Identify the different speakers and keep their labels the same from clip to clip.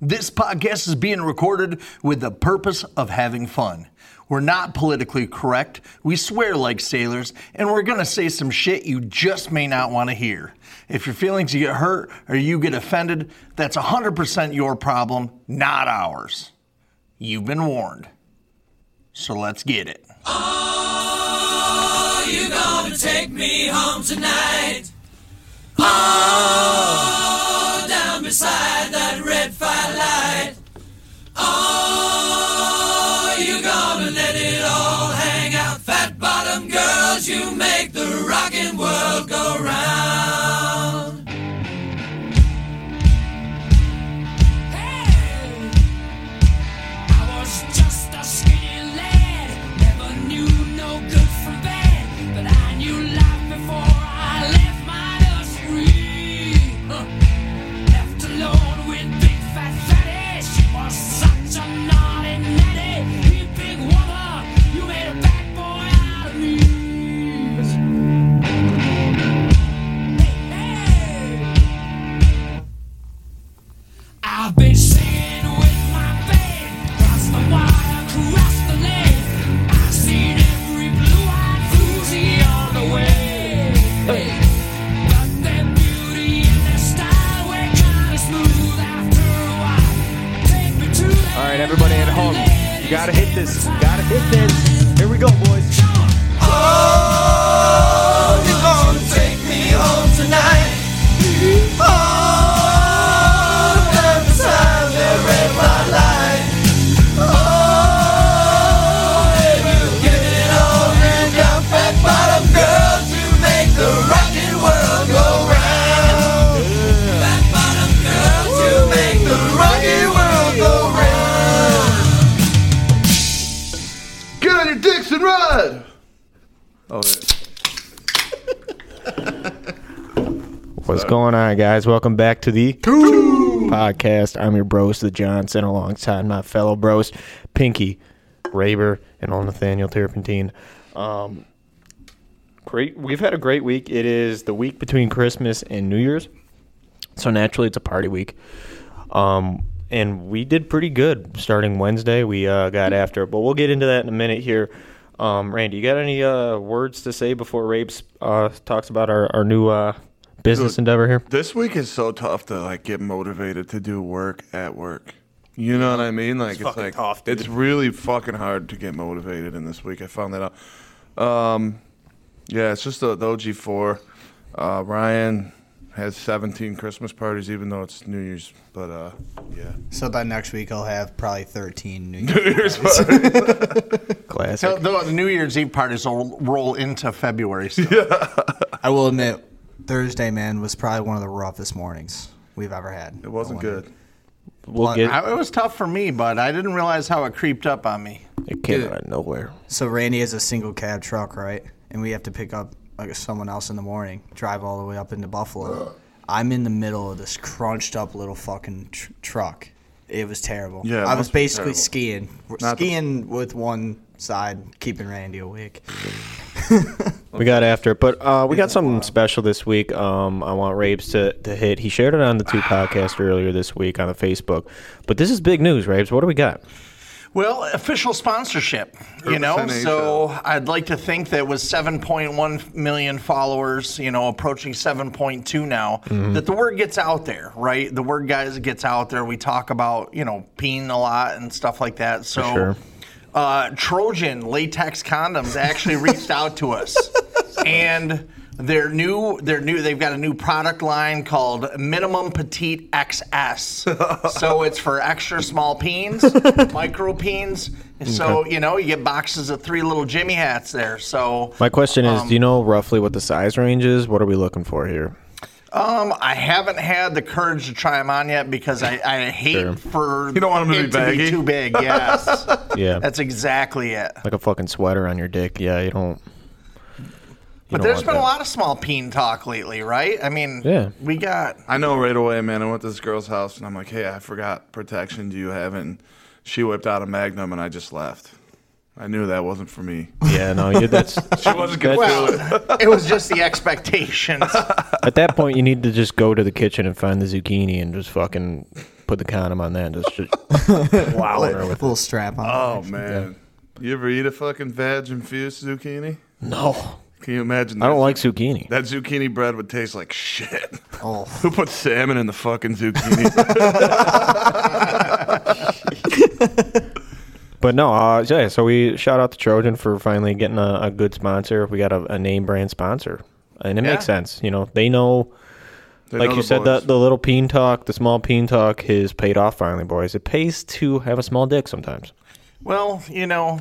Speaker 1: This podcast is being recorded with the purpose of having fun. We're not politically correct, we swear like sailors, and we're gonna say some shit you just may not wanna hear. If your feelings get hurt or you get offended, that's 100% your problem, not ours. You've been warned. So let's get it.
Speaker 2: Are you gonna take me home tonight? Oh, down beside that red firelight. Oh, you gonna let it all hang out? Fat bottom girls, you make the rockin' world go round. Hey! I was just a skinny lad, never knew no good from bad. But I knew life before I left my nursery. Huh. Left alone with big fat fatty, she was such a naughty natty. You big woman, you made a bad boy out of me. Hey, hey. I've been singing with my band across the water, across the land. I've seen every blue-eyed floozy on the way. But their beauty and their style were kind of smooth after a while. Take me to that
Speaker 3: All right, everybody at home, you gotta hit this. Gotta hit this. Here we go, boys.
Speaker 4: Get on your dicks and ride.
Speaker 3: What's going on, guys? Welcome back to the podcast. I'm your bros, the Johnson, alongside my fellow bros, Pinky, Raber, and old Nathaniel Terpentine. Um, great. We've had a great week. It is the week between Christmas and New Year's, so naturally it's a party week. Um, and we did pretty good starting Wednesday. We uh, got after it, but we'll get into that in a minute here. Um, Randy, you got any uh, words to say before Rapes uh, talks about our, our new uh, business endeavor here?
Speaker 4: This week is so tough to like get motivated to do work at work. You know what I mean? Like it's,
Speaker 5: fucking
Speaker 4: like
Speaker 5: tough, dude.
Speaker 4: it's really fucking hard to get motivated in this week. I found that out. Um, yeah, it's just the, the OG four. Uh, Ryan has 17 Christmas parties, even though it's New Year's. But uh, yeah,
Speaker 6: So by next week, I'll have probably 13 New
Speaker 4: New Year's
Speaker 6: Year's.
Speaker 4: party.
Speaker 3: Classic.
Speaker 1: So the the New Year's Eve parties will roll into February. So
Speaker 6: I will admit, Thursday, man, was probably one of the roughest mornings we've ever had.
Speaker 4: It wasn't good.
Speaker 3: We'll get
Speaker 1: I- it was tough for me, but I didn't realize how it creeped up on me.
Speaker 3: it came out of nowhere.
Speaker 6: So Randy has a single cab truck, right? And we have to pick up like, someone else in the morning, drive all the way up into Buffalo. I'm in the middle of this crunched up little fucking tr- truck. It was terrible.
Speaker 4: Yeah, it
Speaker 6: I
Speaker 4: must
Speaker 6: was
Speaker 4: be
Speaker 6: basically
Speaker 4: terrible.
Speaker 6: skiing,
Speaker 4: Not the-
Speaker 6: skiing with one side, keeping Randy awake.
Speaker 3: We got after it, but uh, we got something special this week. Um, I want Rabes to, to hit. He shared it on the two podcast earlier this week on the Facebook. But this is big news, Rabes. What do we got?
Speaker 1: Well, official sponsorship, you know.
Speaker 4: Percentage,
Speaker 1: So I'd like to think that with 7.1 million followers, you know, approaching 7.2 now, that the word gets out there, right? The word guys gets out there. We talk about, you know, peeing a lot and stuff like that. So
Speaker 3: sure.
Speaker 1: uh, Trojan latex condoms actually reached out to us, and their new their new they've got a new product line called Minimum Petite XS. so it's for extra small peens, micro peens. So you know you get boxes of three little Jimmy hats there. So
Speaker 3: My question is, do you know roughly what the size range is? What are we looking for here?
Speaker 1: um, I haven't had the courage to try them on yet because I, I hate
Speaker 3: Sure.
Speaker 1: for
Speaker 4: You don't want 'em to
Speaker 1: it
Speaker 4: be baggy.
Speaker 1: too big. Yes,
Speaker 3: Yeah,
Speaker 1: that's exactly it.
Speaker 3: like a fucking sweater on your dick. Yeah, you don't. you
Speaker 1: But
Speaker 3: don't
Speaker 1: there's
Speaker 3: want
Speaker 1: been a
Speaker 3: that.
Speaker 1: lot of small peen talk lately, right? I mean,
Speaker 3: Yeah.
Speaker 1: we got
Speaker 4: I know right away, man. I went to this girl's house and I'm like, hey, I forgot protection. Do you have it? And she whipped out a magnum and I just left. I knew that wasn't for me.
Speaker 3: Yeah, no, you, that's
Speaker 4: She wasn't gonna
Speaker 3: that's-
Speaker 4: do it.
Speaker 1: it was just the expectations.
Speaker 3: at that point you need to just go to the kitchen and find the zucchini and just fucking put the condom on that and just, just wow her with
Speaker 6: little strap on.
Speaker 4: Oh man, you ever eat a fucking veg infused zucchini?
Speaker 3: No.
Speaker 4: Can you imagine? That?
Speaker 3: I don't like zucchini.
Speaker 4: that zucchini bread would taste like shit.
Speaker 6: Oh.
Speaker 4: Who put salmon in the fucking zucchini?
Speaker 3: But no, uh, so yeah, so we shout out to Trojan for finally getting a, a good sponsor. We got a, a name brand sponsor. And it makes
Speaker 4: Yeah.
Speaker 3: sense. You know, they know,
Speaker 4: They
Speaker 3: like
Speaker 4: know
Speaker 3: you
Speaker 4: the
Speaker 3: said, the,
Speaker 4: boys.
Speaker 3: the little peen talk, the small peen talk is paid off finally, boys. It pays to have a small dick sometimes.
Speaker 1: Well, you know,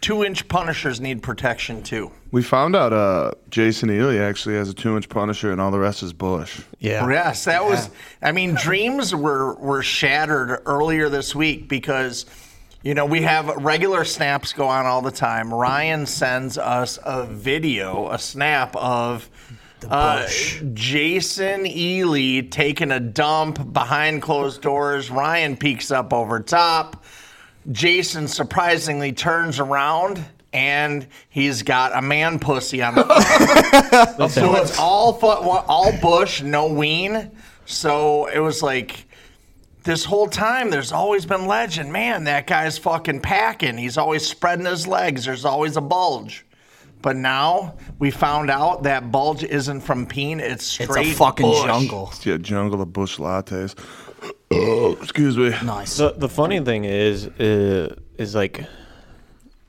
Speaker 1: two inch punishers need protection too.
Speaker 4: we found out uh, Jason Ely actually has a two-inch Punisher, and all the rest is Bush.
Speaker 3: Yeah.
Speaker 1: Yes, that was. I mean, dreams were were shattered earlier this week because, you know, we have regular snaps go on all the time. Ryan sends us a video, a snap of. Uh,
Speaker 6: bush.
Speaker 1: Jason Ely taking a dump behind closed doors. Ryan peeks up over top. Jason surprisingly turns around and he's got a man pussy on the so it's all fu- wa- all Bush, no Ween. So it was like this whole time. There's always been legend, man. That guy's fucking packing. He's always spreading his legs. There's always a bulge. But now we found out that bulge isn't from peen. It's
Speaker 6: it's
Speaker 1: straight.
Speaker 6: a fucking
Speaker 1: Bush.
Speaker 6: jungle.
Speaker 4: See a jungle of Bush lattes. Oh, excuse me.
Speaker 6: Nice.
Speaker 3: The, the funny thing is, uh, is like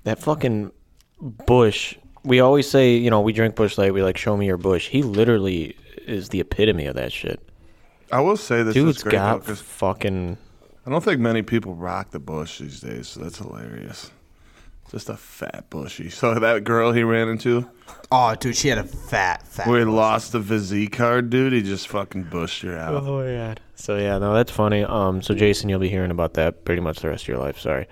Speaker 3: that fucking Bush. We always say, you know, we drink Bush Light. We like show me your Bush. He literally is the epitome of that shit.
Speaker 4: I will say this
Speaker 3: Dude's
Speaker 4: is great though,
Speaker 3: got
Speaker 4: 'cause
Speaker 3: fucking.
Speaker 4: I don't think many people rock the bush these days, so that's hilarious. Just a fat bushy. So that girl he ran into,
Speaker 6: Oh, dude, she had a fat, fat.
Speaker 4: where he lost the Viz card, dude, he just fucking bushed her out.
Speaker 3: Oh my god. So yeah, no, that's funny. Um, so Jason, you'll be hearing about that pretty much the rest of your life. Sorry.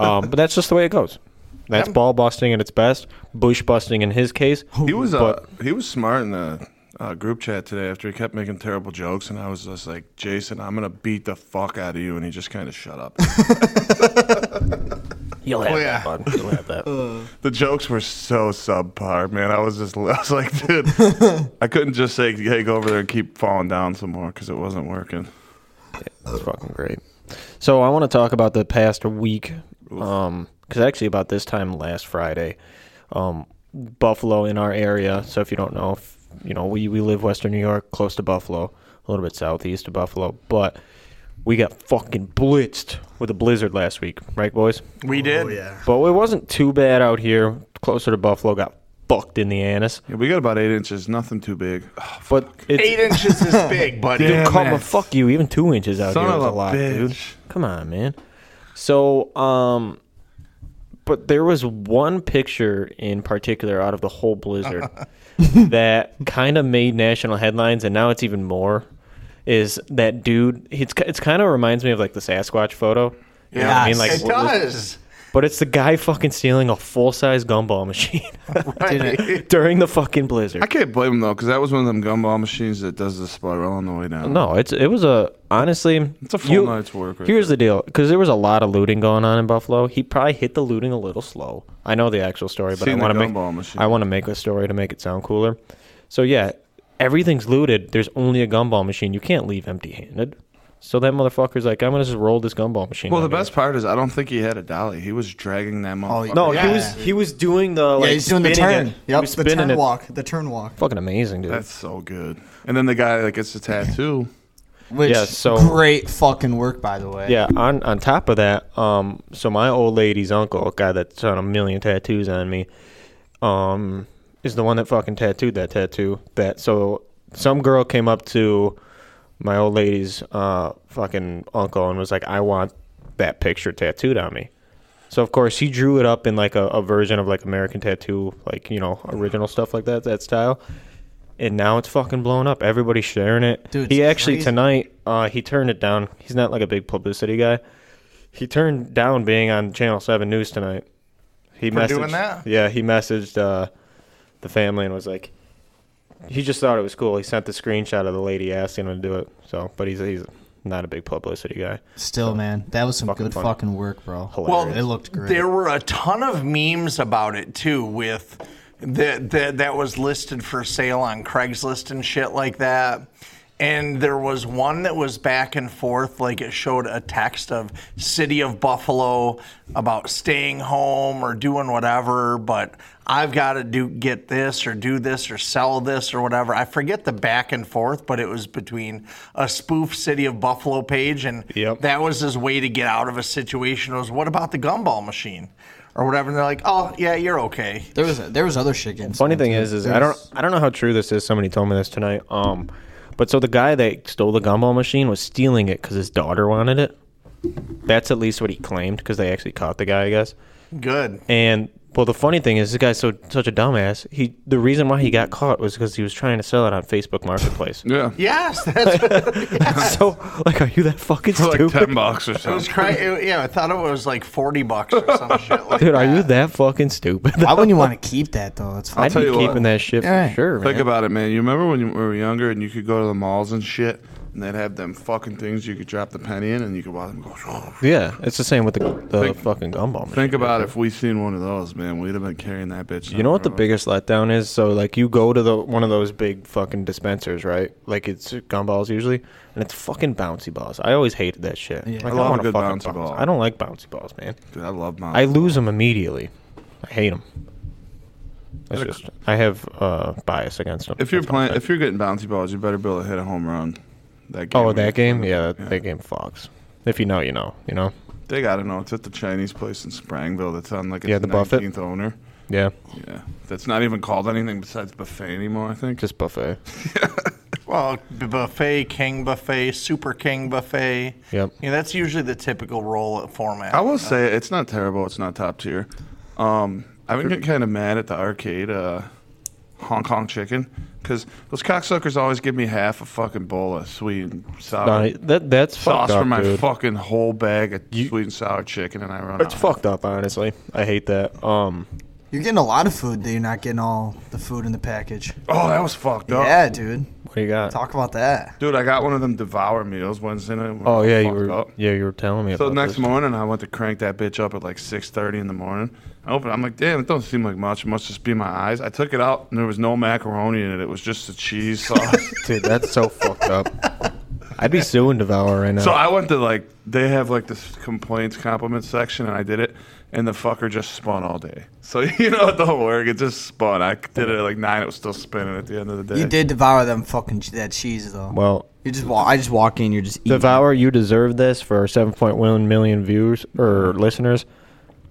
Speaker 3: um, but that's just the way it goes. That's ball busting at its best. Bush busting in his case.
Speaker 4: He was uh,
Speaker 3: But-
Speaker 4: he was smart in the uh, group chat today after he kept making terrible jokes, and I was just like, Jason, I'm gonna beat the fuck out of you, and he just kind of shut up.
Speaker 3: You'll have
Speaker 4: oh, yeah.
Speaker 3: that. Bud. You'll have that.
Speaker 4: the jokes were so subpar, man. I was just I was like, dude, I couldn't just say, hey, go over there and keep falling down some more because it wasn't working.
Speaker 3: That's fucking great. So I want to talk about the past week, um, because actually about this time last Friday, um, Buffalo in our area. So if you don't know, if, you know we we live Western New York, close to Buffalo, a little bit southeast of Buffalo, but we got fucking blitzed with a blizzard last week, right, boys?
Speaker 1: We
Speaker 6: Oh,
Speaker 1: did.
Speaker 3: But it wasn't too bad out here. Closer to Buffalo, got fucked in the anus.
Speaker 4: Yeah, we got about eight inches, nothing too big. Oh,
Speaker 3: But it's,
Speaker 1: Eight inches is big, buddy.
Speaker 4: Damn.
Speaker 3: Come
Speaker 4: man.
Speaker 3: on, fuck you. Even two inches out
Speaker 4: Son
Speaker 3: here
Speaker 4: of
Speaker 3: is a
Speaker 4: a
Speaker 3: lot, dude.
Speaker 4: bitch.
Speaker 3: Come on, man. So, um, but there was one picture in particular out of the whole blizzard that kind of made national headlines, and now it's even more. Is that dude? It's ki- it's kind of reminds me of like the Sasquatch photo. You know what I mean?
Speaker 6: Yes.
Speaker 3: Like,
Speaker 1: it
Speaker 3: w- w-
Speaker 1: does.
Speaker 3: But it's the guy fucking stealing a full size gumball machine during the fucking blizzard.
Speaker 4: I can't blame him though, because that was one of them gumball machines that does the spiral on the way down.
Speaker 3: No, it's it was a honestly. It's
Speaker 4: a full night's work right
Speaker 3: here's the deal, because there was a lot of looting going on in Buffalo. He probably hit the looting a little slow. I know the actual story, but
Speaker 4: Seen
Speaker 3: I
Speaker 4: the
Speaker 3: want to
Speaker 4: gumball
Speaker 3: make
Speaker 4: machine.
Speaker 3: I want to make a story to make it sound cooler. So yeah, everything's looted. There's only a gumball machine. You can't leave empty-handed. So that motherfucker's like, I'm gonna just roll this gumball machine.
Speaker 4: Well,
Speaker 3: out
Speaker 4: the
Speaker 3: here."
Speaker 4: best part is I don't think he had a dolly. He was dragging that motherfucker.
Speaker 6: yeah.
Speaker 3: Oh, No,
Speaker 6: Yeah.
Speaker 3: he was he was doing the like
Speaker 6: yeah, he's doing the
Speaker 3: spinning it.
Speaker 6: turn.
Speaker 3: He
Speaker 6: Yep,
Speaker 3: was
Speaker 6: the
Speaker 3: spinning
Speaker 6: turn
Speaker 3: it.
Speaker 6: walk. The turn walk.
Speaker 3: Fucking amazing, dude.
Speaker 4: That's so good. And then the guy that gets the tattoo.
Speaker 6: Which
Speaker 3: Yeah, so-
Speaker 6: great fucking work, by the way.
Speaker 3: Yeah, on on top of that, um, so my old lady's uncle, a guy that's done a million tattoos on me, um, is the one that fucking tattooed that tattoo. That so some girl came up to my old lady's uh fucking uncle and was like, I want that picture tattooed on me. So of course he drew it up in like a, a version of like American Tattoo, like you know original stuff like that, that style. And now it's fucking blown up. Everybody's sharing it.
Speaker 6: Dude,
Speaker 3: he
Speaker 6: it's
Speaker 3: actually
Speaker 6: crazy.
Speaker 3: tonight uh, he turned it down. He's not like a big publicity guy. He turned down being on Channel Seven News tonight. He
Speaker 1: For
Speaker 3: messaged,
Speaker 1: doing that?
Speaker 3: Yeah, he messaged uh, the family and was like, he just thought it was cool. He sent the screenshot of the lady asking him to do it. So, but he's he's not a big publicity guy.
Speaker 6: Still, man, that was some
Speaker 3: Fucking
Speaker 6: good
Speaker 3: funny.
Speaker 6: fucking work, bro.
Speaker 3: Well,
Speaker 6: it looked great.
Speaker 1: There were a ton of memes about it too, with that that that was listed for sale on Craigslist and shit like that. and there was one that was back and forth. Like it showed a text of City of Buffalo about staying home or doing whatever, but I've got to do get this or do this or sell this or whatever. I forget the back and forth, but it was between a spoof City of Buffalo page and
Speaker 3: Yep.
Speaker 1: that was his way to get out of a situation. Was what about the gumball machine? Or whatever, and they're like, "Oh, yeah, you're okay."
Speaker 6: There was there was other shit getting.
Speaker 3: Funny
Speaker 6: stolen,
Speaker 3: thing
Speaker 6: too.
Speaker 3: is, is
Speaker 6: There
Speaker 3: I don't
Speaker 6: was-
Speaker 3: I don't know how true this is. Somebody told me this tonight. Um, but so the guy that stole the gumball machine was stealing it because his daughter wanted it. That's at least what he claimed because they actually caught the guy, I guess.
Speaker 1: Good.
Speaker 3: And well, the funny thing is, this guy's so such a dumbass. He the reason why he got caught was because he was trying to sell it on Facebook Marketplace.
Speaker 4: Yeah.
Speaker 1: Yes, that's what
Speaker 3: so like, are you that fucking
Speaker 4: For like
Speaker 3: stupid?
Speaker 4: ten bucks or
Speaker 1: it was.
Speaker 4: something.
Speaker 1: Cra- it- yeah, I thought it was like forty bucks or some shit. Like
Speaker 3: Dude, are you
Speaker 1: that.
Speaker 3: that fucking stupid?
Speaker 6: Why wouldn't you want to keep that though? It's fine.
Speaker 3: I'd
Speaker 4: tell
Speaker 3: be
Speaker 4: you what.
Speaker 3: keeping that shit for
Speaker 6: Yeah.
Speaker 3: sure, man.
Speaker 4: Think about it, man. You remember when you were younger and you could go to the malls and shit, and they'd have them fucking things you could drop the penny in, and you could watch them go.
Speaker 3: yeah, it's the same with the, the
Speaker 4: Think-
Speaker 3: fucking gumball machine.
Speaker 4: Think about if we seen one of those, man. We'd have been carrying that bitch.
Speaker 3: You know what the biggest letdown is? So like you go to the one of those big fucking dispensers, right? Like it's gumballs usually, and it's fucking bouncy balls. I always hated that shit. Like,
Speaker 6: I
Speaker 3: don't
Speaker 4: love a
Speaker 3: want
Speaker 4: good
Speaker 3: fucking
Speaker 4: bouncy ball.
Speaker 3: I don't like bouncy balls, man.
Speaker 4: Dude, I love my.
Speaker 3: I lose them immediately. I hate them. That's
Speaker 4: Like-
Speaker 3: just I have uh, bias against them.
Speaker 4: if you're playing, if you're getting bouncy balls, you better be able to hit a home run. That game.
Speaker 3: oh that game, yeah, that, that game fucks. If you know, you know, you know.
Speaker 4: They gotta know. It's at the Chinese place in Sprangville. That's on like its
Speaker 3: Yeah, the Buffett.
Speaker 4: 19th owner.
Speaker 3: Yeah,
Speaker 4: Yeah, that's not even called anything besides buffet anymore. I think.
Speaker 3: just buffet.
Speaker 1: Well, b- buffet, king buffet, super king buffet.
Speaker 3: Yep.
Speaker 1: Yeah, that's usually the typical roll format.
Speaker 4: I
Speaker 3: uh,
Speaker 4: will say it's not terrible. It's not top tier. Um, I've been getting kind of mad at the arcade uh, Hong Kong chicken because those cocksuckers always give me half a fucking bowl of sweet and sour
Speaker 3: No, that that's
Speaker 4: sauce
Speaker 3: fucked up,
Speaker 4: for my
Speaker 3: dude.
Speaker 4: fucking whole bag of sweet and sour chicken, and I run
Speaker 3: it's
Speaker 4: out.
Speaker 3: fucked up, honestly. I hate that. Um,
Speaker 6: You're getting a lot of food that you're not getting all the food in the package.
Speaker 4: Oh, that was fucked up.
Speaker 6: Yeah, dude.
Speaker 3: what do you got?
Speaker 6: Talk about that.
Speaker 4: Dude, I got one of them devour meals Wednesday night. when I
Speaker 3: Oh
Speaker 4: was
Speaker 3: yeah, you
Speaker 4: fucked
Speaker 3: were
Speaker 4: up.
Speaker 3: yeah you were telling me.
Speaker 4: So
Speaker 3: about
Speaker 4: the next
Speaker 3: this.
Speaker 4: morning, I went to crank that bitch up at like 6:30 in the morning. I opened. it, I'm like, damn, it don't seem like much. It must just be my eyes. I took it out, and there was no macaroni in it. It was just the cheese sauce.
Speaker 3: Dude, that's so fucked up. I'd be suing Devour right now.
Speaker 4: so I went to like they have like this complaints compliments section, and I did it, and the fucker just spun all day. So you know it don't work. It just spun. I did it at like nine. It was still spinning at the end of the day.
Speaker 6: You did devour them fucking ch- that cheese though.
Speaker 3: well,
Speaker 6: you just walk. I just walk in. You're just eating.
Speaker 3: Devour, you deserve this for 7.1 million views or listeners.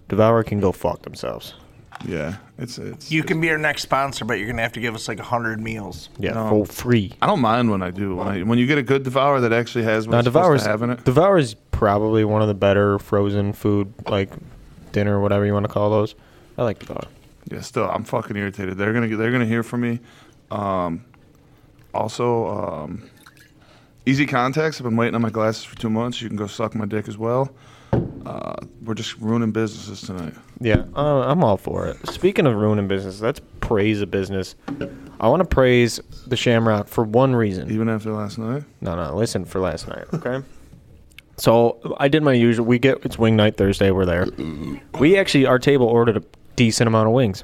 Speaker 3: Devour can go fuck themselves.
Speaker 4: Yeah, it's it's.
Speaker 1: you can be our next sponsor, but you're gonna have to give us like hundred meals.
Speaker 3: Yeah,
Speaker 4: No.
Speaker 3: for free.
Speaker 4: I don't mind when I do. When I when you get a good devourer that actually has what
Speaker 3: Now
Speaker 4: it's supposed
Speaker 3: Devour's
Speaker 4: to have in it.
Speaker 3: Devour's probably one of the better frozen food like dinner, whatever you want to call those. I like Devour.
Speaker 4: Yeah, still, I'm fucking irritated. They're gonna they're gonna hear from me. Um, also, um, easy contacts. I've been waiting on my glasses for two months. You can go suck my dick as well. Uh, we're just ruining businesses tonight.
Speaker 3: Yeah, uh, I'm all for it. Speaking of ruining business, let's praise a business. I want to praise the Shamrock for one reason.
Speaker 4: Even after last night,
Speaker 3: No, no. Listen for last night, okay? so I did my usual. We get it's wing night Thursday. We're there. We actually our table ordered a decent amount of wings.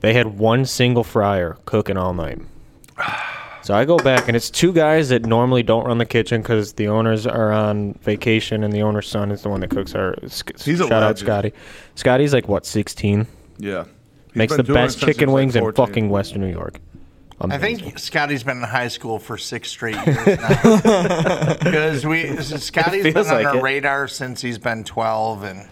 Speaker 3: They had one single fryer cooking all night. So I go back and it's two guys that normally don't run the kitchen because the owners are on vacation and the owner's son is the one that cooks our.
Speaker 4: He's
Speaker 3: He's
Speaker 4: a
Speaker 3: shout out
Speaker 4: legend.
Speaker 3: Scotty. Scotty's like what sixteen.
Speaker 4: yeah, He's
Speaker 3: Makes
Speaker 4: been
Speaker 3: the
Speaker 4: doing it
Speaker 3: best
Speaker 4: since he
Speaker 3: chicken
Speaker 4: was, like,
Speaker 3: wings in
Speaker 4: 14.
Speaker 3: fucking Western New York.
Speaker 1: I think Scotty's been in high school for six straight years because we Scotty's been
Speaker 3: feels
Speaker 1: on
Speaker 3: like
Speaker 1: our
Speaker 3: it.
Speaker 1: radar since he's been twelve, and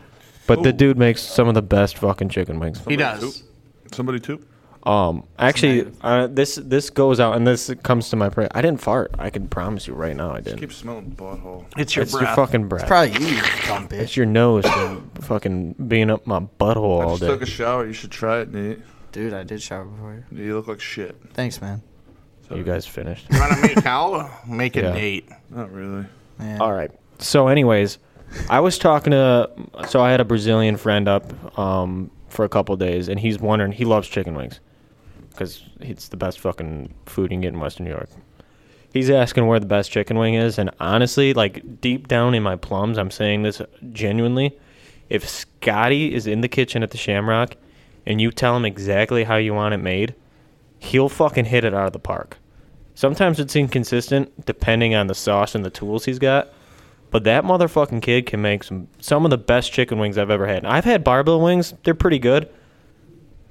Speaker 3: But the dude makes some of the best fucking chicken wings.
Speaker 1: he does.
Speaker 4: Somebody too.
Speaker 3: Um, actually, uh, this this goes out and this comes to my prayer. I didn't fart. I can promise you right now, I didn't.
Speaker 4: Keep smelling butthole.
Speaker 1: It's your
Speaker 3: It's your
Speaker 1: breath.
Speaker 3: fucking breath. It's,
Speaker 6: Probably you, you dumb bitch,
Speaker 3: your nose from fucking being up my butthole all
Speaker 4: Just took
Speaker 3: day.
Speaker 4: a shower. You should try it, Nate.
Speaker 6: dude. I did shower before you.
Speaker 4: You look like shit.
Speaker 6: Thanks, man.
Speaker 3: You guys finished.
Speaker 1: you want to make out? Make a
Speaker 3: Yeah.
Speaker 1: date.
Speaker 4: Not really.
Speaker 6: Yeah.
Speaker 3: all right. So, anyways, I was talking to. So I had a Brazilian friend up um, for a couple days, and he's wondering. He loves chicken wings because it's the best fucking food you can get in Western New York. He's asking where the best chicken wing is, and honestly, like deep down in my plums, I'm saying this genuinely. If Scotty is in the kitchen at the Shamrock, and you tell him exactly how you want it made, he'll fucking hit it out of the park. Sometimes it's inconsistent depending on the sauce and the tools he's got. But that motherfucking kid can make some some of the best chicken wings I've ever had. And I've had barbell wings; they're pretty good.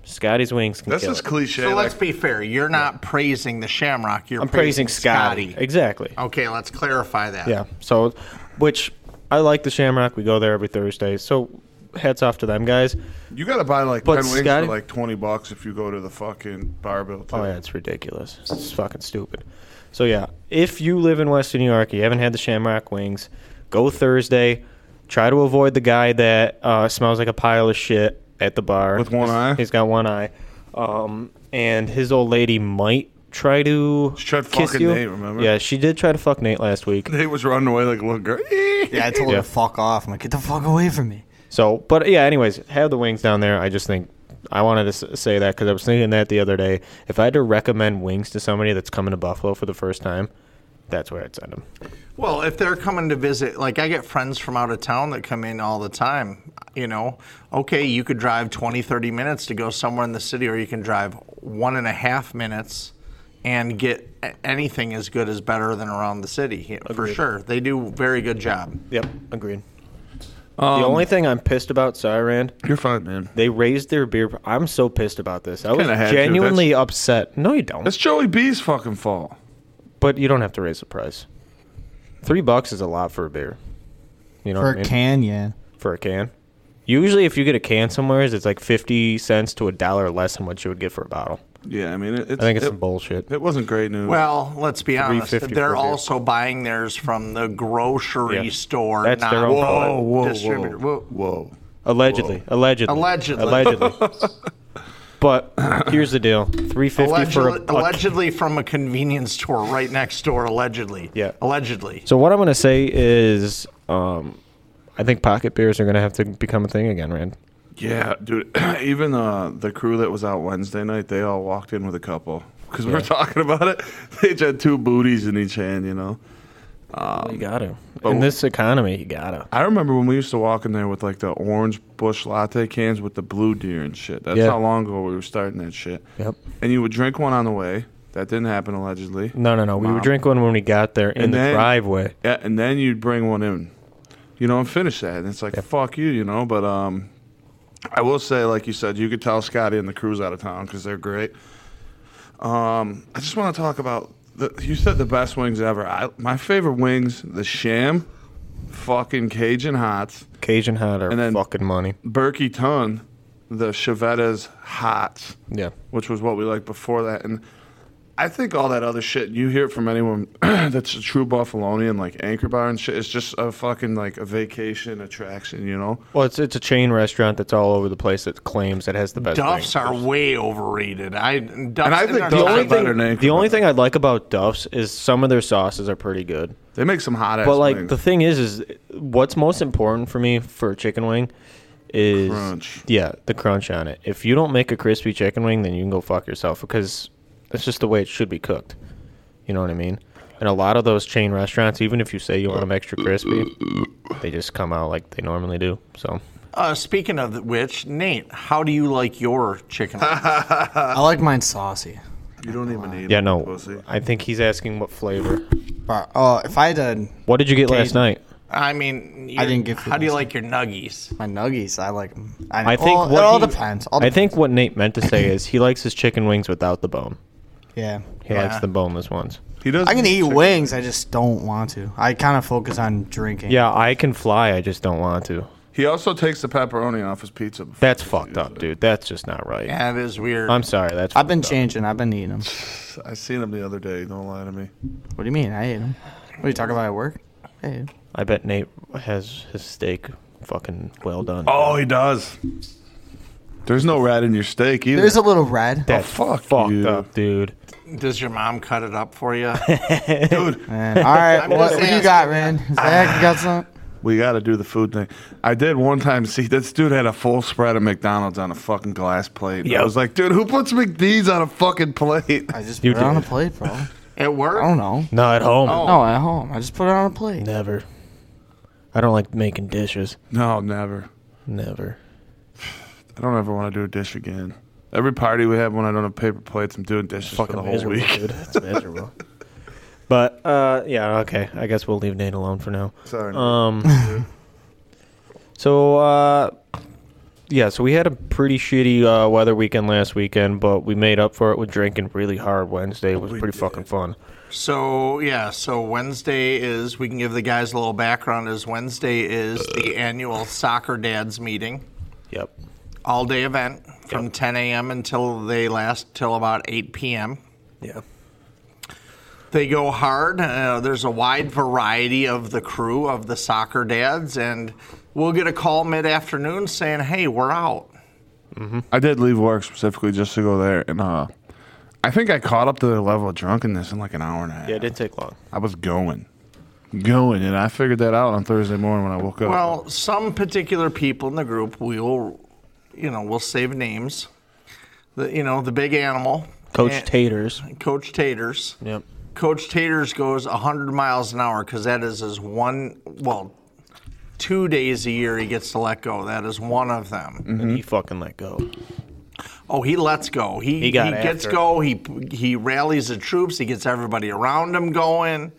Speaker 3: Scotty's wings can
Speaker 4: That's
Speaker 3: kill
Speaker 4: just
Speaker 3: it.
Speaker 4: cliche.
Speaker 1: So
Speaker 4: like,
Speaker 1: let's be fair. You're not praising the Shamrock. You're
Speaker 3: I'm praising Scotty. Exactly.
Speaker 1: Okay, let's clarify that.
Speaker 3: Yeah. So, which I like the Shamrock. We go there every Thursday. So, hats off to them guys.
Speaker 4: you gotta buy like
Speaker 3: But
Speaker 4: ten wings
Speaker 3: Scotty-
Speaker 4: for like twenty bucks if you go to the fucking barbell.
Speaker 3: Oh
Speaker 4: too.
Speaker 3: yeah, it's ridiculous. It's fucking stupid. So yeah, if you live in Western New York, you haven't had the Shamrock Wings, go Thursday. Try to avoid the guy that uh, smells like a pile of shit at the bar
Speaker 4: With one eye?
Speaker 3: He's got one eye, um, and his old lady might try to
Speaker 4: She tried
Speaker 3: kiss
Speaker 4: fucking
Speaker 3: you.
Speaker 4: Nate, remember?
Speaker 3: Yeah, she did try to fuck Nate last week.
Speaker 4: Nate was running away like a little girl.
Speaker 6: Yeah, I told
Speaker 3: Yeah.
Speaker 6: her to fuck off. I'm like, get the fuck away from me.
Speaker 3: So, but yeah, anyways, have the wings down there. I just think I wanted to s- say that because I was thinking that the other day. If I had to recommend wings to somebody that's coming to Buffalo for the first time, that's where I'd send them.
Speaker 1: Well, if they're coming to visit, like I get friends from out of town that come in all the time, you know, okay, you could drive 20, 30 minutes to go somewhere in the city, or you can drive one and a half minutes and get a- anything as good as better than around the city, yeah, for sure. They do very good job.
Speaker 3: Yep, agreed. the only thing I'm pissed about, sorry, Rand,
Speaker 4: You're fine, man.
Speaker 3: they raised their beer. pr- I'm so pissed about this. I was
Speaker 4: Kinda had to,
Speaker 3: genuinely upset. No, you don't.
Speaker 4: That's Joey B's fucking fault.
Speaker 3: but you don't have to raise the price. Three bucks is a lot for a beer. You know
Speaker 6: For
Speaker 3: what I
Speaker 6: a
Speaker 3: mean?
Speaker 6: can, yeah.
Speaker 3: for a can. Usually, if you get a can somewhere, it's like fifty cents to a dollar less than what you would get for a bottle.
Speaker 4: Yeah, I mean, it, it's,
Speaker 3: I think it's
Speaker 4: it,
Speaker 3: some bullshit.
Speaker 4: It wasn't great news.
Speaker 1: Well, let's be honest.
Speaker 3: 350
Speaker 1: They're
Speaker 3: per beer.
Speaker 1: also buying theirs from the grocery
Speaker 3: Yeah.
Speaker 1: store,
Speaker 3: That's
Speaker 1: not
Speaker 3: their own product.
Speaker 4: whoa, whoa,
Speaker 1: distributor.
Speaker 4: whoa,
Speaker 1: Whoa.
Speaker 4: whoa.
Speaker 3: Allegedly, allegedly,
Speaker 1: Allegedly.
Speaker 3: allegedly. but here's the deal: three fifty for a,
Speaker 1: Allegedly,
Speaker 3: a
Speaker 1: allegedly from a convenience store right next door, allegedly.
Speaker 3: Yeah.
Speaker 1: Allegedly.
Speaker 3: So what I'm gonna say is, um, I think pocket beers are gonna have to become a thing again, Rand.
Speaker 4: Yeah, dude. Even uh, the crew that was out Wednesday night, they all walked in with a couple because we were talking about it. They each had two booties in each hand, you know.
Speaker 3: you gotta. In this economy, you gotta.
Speaker 4: I remember when we used to walk in there with like the orange bush latte cans with the blue deer and shit. That's
Speaker 3: Yeah.
Speaker 4: how long ago we were starting that shit.
Speaker 3: Yep.
Speaker 4: And you would drink one on the way. That didn't happen allegedly.
Speaker 3: No, no, no. We
Speaker 4: Mom.
Speaker 3: would drink one when we got there in
Speaker 4: And
Speaker 3: the
Speaker 4: then-
Speaker 3: driveway.
Speaker 4: Yeah, and then you'd bring one in, you know, and finish that. And it's like, fuck you, you know. But um, I will say, like you said, you could tell Scotty and the crew's out of town because they're great. Um, I just want to talk about the, you said the best wings ever. I, my favorite wings, the Sham, fucking Cajun Hots,
Speaker 3: Cajun hot are
Speaker 4: And then-
Speaker 3: fucking money.
Speaker 4: Berkey Ton, the Chevetta's Hots
Speaker 3: Yeah.
Speaker 4: which was what we liked before that. And I think all that other shit you hear it from anyone that's a true Buffalonian, like Anchor Bar and shit, it's just a fucking like a vacation attraction, you know?
Speaker 3: Well, it's it's a chain restaurant that's all over the place that claims it has the best.
Speaker 1: Duffs
Speaker 3: wings.
Speaker 1: are way overrated. I Duffs and
Speaker 4: I think
Speaker 1: are
Speaker 4: the
Speaker 1: not
Speaker 4: only
Speaker 1: bad.
Speaker 4: thing- better than Anchor
Speaker 3: the only
Speaker 4: Bar.
Speaker 3: thing I like about Duff's is some of their sauces are pretty good.
Speaker 4: They make some hot ass.
Speaker 3: But like the thing is, is what's most important for me for a chicken wing is
Speaker 4: Crunch.
Speaker 3: Yeah, the crunch on it. If you don't make a crispy chicken wing, then you can go fuck yourself because that's just the way it should be cooked. You know what I mean? And a lot of those chain restaurants, even if you say you want them extra crispy, they just come out like they normally do. So
Speaker 1: Uh, speaking of which, Nate, how do you like your chicken? wings?
Speaker 6: I like mine saucy.
Speaker 4: you don't even need
Speaker 3: yeah,
Speaker 4: it,
Speaker 3: no,
Speaker 4: pussy.
Speaker 3: I think he's asking what flavor.
Speaker 6: But uh, if I had a,
Speaker 3: What did you get last
Speaker 6: Cajun.
Speaker 3: night?
Speaker 1: I mean,
Speaker 6: I
Speaker 1: your-
Speaker 6: didn't get food
Speaker 1: How do you
Speaker 6: last
Speaker 1: like your nuggies?
Speaker 6: my nuggies, I like 'em. I,
Speaker 3: I think
Speaker 6: well,
Speaker 3: what
Speaker 6: it all
Speaker 3: he-
Speaker 6: depends. All
Speaker 3: I think what Nate meant to say is he likes his chicken wings without the bone.
Speaker 6: depends. yeah.
Speaker 3: He likes
Speaker 1: Yeah.
Speaker 3: the boneless ones.
Speaker 4: He doesn't
Speaker 6: I can eat wings. I just don't want to. I kind of focus on drinking.
Speaker 3: Yeah, I can fly. I just don't want to.
Speaker 4: He also takes the pepperoni off his pizza. before
Speaker 3: That's
Speaker 4: he
Speaker 3: fucked
Speaker 4: eats
Speaker 3: up,
Speaker 4: it.
Speaker 3: dude. That's just not right.
Speaker 1: That is weird.
Speaker 3: I'm sorry. That's
Speaker 6: I've been
Speaker 3: fucked up.
Speaker 6: changing. I've been eating them.
Speaker 4: I seen him the other day. Don't lie to me.
Speaker 6: What do you mean? I ate them. What are you talking about at work? I ate 'em.
Speaker 3: I bet Nate has his steak fucking well done.
Speaker 4: Oh, he does. There's no rat in your steak either.
Speaker 6: There's a little red.
Speaker 3: that's
Speaker 4: fuck
Speaker 3: fucked
Speaker 4: you.
Speaker 3: up, dude.
Speaker 1: Does your mom cut it up for you?
Speaker 4: dude.
Speaker 6: Man, all right,
Speaker 1: I'm
Speaker 6: what,
Speaker 1: just
Speaker 6: what do you
Speaker 1: asking.
Speaker 6: got, man? Zach, you got some?
Speaker 4: We got to do the food thing. I did one time see this dude had a full spread of McDonald's on a fucking glass plate. I
Speaker 3: Yep.
Speaker 4: was like, dude, who puts McDee's on a fucking plate?
Speaker 6: I just put
Speaker 3: You
Speaker 6: it on a
Speaker 3: did.
Speaker 6: plate, bro. I
Speaker 1: It worked.
Speaker 6: don't know.
Speaker 3: No, at home.
Speaker 4: Oh.
Speaker 6: No, at home. I just put it on a plate.
Speaker 3: Never. I don't like making dishes.
Speaker 4: No, never.
Speaker 3: Never.
Speaker 4: I don't ever want to do a dish again. Every party we have when I don't have paper plates, I'm doing dishes for
Speaker 3: Fucking
Speaker 4: the whole
Speaker 3: miserable,
Speaker 4: week.
Speaker 3: dude. It's miserable. But uh, yeah, okay. I guess we'll leave Nate alone for now.
Speaker 4: Sorry.
Speaker 3: So uh, yeah, so we had a pretty shitty uh, weather weekend last weekend, but we made up for it with drinking really hard Wednesday. It was pretty fucking fun.
Speaker 1: So yeah, so Wednesday is we can give the guys a little background. Is Wednesday is the annual soccer dads meeting,
Speaker 3: Yep.
Speaker 1: all day event from 10 a.m. until they last till about 8 p.m.
Speaker 3: Yeah.
Speaker 1: They go hard. Uh, there's a wide variety of the crew of the soccer dads, and we'll get a call mid afternoon saying, "Hey, we're out."
Speaker 4: I did leave work specifically just to go there, and uh, I think I caught up to their level of drunkenness in like an hour and a half.
Speaker 3: Yeah, it didn't take long.
Speaker 4: I was going, going, and I figured that out on Thursday morning when I woke up.
Speaker 1: Well, some particular people in the group, we will, you know, we'll save names. The, you know, the big animal,
Speaker 3: Coach
Speaker 1: Eh.
Speaker 3: Taters.
Speaker 1: Coach Taters.
Speaker 3: Yep.
Speaker 1: Coach Taters goes 100 miles an hour because that is his one, well, two days a year he gets to let go. That is one of them.
Speaker 3: And he fucking let go.
Speaker 1: Oh, he lets go. He, he,
Speaker 3: got
Speaker 1: gets
Speaker 3: after it.
Speaker 1: go. He he rallies the troops. He gets everybody around him going.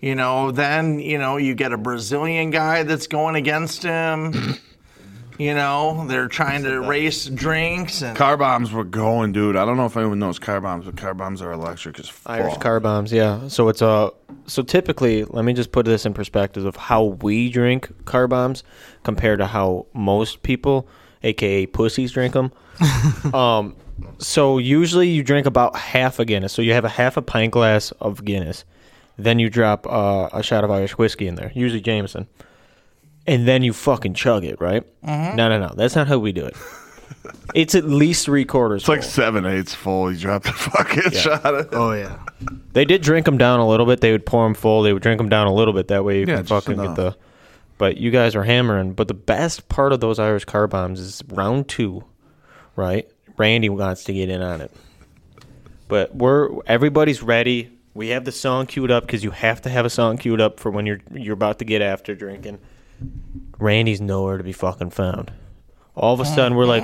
Speaker 1: You know, then you know you get a Brazilian guy that's going against him. you know, they're trying to race drinks and
Speaker 4: car bombs were going, dude. I don't know if anyone knows car bombs, but car bombs are electric as fuck.
Speaker 3: Irish car bombs, yeah. So it's uh, so typically, let me just put this in perspective of how we drink car bombs compared to how most people, aka pussies, drink them. um, so usually you drink about half a Guinness. So you have a half a pint glass of Guinness, then you drop uh, a shot of Irish whiskey in there, usually Jameson, and then you fucking chug it, right?
Speaker 4: Mm-hmm.
Speaker 3: No, no, no. That's not how we do it. It's at least three quarters.
Speaker 4: It's like
Speaker 3: full.
Speaker 4: seven eighths full. You dropped a fucking shot. Of it.
Speaker 6: Oh yeah.
Speaker 3: They did drink them down a little bit. They would pour them full. They would drink them down a little bit. That way you
Speaker 4: Yeah,
Speaker 3: can
Speaker 4: just
Speaker 3: fucking
Speaker 4: enough.
Speaker 3: get the. But you guys are hammering. But the best part of those Irish car bombs is round two, right? Randy wants to get in on it. But we're everybody's ready. We have the song queued up because you have to have a song queued up for when you're you're about to get after drinking. Randy's nowhere to be fucking found. All of a sudden, we're like,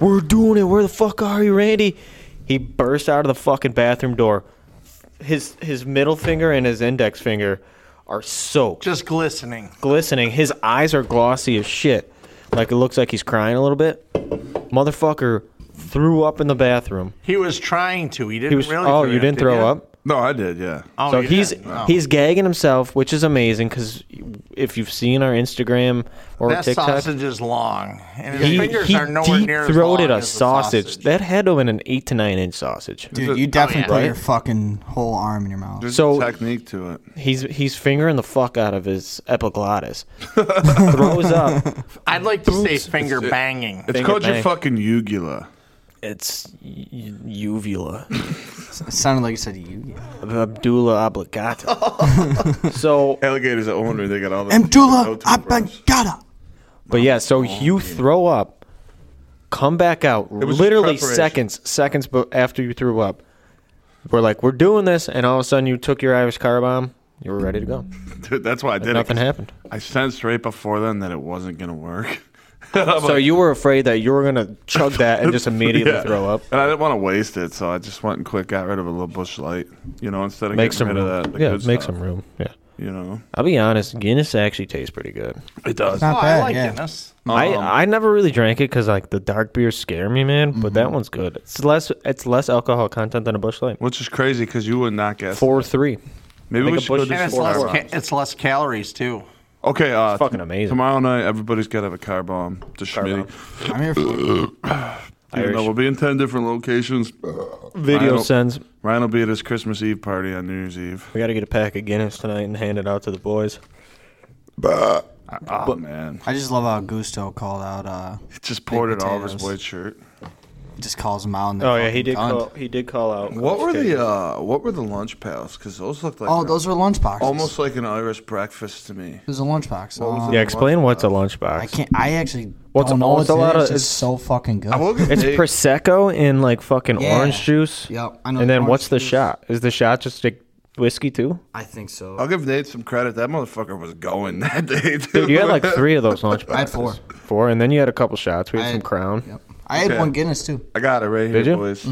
Speaker 3: "We're doing it. Where the fuck are you, Randy?" He bursts out of the fucking bathroom door. His his middle finger and his index finger are soaked,
Speaker 1: just glistening.
Speaker 3: glistening. His eyes are glossy as shit. Like it looks like he's crying a little bit. Motherfucker threw up in the bathroom.
Speaker 1: He was trying to. He didn't
Speaker 3: He was
Speaker 1: really. throw
Speaker 3: oh, you
Speaker 1: up,
Speaker 3: didn't
Speaker 1: did
Speaker 3: throw
Speaker 1: ya?
Speaker 3: up.
Speaker 4: No, I did. Yeah.
Speaker 1: Oh,
Speaker 3: So
Speaker 1: you
Speaker 3: he's
Speaker 1: didn't. Oh.
Speaker 3: he's gagging himself, which is amazing because if you've seen our Instagram or
Speaker 1: that
Speaker 3: TikTok,
Speaker 1: sausage is long, and his
Speaker 3: he,
Speaker 1: fingers
Speaker 3: he
Speaker 1: are nowhere near as long
Speaker 3: deep-throated a
Speaker 1: as the
Speaker 3: sausage. That had to have been an eight to nine inch sausage.
Speaker 6: Dude, you definitely
Speaker 1: yeah.
Speaker 6: put
Speaker 1: Right?
Speaker 6: your fucking whole arm in your mouth.
Speaker 4: There's
Speaker 3: So-
Speaker 4: a technique to it.
Speaker 3: He's he's fingering the fuck out of his epiglottis. Throws up.
Speaker 1: I'd like to say finger banging.
Speaker 4: It's
Speaker 3: Finger
Speaker 4: called your
Speaker 3: bang.
Speaker 4: fucking ugula.
Speaker 3: It's u- uvula.
Speaker 6: It sounded like you said you.
Speaker 3: Abdullah obligata. so
Speaker 4: Alligators at Owner, they got all the
Speaker 6: Amdula
Speaker 4: no-tooth worms.
Speaker 6: Abangada.
Speaker 3: But yeah, so
Speaker 1: Oh,
Speaker 3: you throw up, come back out
Speaker 4: was
Speaker 3: literally
Speaker 4: preparation.
Speaker 3: seconds, seconds bu- after you threw up. We're like, we're doing this, and all of a sudden you took your Irish car bomb. You were ready to go.
Speaker 4: Dude, that's why I did
Speaker 3: Nothing
Speaker 4: it. 'cause
Speaker 3: happened.
Speaker 4: I sensed right before then that it wasn't gonna work.
Speaker 3: So you were afraid that you were gonna chug that and just immediately
Speaker 4: Yeah.
Speaker 3: throw up.
Speaker 4: And I didn't want to waste it, so I just went and quick got rid of a little bush light. You know, instead of
Speaker 3: Make
Speaker 4: getting
Speaker 3: some
Speaker 4: rid
Speaker 3: room.
Speaker 4: of that. the
Speaker 3: yeah,
Speaker 4: good
Speaker 3: make
Speaker 4: stuff,
Speaker 3: some room. Yeah.
Speaker 4: You know,
Speaker 3: I'll be honest, Guinness actually tastes pretty good.
Speaker 4: it does.
Speaker 1: oh,
Speaker 6: Not
Speaker 1: I
Speaker 6: bad,
Speaker 1: like
Speaker 6: yeah.
Speaker 1: Guinness.
Speaker 4: Um,
Speaker 3: I, I never really drank it because like the dark beers scare me, man. But
Speaker 4: Mhm.
Speaker 3: that one's good. It's less it's less alcohol content than a Bush Light.
Speaker 4: Which is crazy because you would not guess.
Speaker 3: Four three.
Speaker 4: Maybe
Speaker 3: Make
Speaker 4: we
Speaker 3: a
Speaker 4: should go
Speaker 3: bush-
Speaker 4: do
Speaker 1: And
Speaker 4: some
Speaker 1: it's
Speaker 3: Four
Speaker 1: less,
Speaker 4: car
Speaker 1: ca-
Speaker 4: bombs.
Speaker 1: it's less calories too.
Speaker 4: Okay, uh,
Speaker 3: fucking amazing.
Speaker 4: Tomorrow night, everybody's got to have a car bomb. To Schmitty.
Speaker 6: I'm here for it.
Speaker 4: Even though
Speaker 3: Irish.
Speaker 4: we'll be in ten different locations.
Speaker 3: Video
Speaker 4: Ryan-
Speaker 3: sends.
Speaker 4: Ryan will be at his Christmas Eve party on New Year's Eve.
Speaker 3: We got to get a pack of Guinness tonight and hand it out to the boys. Ah,
Speaker 4: Oh man,
Speaker 6: I just love how Gusto called out. Uh,
Speaker 4: He just poured it all over his
Speaker 6: potatoes.
Speaker 4: white shirt.
Speaker 6: just calls him out. And
Speaker 3: Oh yeah, he did.
Speaker 6: Call,
Speaker 3: Call, he did call out.
Speaker 4: What were the uh, what were the lunch pails? Because those looked like
Speaker 6: oh, those were lunch boxes.
Speaker 4: almost like an Irish breakfast to me.
Speaker 6: It was a lunch box.
Speaker 4: was
Speaker 6: Uh,
Speaker 4: it?
Speaker 3: Yeah, explain what's a lunchbox.
Speaker 6: I can't. I actually
Speaker 3: What's-
Speaker 6: don't know
Speaker 3: what's
Speaker 6: what
Speaker 3: a lot
Speaker 6: it
Speaker 3: of-
Speaker 6: is. It's
Speaker 3: it's-
Speaker 6: so fucking good.
Speaker 4: I will get
Speaker 3: It's
Speaker 4: Nate-
Speaker 3: prosecco and like fucking
Speaker 6: Yeah.
Speaker 3: orange juice.
Speaker 6: Yep, I know
Speaker 3: And
Speaker 6: the
Speaker 3: then what's
Speaker 6: orange
Speaker 3: the
Speaker 6: juice.
Speaker 3: shot? Is the shot just like whiskey too?
Speaker 6: I think so.
Speaker 4: I'll give Nate some credit. That motherfucker was going that day. Dude,
Speaker 3: Dude, you had like three of those lunchboxes.
Speaker 6: I had four.
Speaker 3: Four, and then you had a couple shots. We had
Speaker 6: I
Speaker 3: some
Speaker 6: had-
Speaker 3: Crown.
Speaker 6: Yep. I had
Speaker 4: Okay.
Speaker 6: one Guinness too.
Speaker 4: I got it right here,
Speaker 6: Mm-hmm.
Speaker 3: Did you?
Speaker 4: boys.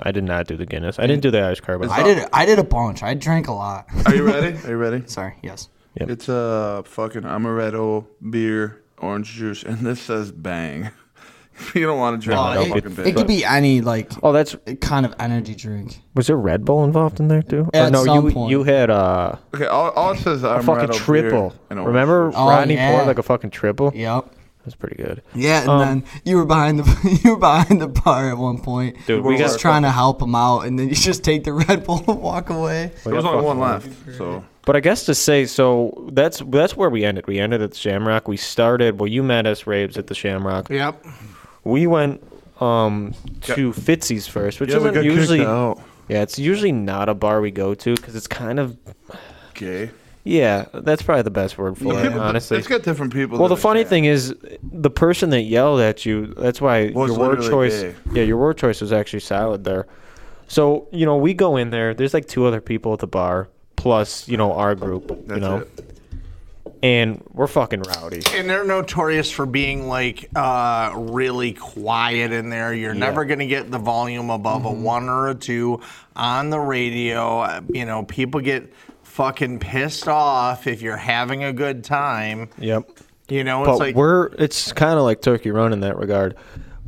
Speaker 3: I did not do the Guinness. I didn't do the Irish Carboy.
Speaker 6: I did I did a bunch. I drank a lot.
Speaker 4: Are you ready? Are you ready?
Speaker 6: Sorry. Yes.
Speaker 4: It's a fucking amaretto beer, orange juice, and this says bang. you don't want to drink
Speaker 6: Uh,
Speaker 4: that
Speaker 6: it,
Speaker 4: fucking
Speaker 6: it
Speaker 4: thing.
Speaker 6: could be any like
Speaker 3: Oh, that's
Speaker 6: kind of energy drink.
Speaker 3: was there Red Bull involved in there too? Or
Speaker 6: At
Speaker 3: no,
Speaker 6: some
Speaker 3: you
Speaker 6: point.
Speaker 3: you had uh,
Speaker 4: Okay, all, all it says is
Speaker 3: a
Speaker 4: amaretto
Speaker 3: fucking
Speaker 4: beer
Speaker 3: triple.
Speaker 4: and orange
Speaker 3: Remember
Speaker 4: juice.
Speaker 6: Oh,
Speaker 3: Rodney
Speaker 6: yeah.
Speaker 3: poured like a fucking triple?
Speaker 6: Yep.
Speaker 3: That's pretty good.
Speaker 6: Yeah, and then you were behind the you were behind the bar at one point.
Speaker 3: Dude, we
Speaker 6: just
Speaker 3: got-
Speaker 6: trying to help him out, and then you just take the Red Bull and walk away.
Speaker 4: There was only one left, so
Speaker 3: But I guess to say so that's that's where we ended. We ended at the Shamrock. We started well. You met us, Raves, at the Shamrock.
Speaker 1: Yep.
Speaker 3: We went um to Fitzy's first, which
Speaker 4: yeah, we
Speaker 3: isn't
Speaker 4: got
Speaker 3: usually
Speaker 4: kicked out.
Speaker 3: yeah. It's usually not a bar we go to because it's kind of
Speaker 4: Gay.
Speaker 3: yeah. That's probably the best word for it,
Speaker 4: People-
Speaker 3: honestly.
Speaker 4: it's got different people.
Speaker 3: Well,
Speaker 4: that
Speaker 3: the funny
Speaker 4: are gay.
Speaker 3: thing is, the person that yelled at you, that's why
Speaker 4: Was
Speaker 3: your word
Speaker 4: literally
Speaker 3: choice.
Speaker 4: gay.
Speaker 3: Yeah, your word choice was actually solid there. So, you know, we go in there, there's like two other people at the bar, plus, you know, our group, you
Speaker 4: That's
Speaker 3: know,
Speaker 4: it.
Speaker 3: and we're fucking rowdy.
Speaker 1: And they're notorious for being like uh, really quiet in there. You're never going to get the volume above a one or a two on the radio. Uh, You know, people get fucking pissed off if you're having a good time.
Speaker 3: Yep.
Speaker 1: You know, it's
Speaker 3: But
Speaker 1: like
Speaker 3: we're, it's kind of like Turkey Run in that regard.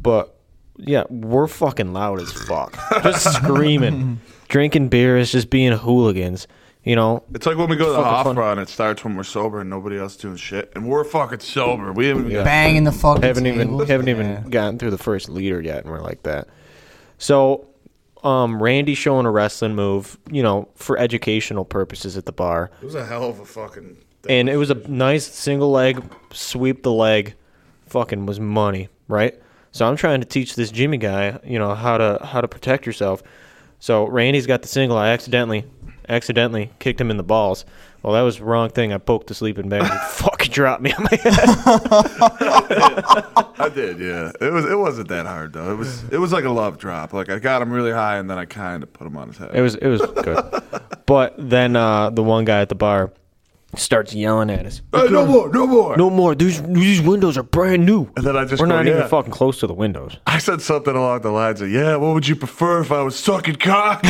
Speaker 3: But yeah, we're fucking loud as fuck. just screaming, drinking beers, just being hooligans, you know.
Speaker 4: It's like when we go to the
Speaker 3: fucking fun.
Speaker 4: opera and it starts when we're sober and nobody else doing shit, and we're fucking sober. We haven't. even
Speaker 6: Bang in the fucking
Speaker 3: haven't even
Speaker 6: table.
Speaker 3: haven't even gotten through the first leader yet, and we're like that. So, um, Randy showing a wrestling move, you know, for educational purposes at the bar,
Speaker 4: It was a hell of a fucking. Thing.
Speaker 3: and it was a nice single leg sweep. The leg, fucking, was money, right? So I'm trying to teach this Jimmy guy, you know, how to how to protect yourself. So Randy's got the single. I accidentally, accidentally kicked him in the balls. Well, that was the wrong thing. I poked the sleeping bag. He fucking dropped me on my head.
Speaker 4: I did, yeah. It was. It wasn't that hard though. It was. It was like a love drop. Like I got him really high and then I kind of put him on his head.
Speaker 3: It was it was good. but then uh, the one guy at the bar starts yelling at us.
Speaker 4: Hey, no more, no more.
Speaker 3: No more. These these windows are brand new.
Speaker 4: And then I just
Speaker 3: We're
Speaker 4: go,
Speaker 3: not
Speaker 4: "Yeah."
Speaker 3: even fucking close to the windows.
Speaker 4: I said something along the lines of, "Yeah, what would you prefer if I was sucking cock?"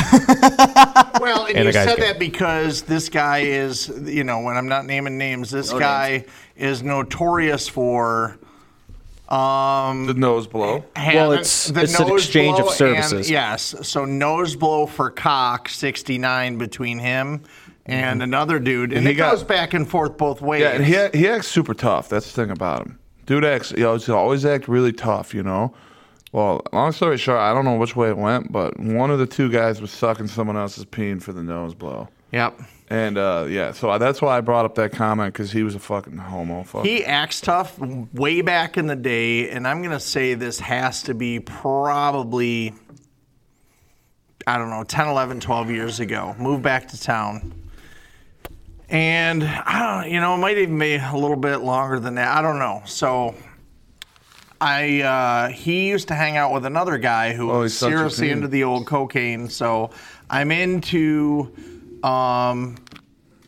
Speaker 1: Well, and,
Speaker 3: And
Speaker 1: you
Speaker 3: the guy's
Speaker 1: said
Speaker 3: gay.
Speaker 1: that because this guy is, you know, when I'm not naming names, this guy is notorious for um,
Speaker 4: the nose blow.
Speaker 1: having
Speaker 3: it's- it's an exchange of
Speaker 1: blow and-
Speaker 3: services.
Speaker 1: yes, so nose blow for cock 69 between him and
Speaker 3: Mm-hmm.
Speaker 1: another dude, and
Speaker 4: He
Speaker 1: it
Speaker 4: got-
Speaker 1: goes back and forth both ways.
Speaker 4: Yeah, and he act- he acts super tough. That's the thing about him. Dude acts. He always, he always act really tough. You know. Well, long story short, I don't know which way it went, but one of the two guys was sucking someone else's peen for the nose blow.
Speaker 1: yep.
Speaker 4: And uh, yeah, so I, that's why I brought up that comment because he was a fucking homo. Fuck.
Speaker 1: He acts tough way back in the day, and I'm gonna say this has to be probably, I don't know, 10, 11, 12 years ago. Moved back to town. And I don't, you know, it might even be a little bit longer than that. I don't know. So I, uh, he used to hang out with another guy who
Speaker 4: Oh,
Speaker 1: was
Speaker 4: he's such a
Speaker 1: seriously
Speaker 4: pain.
Speaker 1: into the old cocaine. So I'm into, um,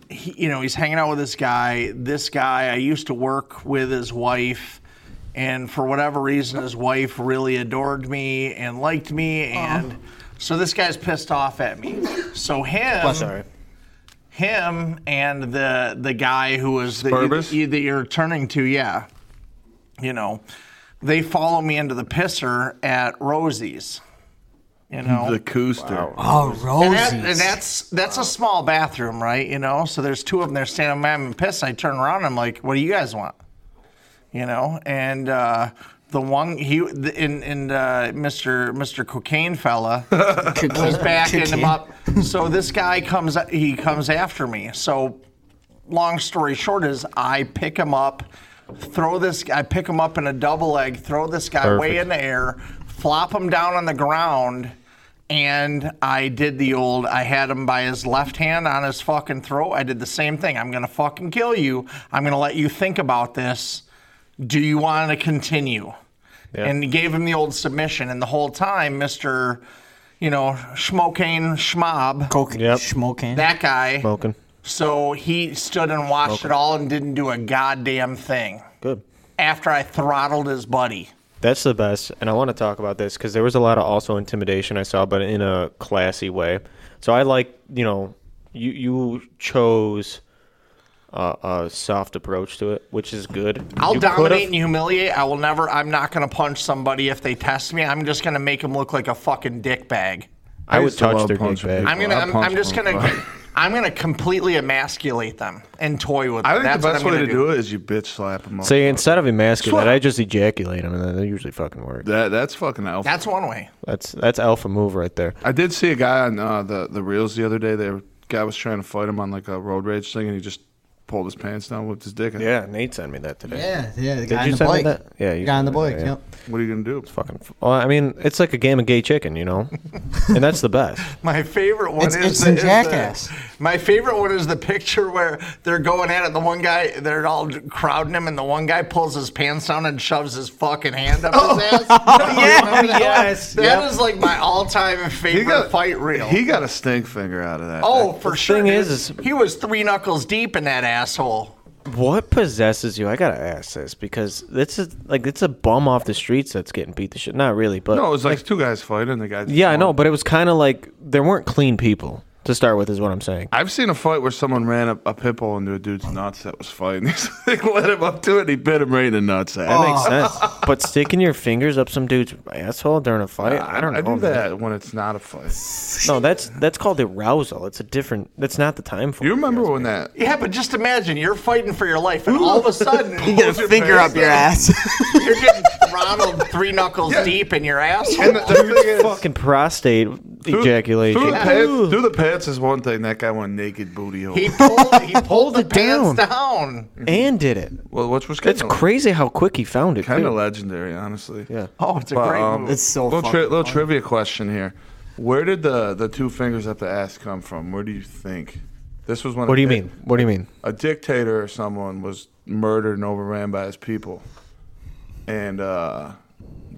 Speaker 1: he- you know, he's hanging out with this guy. This guy I used to work with his wife, and for whatever reason, his wife really adored me and liked me, and so this guy's pissed off at me. So him, him, and the the guy who was the,
Speaker 4: Spurbus?
Speaker 1: you- that you're turning to, yeah, you know, they follow me into the pisser at Rosie's. You know,
Speaker 4: the cooster.
Speaker 6: Oh,
Speaker 1: and, that- and
Speaker 6: Rosie's.
Speaker 1: that's that's a small bathroom, right? You know, so there's two of them. They're standing. I'm having piss. I turn around. I'm like, "What do you guys want?" You know, and uh, the one he the, and and uh, Mr. Mr. Cocaine fella was backing him up. So this guy comes. He comes after me. So long story short is I pick him up, throw this I pick him up in a double leg, throw this guy way
Speaker 3: Perfect.
Speaker 1: in the air, flop him down on the ground, and I did the old I had him by his left hand on his fucking throat. I did the same thing. I'm gonna fucking kill you. I'm gonna let you think about this. Do you wanna continue? And he gave him the old submission, and the whole time, Mr. You know, Schmokane Schmob,
Speaker 6: Coke,
Speaker 3: Yep.
Speaker 6: smoking.
Speaker 1: that guy.
Speaker 3: Smoking.
Speaker 1: So he stood and watched it all and didn't do a goddamn thing
Speaker 3: Good.
Speaker 1: after I throttled his buddy.
Speaker 3: That's the best, and I want to talk about this because there was a lot of also intimidation I saw, but in a classy way. So I like, you know, you you chose uh, a soft approach to it, which is good.
Speaker 1: I'll
Speaker 3: You could've-
Speaker 1: dominate and humiliate. I will never. I'm not gonna punch somebody if they test me. I'm just gonna make them look like a fucking dick bag.
Speaker 3: I would
Speaker 4: used to
Speaker 3: touch
Speaker 4: love
Speaker 3: their dick
Speaker 4: punching
Speaker 3: bag.
Speaker 4: people.
Speaker 1: I'm gonna.
Speaker 4: I
Speaker 1: I'm,
Speaker 4: punch
Speaker 1: I'm just
Speaker 4: them.
Speaker 1: gonna. I'm gonna completely emasculate them and toy with them.
Speaker 4: I think
Speaker 1: That's
Speaker 4: the best
Speaker 1: what I'm
Speaker 4: way to
Speaker 1: gonna
Speaker 4: do. it is you bitch slap them.
Speaker 3: So instead of emasculate, I just ejaculate them, and then they usually fucking work.
Speaker 4: that that's fucking alpha.
Speaker 1: That's one way.
Speaker 3: That's that's alpha move right there.
Speaker 4: I did see a guy on uh, the the reels the other day. The guy was trying to fight him on like a road rage thing, and he just pulled his pants down, whipped his dick. out.
Speaker 3: Yeah, Nate sent me that today.
Speaker 6: Yeah, yeah, the guy
Speaker 3: you
Speaker 6: on the
Speaker 3: send me
Speaker 6: bike.
Speaker 3: that? Yeah,
Speaker 6: the
Speaker 3: you
Speaker 6: guy on the
Speaker 3: sent me
Speaker 6: bike.
Speaker 3: that, yeah.
Speaker 6: Yep.
Speaker 4: What are you gonna do?
Speaker 3: Fucking. f- Well, I mean, it's like a game of gay chicken, you know, and that's the best.
Speaker 1: My favorite one
Speaker 6: It's-
Speaker 1: is
Speaker 6: it's
Speaker 1: the,
Speaker 6: in
Speaker 1: is
Speaker 6: Jackass.
Speaker 1: the- my favorite one is the picture where they're going at it. The one guy, they're all crowding him, and the one guy pulls his pants down and shoves his fucking hand up his ass.
Speaker 3: yes,
Speaker 1: That is like my all-time favorite fight reel.
Speaker 4: He got a stink finger out of that.
Speaker 1: oh, for
Speaker 3: The
Speaker 1: sure.
Speaker 3: thing
Speaker 1: dude.
Speaker 3: is- is-
Speaker 1: he was three knuckles deep in that asshole.
Speaker 3: What possesses you? I gotta ask this because this is like it's a bum off the streets that's getting beat the shit. Not really, but
Speaker 4: no, it was like two guys fighting. The guy. just
Speaker 3: yeah, I know.
Speaker 4: won.
Speaker 3: But it was kind of like there weren't clean people to start with, is what I'm saying.
Speaker 4: I've seen a fight where someone ran a, a pit bull into a dude's nuts that was fighting. they let him up to it. and He bit him right in the nuts.
Speaker 3: That makes sense. But sticking your fingers up some dude's asshole during a fight, I don't know.
Speaker 4: I do
Speaker 3: man.
Speaker 4: that when it's not a fight.
Speaker 3: No, that's that's called arousal. It's a different. That's not the time for.
Speaker 4: You
Speaker 3: it,
Speaker 4: remember
Speaker 3: guys.
Speaker 4: when that?
Speaker 1: Yeah, but just imagine you're fighting for your life, and all of a sudden you
Speaker 6: Get a finger up your ass.
Speaker 1: You're getting Ronald three knuckles deep in your asshole.
Speaker 4: And the, the thing is,
Speaker 3: fucking prostate
Speaker 4: through-
Speaker 3: ejaculation?
Speaker 4: Through the,
Speaker 3: Ooh.
Speaker 4: pants, through the pants is one thing. That guy went naked booty hole.
Speaker 1: He pulled, he pulled the
Speaker 3: it down.
Speaker 1: pants down.
Speaker 3: and did it.
Speaker 4: well, which was
Speaker 3: It's crazy how quick he found it.
Speaker 4: Kind
Speaker 3: too.
Speaker 4: of legendary, honestly.
Speaker 3: Yeah.
Speaker 1: Oh, it's a
Speaker 4: But,
Speaker 1: great
Speaker 4: um,
Speaker 1: move.
Speaker 6: It's so
Speaker 4: little,
Speaker 6: fucking
Speaker 4: tri- little
Speaker 6: funny.
Speaker 4: trivia question here. Where did the, the two fingers up the ass come from? Where do you think? This was when.
Speaker 3: What
Speaker 4: a
Speaker 3: do you
Speaker 4: dic-
Speaker 3: mean? What do you mean?
Speaker 4: A dictator or someone was murdered and overran by his people, and uh,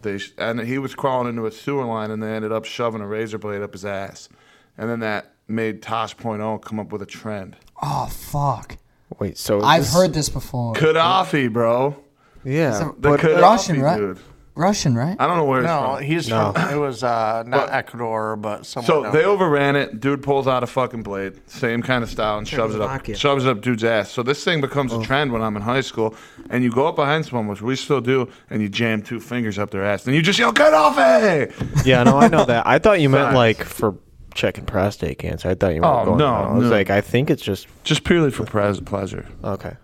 Speaker 4: they sh- and he was crawling into a sewer line, and they ended up shoving a razor blade up his ass, and then that made Tosh.0 come up with a trend.
Speaker 6: oh fuck!
Speaker 3: Wait. So
Speaker 6: I've
Speaker 3: this-
Speaker 6: heard this before.
Speaker 4: Gaddafi, bro.
Speaker 3: Yeah.
Speaker 4: The
Speaker 6: But
Speaker 4: Gaddafi
Speaker 6: Russian, right?
Speaker 4: dude.
Speaker 6: Russian, right?
Speaker 4: I don't know where. it's
Speaker 1: no,
Speaker 4: from.
Speaker 1: he's from. It was uh, not Ecuador, but somewhere.
Speaker 4: So
Speaker 1: down
Speaker 4: they
Speaker 1: there.
Speaker 4: overran it. Dude pulls out a fucking blade, same kind of style, and shoves it up,
Speaker 6: Czechoslovakia.
Speaker 4: shoves it up dude's ass. So this thing becomes
Speaker 6: Oh.
Speaker 4: a trend when I'm in high school, and you go up behind someone, which we still do, and you jam two fingers up their ass, and you just yell, "Get off it!"
Speaker 3: Yeah, no, I know that. I thought you meant
Speaker 4: Facts.
Speaker 3: like for checking prostate cancer. I thought you meant
Speaker 4: Oh,
Speaker 3: going
Speaker 4: no,
Speaker 3: down. I
Speaker 4: no.
Speaker 3: was like, I think it's just
Speaker 4: Just purely for pres- pleasure.
Speaker 3: okay.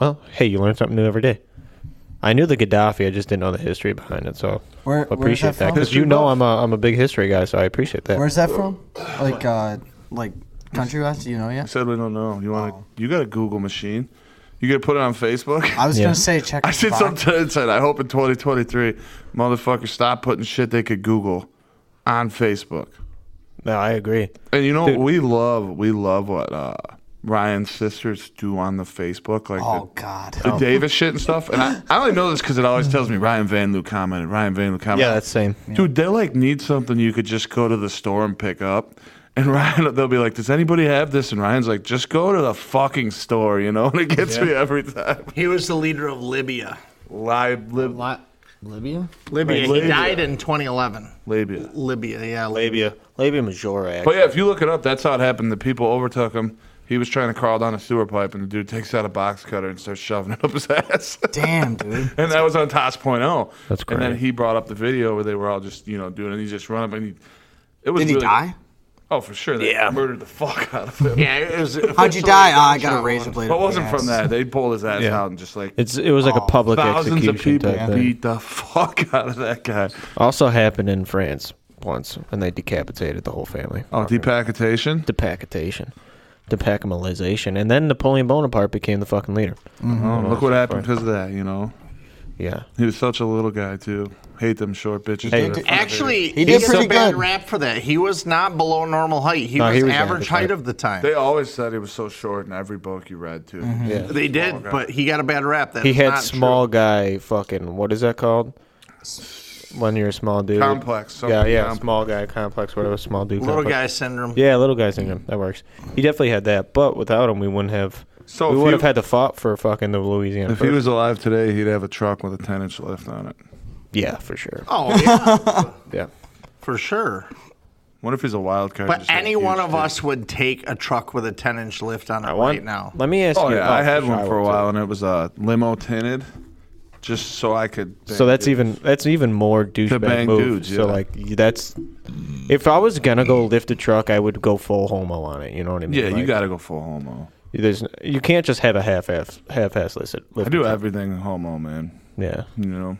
Speaker 3: Well, hey, you learn something new every day. I knew the Gaddafi, I just didn't know the history behind it, so
Speaker 6: Where-
Speaker 3: I
Speaker 6: where's
Speaker 3: appreciate
Speaker 6: that
Speaker 3: that
Speaker 6: from?
Speaker 3: because you know I'm a I'm a big history guy, so I appreciate that.
Speaker 6: Where's that from? Like, uh, like country west? Do you know
Speaker 4: I
Speaker 6: yet?
Speaker 4: said we don't know. You want to?
Speaker 6: Oh.
Speaker 4: You got a Google machine? You gonna put it on Facebook?
Speaker 6: I was
Speaker 3: Yeah.
Speaker 6: gonna say check.
Speaker 4: I said
Speaker 6: something.
Speaker 4: something. Said I hope in 2023, motherfuckers stop putting shit they could Google on Facebook.
Speaker 3: No, I agree.
Speaker 4: And you know
Speaker 3: Dude.
Speaker 4: we love we love what uh, Ryan's sisters do on the Facebook, like
Speaker 6: Oh
Speaker 4: the,
Speaker 6: god.
Speaker 4: the Davis shit and stuff. And I, I only know this because it always tells me Ryan Van Loo commented. Ryan Van Loo commented.
Speaker 3: Yeah, that's same.
Speaker 4: Dude, they like need something you could just go to the store and pick up. And Ryan, they'll be like, "Does anybody have this?" And Ryan's like, "Just go to the fucking store," you know. And it gets me every time.
Speaker 1: he was the leader of Libya.
Speaker 4: Lib, lib,
Speaker 6: Libya?
Speaker 1: Libya.
Speaker 4: Libya.
Speaker 1: He died in 2011.
Speaker 4: labia.
Speaker 1: Libya. Yeah. Libya.
Speaker 3: Labia, labia majora. Actually.
Speaker 4: But yeah, if you look it up, that's how it happened. The people overtook him. He was trying to crawl down a sewer pipe, and the dude takes out a box cutter and starts shoving it up his ass.
Speaker 6: Damn, dude.
Speaker 4: and that was on Tosh.0.
Speaker 3: That's
Speaker 4: And then
Speaker 3: great.
Speaker 4: he brought up the video where they were all just, you know, doing it. And he just run up and he. It was
Speaker 6: Did he
Speaker 4: really-
Speaker 6: die?
Speaker 4: Oh, for sure. They
Speaker 3: Yeah.
Speaker 4: murdered the fuck out of him.
Speaker 1: Yeah. It was
Speaker 6: How'd you
Speaker 1: officially
Speaker 6: die? Ah, I got a
Speaker 1: gunshot
Speaker 6: razor
Speaker 1: wound.
Speaker 6: blade.
Speaker 4: But it
Speaker 6: up my
Speaker 4: wasn't from
Speaker 6: ass.
Speaker 4: that. They pulled his ass
Speaker 3: Yeah.
Speaker 4: out and just like.
Speaker 3: it's it was like a public
Speaker 4: Thousands of
Speaker 3: execution
Speaker 4: people
Speaker 3: type thing.
Speaker 4: beat the fuck out of that guy.
Speaker 3: Also happened in France once, and they decapitated the whole family.
Speaker 4: Oh, depacitation?
Speaker 3: depacitation, depacimalization, and then Napoleon Bonaparte became the fucking leader.
Speaker 4: Oh, look what happened because of that, you know?
Speaker 3: Yeah,
Speaker 4: He was such a little guy, too. Hate them short bitches.
Speaker 3: Hey,
Speaker 4: that are fat
Speaker 1: Actually, he,
Speaker 6: He did
Speaker 1: gets
Speaker 6: pretty
Speaker 1: a bad
Speaker 6: good.
Speaker 1: rap for that. He was not below normal height. He,
Speaker 3: No,
Speaker 1: was,
Speaker 3: he was
Speaker 1: average
Speaker 3: average
Speaker 1: height
Speaker 3: height.
Speaker 1: of the time.
Speaker 4: They always said he was so short in every book you read too.
Speaker 3: yeah.
Speaker 1: They did, but he got a bad rap. That
Speaker 3: He
Speaker 1: is
Speaker 3: had
Speaker 1: not
Speaker 3: small
Speaker 1: true.
Speaker 3: guy fucking what is that called? When you're a small dude.
Speaker 4: Complex, something
Speaker 3: Yeah, yeah.
Speaker 4: complex.
Speaker 3: Small guy complex, whatever. Small dude.
Speaker 1: little
Speaker 3: complex.
Speaker 1: guy syndrome.
Speaker 3: Yeah, little guy syndrome. That works. He definitely had that, but without him, we wouldn't have.
Speaker 4: So
Speaker 3: we
Speaker 4: if
Speaker 3: would
Speaker 4: you-
Speaker 3: have had to fought for fucking the Louisiana.
Speaker 4: If he
Speaker 3: first.
Speaker 4: was alive today, he'd have a truck with a ten inch lift on it.
Speaker 3: Yeah, for sure.
Speaker 1: Oh, yeah,
Speaker 3: Yeah.
Speaker 1: for sure.
Speaker 4: What if he's a wild card?
Speaker 1: But
Speaker 4: just had a
Speaker 1: any
Speaker 4: huge
Speaker 1: one of
Speaker 4: day?
Speaker 1: us would take a truck with a 10 inch lift on it
Speaker 3: I
Speaker 1: right now.
Speaker 3: Let me ask
Speaker 4: Oh
Speaker 3: you.
Speaker 4: yeah, I had
Speaker 3: sure
Speaker 4: one for a
Speaker 3: would, too.
Speaker 4: while, and it was uh, limo tinted, just so I could.
Speaker 3: So that's even that's even more douchebag
Speaker 4: bang
Speaker 3: move.
Speaker 4: dudes,
Speaker 3: So
Speaker 4: yeah. Mm.
Speaker 3: like y- that's if I was gonna go lift a truck, I would go full homo on it. You know what I mean?
Speaker 4: Yeah, you
Speaker 3: Like,
Speaker 4: got to go full homo.
Speaker 3: There's n- you can't just have a half half half ass lift.
Speaker 4: I do everything homo, man.
Speaker 3: Yeah,
Speaker 4: You know.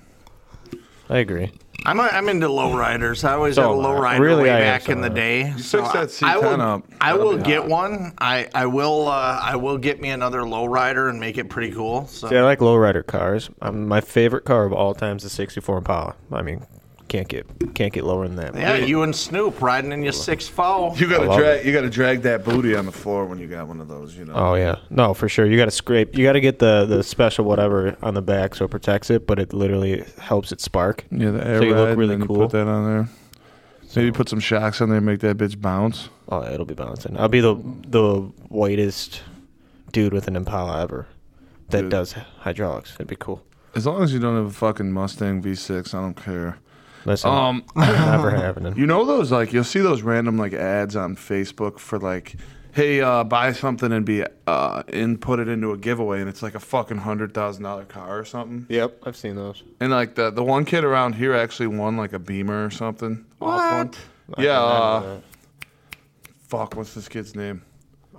Speaker 3: I agree.
Speaker 1: I'm, a, I'm into low riders. I always
Speaker 3: So
Speaker 1: had a
Speaker 3: am
Speaker 1: low
Speaker 3: I.
Speaker 1: rider
Speaker 3: Really,
Speaker 1: way
Speaker 3: I am,
Speaker 1: back
Speaker 3: so
Speaker 1: in the
Speaker 3: am I.
Speaker 1: day. so
Speaker 4: fix
Speaker 1: I- I
Speaker 4: that C10
Speaker 1: will,
Speaker 4: up.
Speaker 1: I
Speaker 4: That'll
Speaker 1: will
Speaker 4: be
Speaker 1: get
Speaker 4: hot.
Speaker 1: one. I, I will uh, I will get me another low rider and make it pretty cool. So
Speaker 4: Um,
Speaker 3: See, I like lowrider cars. Um, my favorite car of all time is the '64 Impala. I mean, can't get can't get lower than that.
Speaker 1: yeah, you and Snoop riding in your six four.
Speaker 4: You
Speaker 3: I
Speaker 4: gotta
Speaker 3: love
Speaker 4: drag. You gotta drag that booty on the floor when you got one of those. You know.
Speaker 3: Oh yeah, no, for sure. You got to scrape. You got to get the the special whatever on the back so it protects it, but it literally helps it spark.
Speaker 4: Yeah, the air
Speaker 3: So you look
Speaker 4: ride,
Speaker 3: really
Speaker 4: and then
Speaker 3: cool.
Speaker 4: You put that on there. Maybe put some shocks on there, and make that bitch bounce.
Speaker 3: Oh, it'll be bouncing. I'll be the the whitest dude with an Impala ever that
Speaker 4: Dude.
Speaker 3: does hydraulics. It'd be cool.
Speaker 4: As long as you don't have a fucking Mustang V6, I don't care.
Speaker 3: Listen,
Speaker 4: Um,
Speaker 3: never happening.
Speaker 4: you know those like you'll see those random like ads on Facebook for like, hey, uh, buy something and be uh, input it into a giveaway, and it's like a fucking hundred thousand dollar car or something.
Speaker 3: Yep, I've seen those.
Speaker 4: And like the the one kid around here actually won like a Beamer or something. Off one.
Speaker 1: What?
Speaker 4: Yeah. Uh, fuck, what's this kid's name?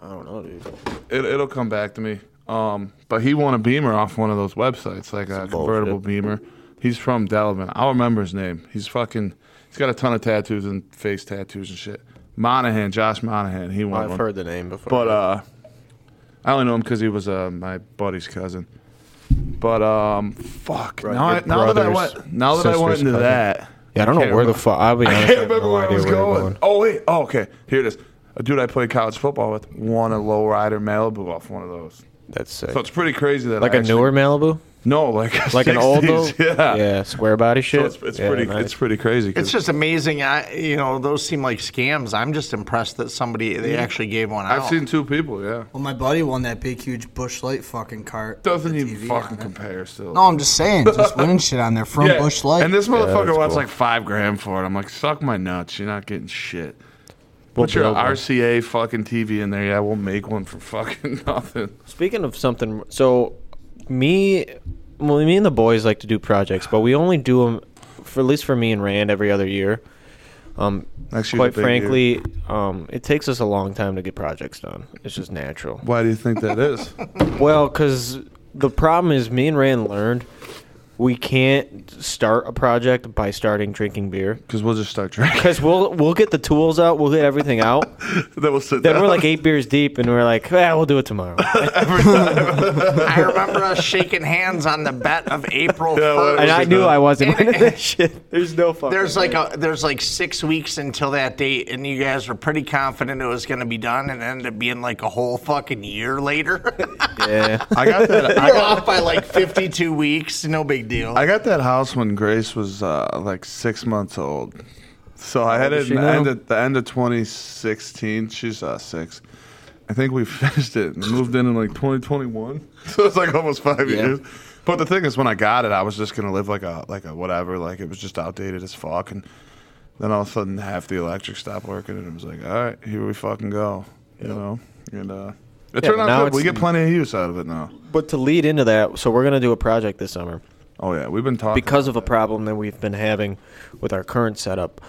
Speaker 3: I don't know, dude.
Speaker 4: It, it'll come back to me. Um, but he won a Beamer off one of those websites, like a convertible Beamer. He's from Delavan. I'll remember his name. He's fucking. He's got a ton of tattoos and face tattoos and shit. Monahan, Josh Monahan. He won
Speaker 3: I've
Speaker 4: one.
Speaker 3: heard the name before.
Speaker 4: But uh, I only know him because he was uh, my buddy's cousin. But um, fuck. Now, I,
Speaker 3: your
Speaker 4: now that I
Speaker 3: brother's
Speaker 4: went, now that I went
Speaker 3: sister's
Speaker 4: into
Speaker 3: cousin.
Speaker 4: that,
Speaker 3: yeah, I don't know
Speaker 4: can't
Speaker 3: where the
Speaker 4: remember.
Speaker 3: fuck. I'll be honest.
Speaker 4: I
Speaker 3: have
Speaker 4: can't
Speaker 3: no
Speaker 4: remember where I
Speaker 3: idea
Speaker 4: was
Speaker 3: where I'm
Speaker 4: going. Oh wait. Oh okay. Here it is. A dude I played college football with won a lowrider Malibu off one of those.
Speaker 3: That's sick.
Speaker 4: So it's pretty crazy that
Speaker 3: like
Speaker 4: I
Speaker 3: a
Speaker 4: actually-
Speaker 3: newer Malibu,
Speaker 4: no like a
Speaker 3: like an old,
Speaker 4: 60s,
Speaker 3: though?
Speaker 4: yeah
Speaker 3: yeah, square body shit.
Speaker 4: So it's, it's
Speaker 3: Yeah,
Speaker 4: pretty
Speaker 3: nice.
Speaker 4: it's pretty crazy. 'cause-
Speaker 1: It's just amazing. I, you know, those seem like scams. I'm just impressed that somebody they actually gave one out.
Speaker 4: I've seen two people. Yeah,
Speaker 6: Well, my buddy won that big, huge Bush Light fucking cart. with
Speaker 4: doesn't
Speaker 6: the
Speaker 4: even
Speaker 6: TV
Speaker 4: fucking
Speaker 6: on it.
Speaker 4: compare. Still,
Speaker 6: No, I'm just saying, just winning shit on there from
Speaker 4: yeah.
Speaker 6: Bush Light.
Speaker 4: and this motherfucker
Speaker 3: that's
Speaker 4: wants
Speaker 3: cool.
Speaker 4: like five grand for it. I'm like, suck my nuts. You're not getting shit.
Speaker 3: We'll
Speaker 4: Put your
Speaker 3: build one.
Speaker 4: RCA fucking TV in there. Yeah, we'll make one for fucking nothing.
Speaker 3: Speaking of something, so me, well, me and the boys like to do projects, but we only do them, for at least for me and Rand, every other year. Um,
Speaker 4: Next year's a
Speaker 3: quite
Speaker 4: big
Speaker 3: frankly, um, it takes us a long time to get projects done. It's just natural.
Speaker 4: Why do you think that is?
Speaker 3: Well, because the problem is, me and Rand learned we can't start a project by starting drinking beer.
Speaker 4: Because we'll just start drinking.
Speaker 3: Because we'll we'll get the tools out, we'll get everything out.
Speaker 4: then we'll sit
Speaker 3: Then
Speaker 4: down.
Speaker 3: we're like eight beers deep, and we're like, yeah, we'll do it tomorrow.
Speaker 1: I remember us shaking hands on the bet of April
Speaker 4: Yeah, well,
Speaker 1: 1st.
Speaker 3: And I knew I wasn't
Speaker 1: And-
Speaker 3: winning this shit. There's no fucking.
Speaker 1: There's like
Speaker 4: Mm-hmm.
Speaker 1: a there's like six weeks until that date, and you guys were pretty confident it was going to be done, and it ended up being like a whole fucking year later.
Speaker 3: yeah.
Speaker 4: I got that. I
Speaker 1: You're
Speaker 4: got,
Speaker 1: off by like 52 weeks, no big deal.
Speaker 4: I got that house when Grace was uh, like six months old. So I had
Speaker 3: old
Speaker 4: it
Speaker 3: is
Speaker 4: in
Speaker 3: she
Speaker 4: the end
Speaker 3: now?
Speaker 4: of the end of 2016. She's uh, six. I think we finished it and moved in in like 2021. So it's like almost five
Speaker 3: Yeah.
Speaker 4: years. But the thing is, when I got it, I was just gonna live like a like a whatever. Like it was just outdated as fuck. And then all of a sudden, half the electric stopped working, and it was like, all right, here we fucking go. You know. And uh, it
Speaker 3: Yeah,
Speaker 4: turned
Speaker 3: but now
Speaker 4: out good. We
Speaker 3: it's-
Speaker 4: get plenty of use out of it now.
Speaker 3: But to lead into that, so we're gonna do a project this summer
Speaker 4: Oh yeah, we've been talking
Speaker 3: because of a problem that we've been having with our current setup.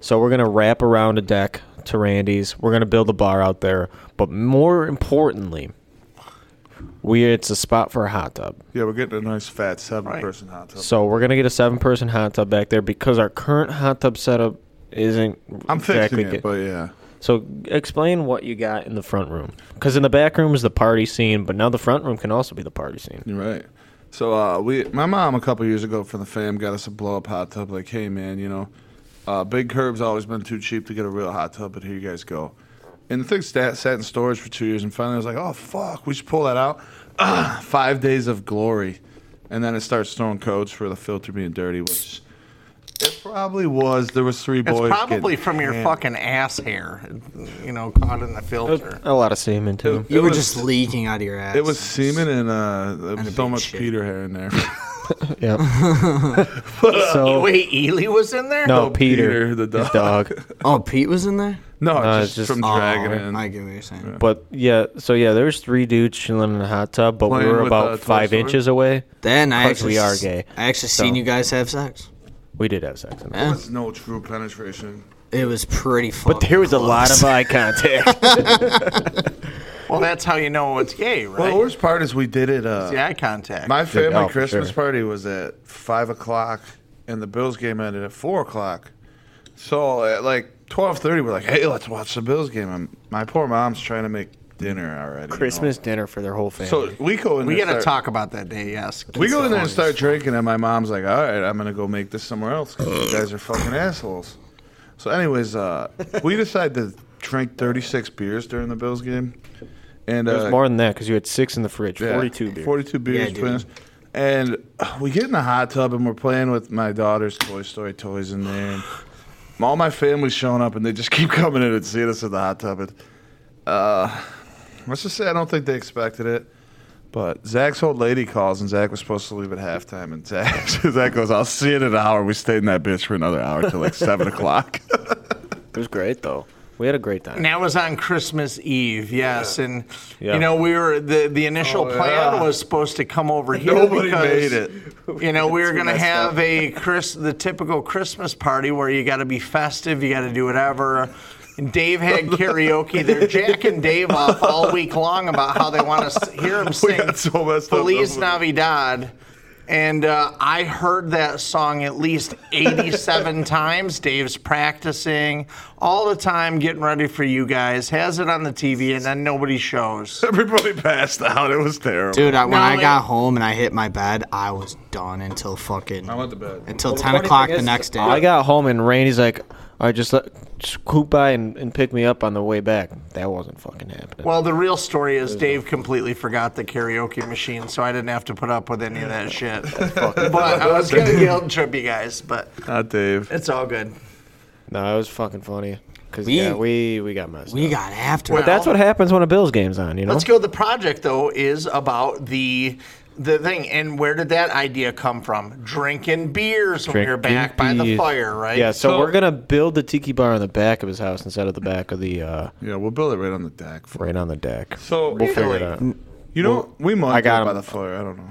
Speaker 3: So we're gonna wrap around a deck to Randy's. We're gonna build a bar out there, but more importantly, we it's a spot for a hot tub.
Speaker 4: Yeah, we're getting a nice fat seven person hot tub.
Speaker 3: So we're gonna get a seven-person hot tub back there because our current hot tub setup isn't.
Speaker 4: I'm fixing
Speaker 3: exactly
Speaker 4: it,
Speaker 3: get-
Speaker 4: but yeah.
Speaker 3: So explain what you got in the front room, because in the back room is the party scene, but now the front room can also be the party scene.
Speaker 4: You're right. So uh, we, my mom, a couple years ago from the fam, got us a blow up hot tub. Like, hey man, you know, uh, Big Curb's always been too cheap to get a real hot tub, but here you guys go. And the thing sat, sat in storage for two years, and finally I was like, oh fuck, we should pull that out. Ah, five days of glory, and then it starts throwing codes for the filter being dirty, which it probably was. There was three
Speaker 1: it's
Speaker 4: boys.
Speaker 1: probably
Speaker 4: getting
Speaker 1: from your
Speaker 4: hammered.
Speaker 1: fucking ass hair, you know, caught in the filter.
Speaker 3: A lot of semen too.
Speaker 6: you
Speaker 4: It
Speaker 6: were
Speaker 4: was-
Speaker 6: just leaking out of your ass.
Speaker 4: It was semen and uh, there was
Speaker 6: a
Speaker 4: so
Speaker 6: big
Speaker 4: much
Speaker 6: shit.
Speaker 4: Peter hair in there.
Speaker 3: Yep. so
Speaker 1: Wait, Ely was in there?
Speaker 3: no,
Speaker 4: Oh. no,
Speaker 3: Peter,
Speaker 4: Peter, the
Speaker 3: his
Speaker 4: dog.
Speaker 3: dog.
Speaker 6: Oh, Pete was in there.
Speaker 4: No,
Speaker 3: No,
Speaker 4: just,
Speaker 3: it's just-
Speaker 4: from dragging
Speaker 6: oh,
Speaker 4: in.
Speaker 6: I get what you're saying.
Speaker 3: But yeah, so yeah, there was three dudes chilling in a hot tub, but we
Speaker 4: Playing
Speaker 3: were
Speaker 4: with,
Speaker 3: about
Speaker 4: uh, Toy
Speaker 3: five
Speaker 4: Story?
Speaker 3: inches away.
Speaker 6: Then I
Speaker 3: 'Cause
Speaker 6: actually
Speaker 3: we are
Speaker 6: s-
Speaker 3: gay,
Speaker 6: I actually
Speaker 3: so-
Speaker 6: seen you guys have sex.
Speaker 3: We did have sex. In there.
Speaker 6: Yeah.
Speaker 4: That's no true penetration.
Speaker 6: It was pretty fun.
Speaker 3: But there was a lot of eye contact.
Speaker 1: Well, that's how you know it's gay,
Speaker 4: Well,
Speaker 1: right?
Speaker 4: the worst part is we did it. Uh,
Speaker 1: the eye contact.
Speaker 4: My family
Speaker 3: oh, for
Speaker 4: Christmas
Speaker 3: sure.
Speaker 4: party was at five o'clock, and the Bills game ended at four o'clock. So at like twelve thirty, we're like, "Hey, let's watch the Bills game." I'm, my poor mom's trying to make dinner already. you know.
Speaker 3: Christmas dinner for their whole family.
Speaker 4: So we go in.
Speaker 1: we
Speaker 4: there
Speaker 1: got to
Speaker 4: start-
Speaker 1: talk about that day, yes.
Speaker 4: We go in there and
Speaker 1: It's the
Speaker 4: start drinking, and my mom's like, "All right, I'm gonna go make this somewhere else 'cause you guys are fucking assholes." So, anyways, uh, we decide to drink 36 beers during the Bills game, and
Speaker 3: it was
Speaker 4: uh,
Speaker 3: more than that because you had six in the fridge,
Speaker 4: yeah,
Speaker 3: forty-two beers.
Speaker 4: 42 beers,
Speaker 6: dude.
Speaker 4: twins. and uh, we get in the hot tub and we're playing with my daughter's Toy Story toys in there. And all my family's showing up, and they just keep coming in and seeing us in the hot tub. And uh, let's just say I don't think they expected it. But Zach's old lady calls, and Zach was supposed to leave at halftime. And Zach, Zach goes, I'll see you in an hour. We stayed in that bitch for another hour till like 7 o'clock.
Speaker 3: It was great though. We had a great time.
Speaker 1: And that was on Christmas Eve, yes. And
Speaker 3: Yeah.
Speaker 1: you know, we were the the initial
Speaker 4: Oh,
Speaker 1: plan
Speaker 4: yeah.
Speaker 1: was supposed to come over here.
Speaker 4: Nobody
Speaker 1: because,
Speaker 4: made it.
Speaker 1: You know, we were
Speaker 4: Too
Speaker 1: gonna
Speaker 4: messed
Speaker 1: have
Speaker 4: up.
Speaker 1: a Chris the typical Christmas party where you gotta be festive, you gotta do whatever. And Dave had karaoke. They're jacking Dave off all week long about how they want to hear him
Speaker 4: We
Speaker 1: sing
Speaker 4: got so messed up.
Speaker 1: Feliz
Speaker 4: Nobody-
Speaker 1: Navidad. And uh, I heard that song at least 87 times. Dave's practicing all the time, getting ready for you guys. Has it on the TV, and then nobody shows.
Speaker 4: Everybody passed out. It was terrible.
Speaker 6: Dude, I, when
Speaker 1: No,
Speaker 6: I
Speaker 1: it-
Speaker 6: got home and I hit my bed, I was done until fucking
Speaker 4: I went to bed.
Speaker 6: until ten o'clock the next day.
Speaker 3: I got home and Randy's like, "All right, just let just scoot by and, and pick me up on the way back." That wasn't fucking happening.
Speaker 1: Well, the real story is Dave completely forgot the karaoke machine, so I didn't have to put up with any of that shit. but I was going to guilt trip you guys, but
Speaker 4: Not Dave.
Speaker 1: it's all good.
Speaker 3: no, it was fucking funny because
Speaker 6: We-
Speaker 3: yeah, we we got messed.
Speaker 6: we
Speaker 3: up.
Speaker 6: got after
Speaker 1: Well,
Speaker 6: it.
Speaker 3: That's what happens when a Bills game's on, you know.
Speaker 1: Let's go. The project though is about the the thing, and where did that idea come from? Drinking beers when we were
Speaker 3: Drinking
Speaker 1: back by the
Speaker 3: beers.
Speaker 1: fire, right?
Speaker 3: Yeah, so,
Speaker 4: So-
Speaker 3: we're gonna build the tiki bar on the back of his house instead of the back of the uh,
Speaker 4: Yeah, we'll build it right on the deck.
Speaker 3: right on the deck.
Speaker 4: So
Speaker 3: we'll figure it
Speaker 1: Mm.
Speaker 3: out.
Speaker 4: You know, we might
Speaker 3: I got
Speaker 4: do it by
Speaker 3: him.
Speaker 4: the fire. I don't know.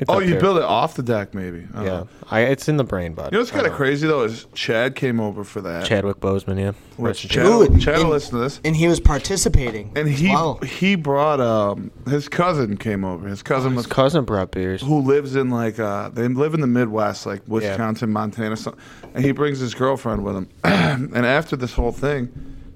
Speaker 3: It's
Speaker 4: Oh,
Speaker 3: up
Speaker 4: you
Speaker 3: there.
Speaker 4: build it off the deck, maybe. I don't
Speaker 3: Yeah,
Speaker 4: know.
Speaker 3: I, it's in the brain, bud.
Speaker 4: You know what's kind
Speaker 3: I
Speaker 4: of crazy though is Chad came over for that.
Speaker 3: Chadwick Boseman, yeah.
Speaker 4: Which
Speaker 3: Rest in
Speaker 4: Chad,
Speaker 3: peace.
Speaker 6: Dude,
Speaker 4: Chad will
Speaker 6: and-
Speaker 4: listen to this.
Speaker 6: and he was participating.
Speaker 4: And he
Speaker 6: Wow.
Speaker 4: he brought um his cousin came over. His cousin was
Speaker 3: Oh, His cousin brought beers.
Speaker 4: who lives in like uh they live in the Midwest, like Wisconsin, Montana, so- and he brings his girlfriend with him. and after this whole thing,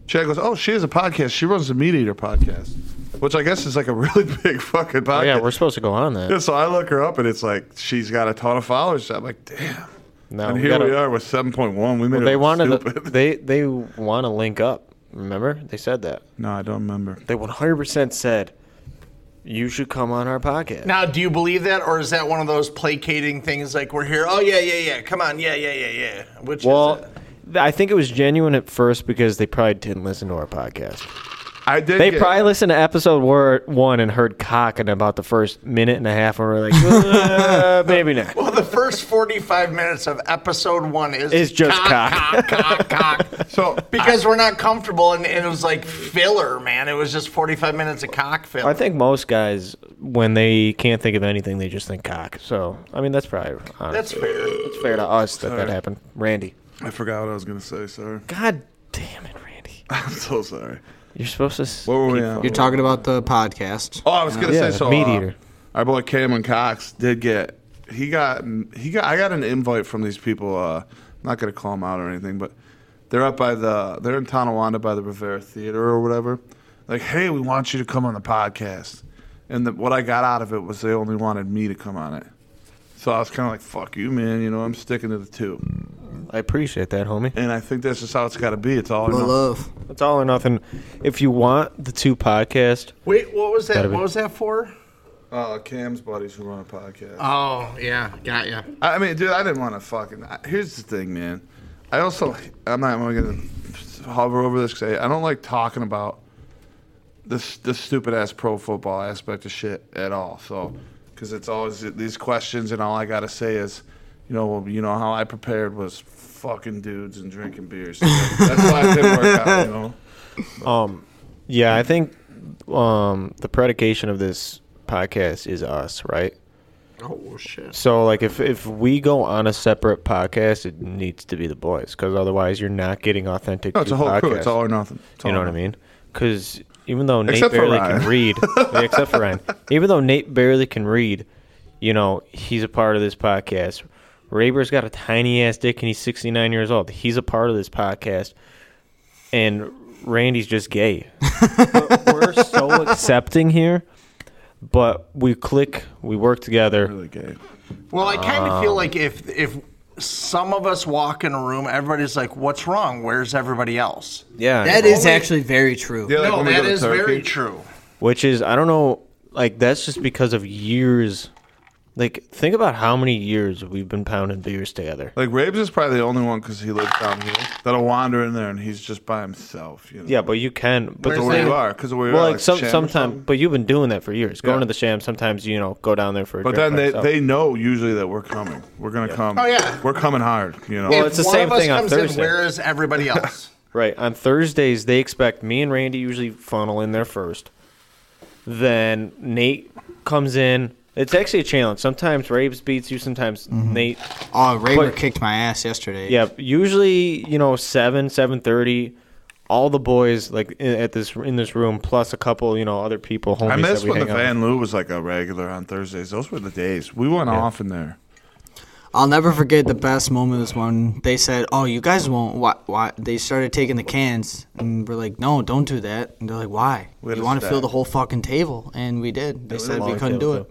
Speaker 4: Chad goes, "Oh, she has a podcast. She runs the Meat Eater podcast, which I guess is like a really big fucking podcast."
Speaker 3: Oh, yeah, we're supposed to go on that.
Speaker 4: Yeah, so I look her up and it's like she's got a ton of followers. I'm like, damn.
Speaker 3: No,
Speaker 4: and
Speaker 3: we
Speaker 4: here
Speaker 3: gotta-
Speaker 4: we are with 7.1. We made it
Speaker 3: They wanted to,
Speaker 4: stupid.
Speaker 3: they they want to link up. Remember, they said that.
Speaker 4: no, I don't remember.
Speaker 3: They 100% said you should come on our podcast.
Speaker 1: Now, do you believe that, or is that one of those placating things like we're here? Oh yeah, yeah, yeah. Come on, yeah, yeah, yeah, yeah. Which is
Speaker 3: well,
Speaker 1: it?
Speaker 3: th- I think it was genuine at first because they probably didn't listen to our podcast.
Speaker 4: I did.
Speaker 3: They
Speaker 4: get-
Speaker 3: probably listened to episode wor- one and heard cocking about the first minute and a half, and we're like, uh, maybe not.
Speaker 1: Well, the first forty-five minutes of episode one is
Speaker 3: It's just
Speaker 1: cock, cock, cock, cock.
Speaker 4: So
Speaker 1: Because we're not comfortable, and, and it was like filler, man. It was just forty-five minutes of cock filler.
Speaker 3: I think most guys, when they can't think of anything, they just think cock. So, I mean, that's probably honest.
Speaker 1: That's fair.
Speaker 3: It's fair to us that that happened. Randy.
Speaker 4: I forgot what I was gonna say. Sorry.
Speaker 3: God damn it, Randy.
Speaker 4: I'm so sorry.
Speaker 3: You're supposed to. s-
Speaker 4: What were we
Speaker 3: keep
Speaker 4: on?
Speaker 3: focused.
Speaker 6: You're talking about the podcast.
Speaker 4: Oh, I was gonna
Speaker 3: Yeah,
Speaker 4: say so.
Speaker 3: Meat
Speaker 4: uh,
Speaker 3: Eater.
Speaker 4: our boy Cameron Cox did get. He got. He got. I got an invite from these people. Uh, I'm not gonna call them out or anything, but they're up by the. They're in Tonawanda by the Rivera Theater or whatever. Like, hey, we want you to come on the podcast. And the, what I got out of it was they only wanted me to come on it. So I was kind of like, fuck you, man. You know, I'm sticking to the two.
Speaker 3: I appreciate that, homie.
Speaker 4: And I think that's just how it's got to be. It's all. or
Speaker 6: Well,
Speaker 4: nothing.
Speaker 6: love.
Speaker 3: It's all or nothing. If you want the two podcast,
Speaker 1: Wait, what was that?
Speaker 3: Gotta be-
Speaker 1: What was that for?
Speaker 4: Uh, Cam's buddies who run a podcast.
Speaker 1: Oh yeah, got ya.
Speaker 4: I I mean, dude, I didn't want to fucking. I- Here's the thing, man. I also, I'm not going to hover over this because I, I don't like talking about this this stupid ass pro football aspect of shit at all. So, 'cause because it's always these questions, and all I gotta say is, you know, well, you know how I prepared was fucking dudes and drinking beers. That's why it didn't work out. You know,
Speaker 3: Yeah, I think um, the predication of this podcast is us, right?
Speaker 5: Oh shit.
Speaker 3: So, like, if if we go on a separate podcast, it needs to be the boys, because otherwise, you're not getting authentic.
Speaker 4: no, it's
Speaker 3: two
Speaker 4: a whole crew.
Speaker 3: podcasts.
Speaker 4: It's all or nothing. It's
Speaker 3: you
Speaker 4: all
Speaker 3: know
Speaker 4: or
Speaker 3: what I
Speaker 4: nothing.
Speaker 3: mean? Because even though Nate
Speaker 4: Except for
Speaker 3: barely
Speaker 4: Ryan.
Speaker 3: can read, yeah, except for Ryan, even though Nate barely can read, you know he's a part of this podcast. Raber's got a tiny ass dick and he's 69 years old. He's a part of this podcast, and Randy's just gay. But we're so accepting here, but we click, we work together.
Speaker 4: Really gay.
Speaker 1: Well, I kind of
Speaker 3: Um.
Speaker 1: feel like if if some of us walk in a room, everybody's like, "What's wrong? Where's everybody else?"
Speaker 3: Yeah,
Speaker 6: That is actually very true.
Speaker 4: Yeah, like
Speaker 1: no,
Speaker 4: when we go
Speaker 1: that
Speaker 4: to
Speaker 1: is
Speaker 4: Turkey.
Speaker 1: very true.
Speaker 3: which is I don't know, like that's just because of years. Like think about how many years we've been pounding beers together.
Speaker 4: Like Rabes is probably the only one because he lives down here that'll wander in there and he's just by himself. You know?
Speaker 3: Yeah, but you can. But
Speaker 4: Because
Speaker 3: the
Speaker 4: of where
Speaker 3: thing,
Speaker 4: you are, because of where you
Speaker 3: well,
Speaker 4: are,
Speaker 3: like some
Speaker 4: Shem or
Speaker 3: sometimes,
Speaker 4: something.
Speaker 3: but you've been doing that for years.
Speaker 4: Yeah.
Speaker 3: Going to the sham, sometimes you know, go down there for. A
Speaker 4: But
Speaker 3: drink
Speaker 4: then
Speaker 3: by
Speaker 4: they,
Speaker 3: yourself.
Speaker 4: they know usually that we're coming. We're gonna come.
Speaker 1: Oh, yeah.
Speaker 4: we're coming hard. You know.
Speaker 3: Well, it's the
Speaker 1: One
Speaker 3: same
Speaker 1: of us
Speaker 3: thing on
Speaker 1: comes in,
Speaker 3: Thursday.
Speaker 1: where is everybody else?
Speaker 3: right on Thursdays they expect me and Randy usually funnel in there first. Then Nate comes in. It's actually a challenge. Sometimes Raves beats you. Sometimes
Speaker 4: Mm-hmm.
Speaker 3: Nate.
Speaker 6: Oh, Raver
Speaker 3: But-
Speaker 6: kicked my ass yesterday.
Speaker 3: Yeah, usually you know seven seven thirty. All the boys like in, at this in this room, plus a couple you know other people. Homies
Speaker 4: I miss
Speaker 3: that we
Speaker 4: when the
Speaker 3: hang out with.
Speaker 4: Van Lou was like a regular on Thursdays. Those were the days we went off in there.
Speaker 6: I'll never forget the best moment is when they said, "Oh, you guys won't." Why? why? They started taking the cans, and we're like, "No, don't do that." And they're like, "Why?
Speaker 4: We had
Speaker 6: you
Speaker 4: a
Speaker 6: want to fill
Speaker 4: stack.
Speaker 6: the whole fucking table?" And we did. They said we
Speaker 3: long
Speaker 6: couldn't do
Speaker 3: table,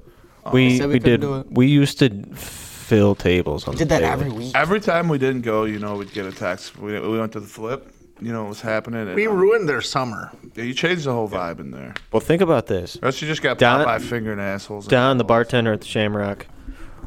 Speaker 6: it.
Speaker 3: we
Speaker 6: said
Speaker 3: we,
Speaker 6: we couldn't
Speaker 3: did.
Speaker 6: do it.
Speaker 3: We used to fill tables on
Speaker 6: We did
Speaker 3: the
Speaker 6: that
Speaker 3: table.
Speaker 6: every week.
Speaker 4: Every time we didn't go, you know, we'd get a text. We, we went to the flip. You know what was happening. and-
Speaker 1: we ruined their summer.
Speaker 4: Yeah, you changed the whole vibe in there.
Speaker 3: Well, think about this.
Speaker 4: Or else you just got
Speaker 3: Don-
Speaker 4: Popeye fingering assholes. and-
Speaker 3: Don, the bartender at the Shamrock,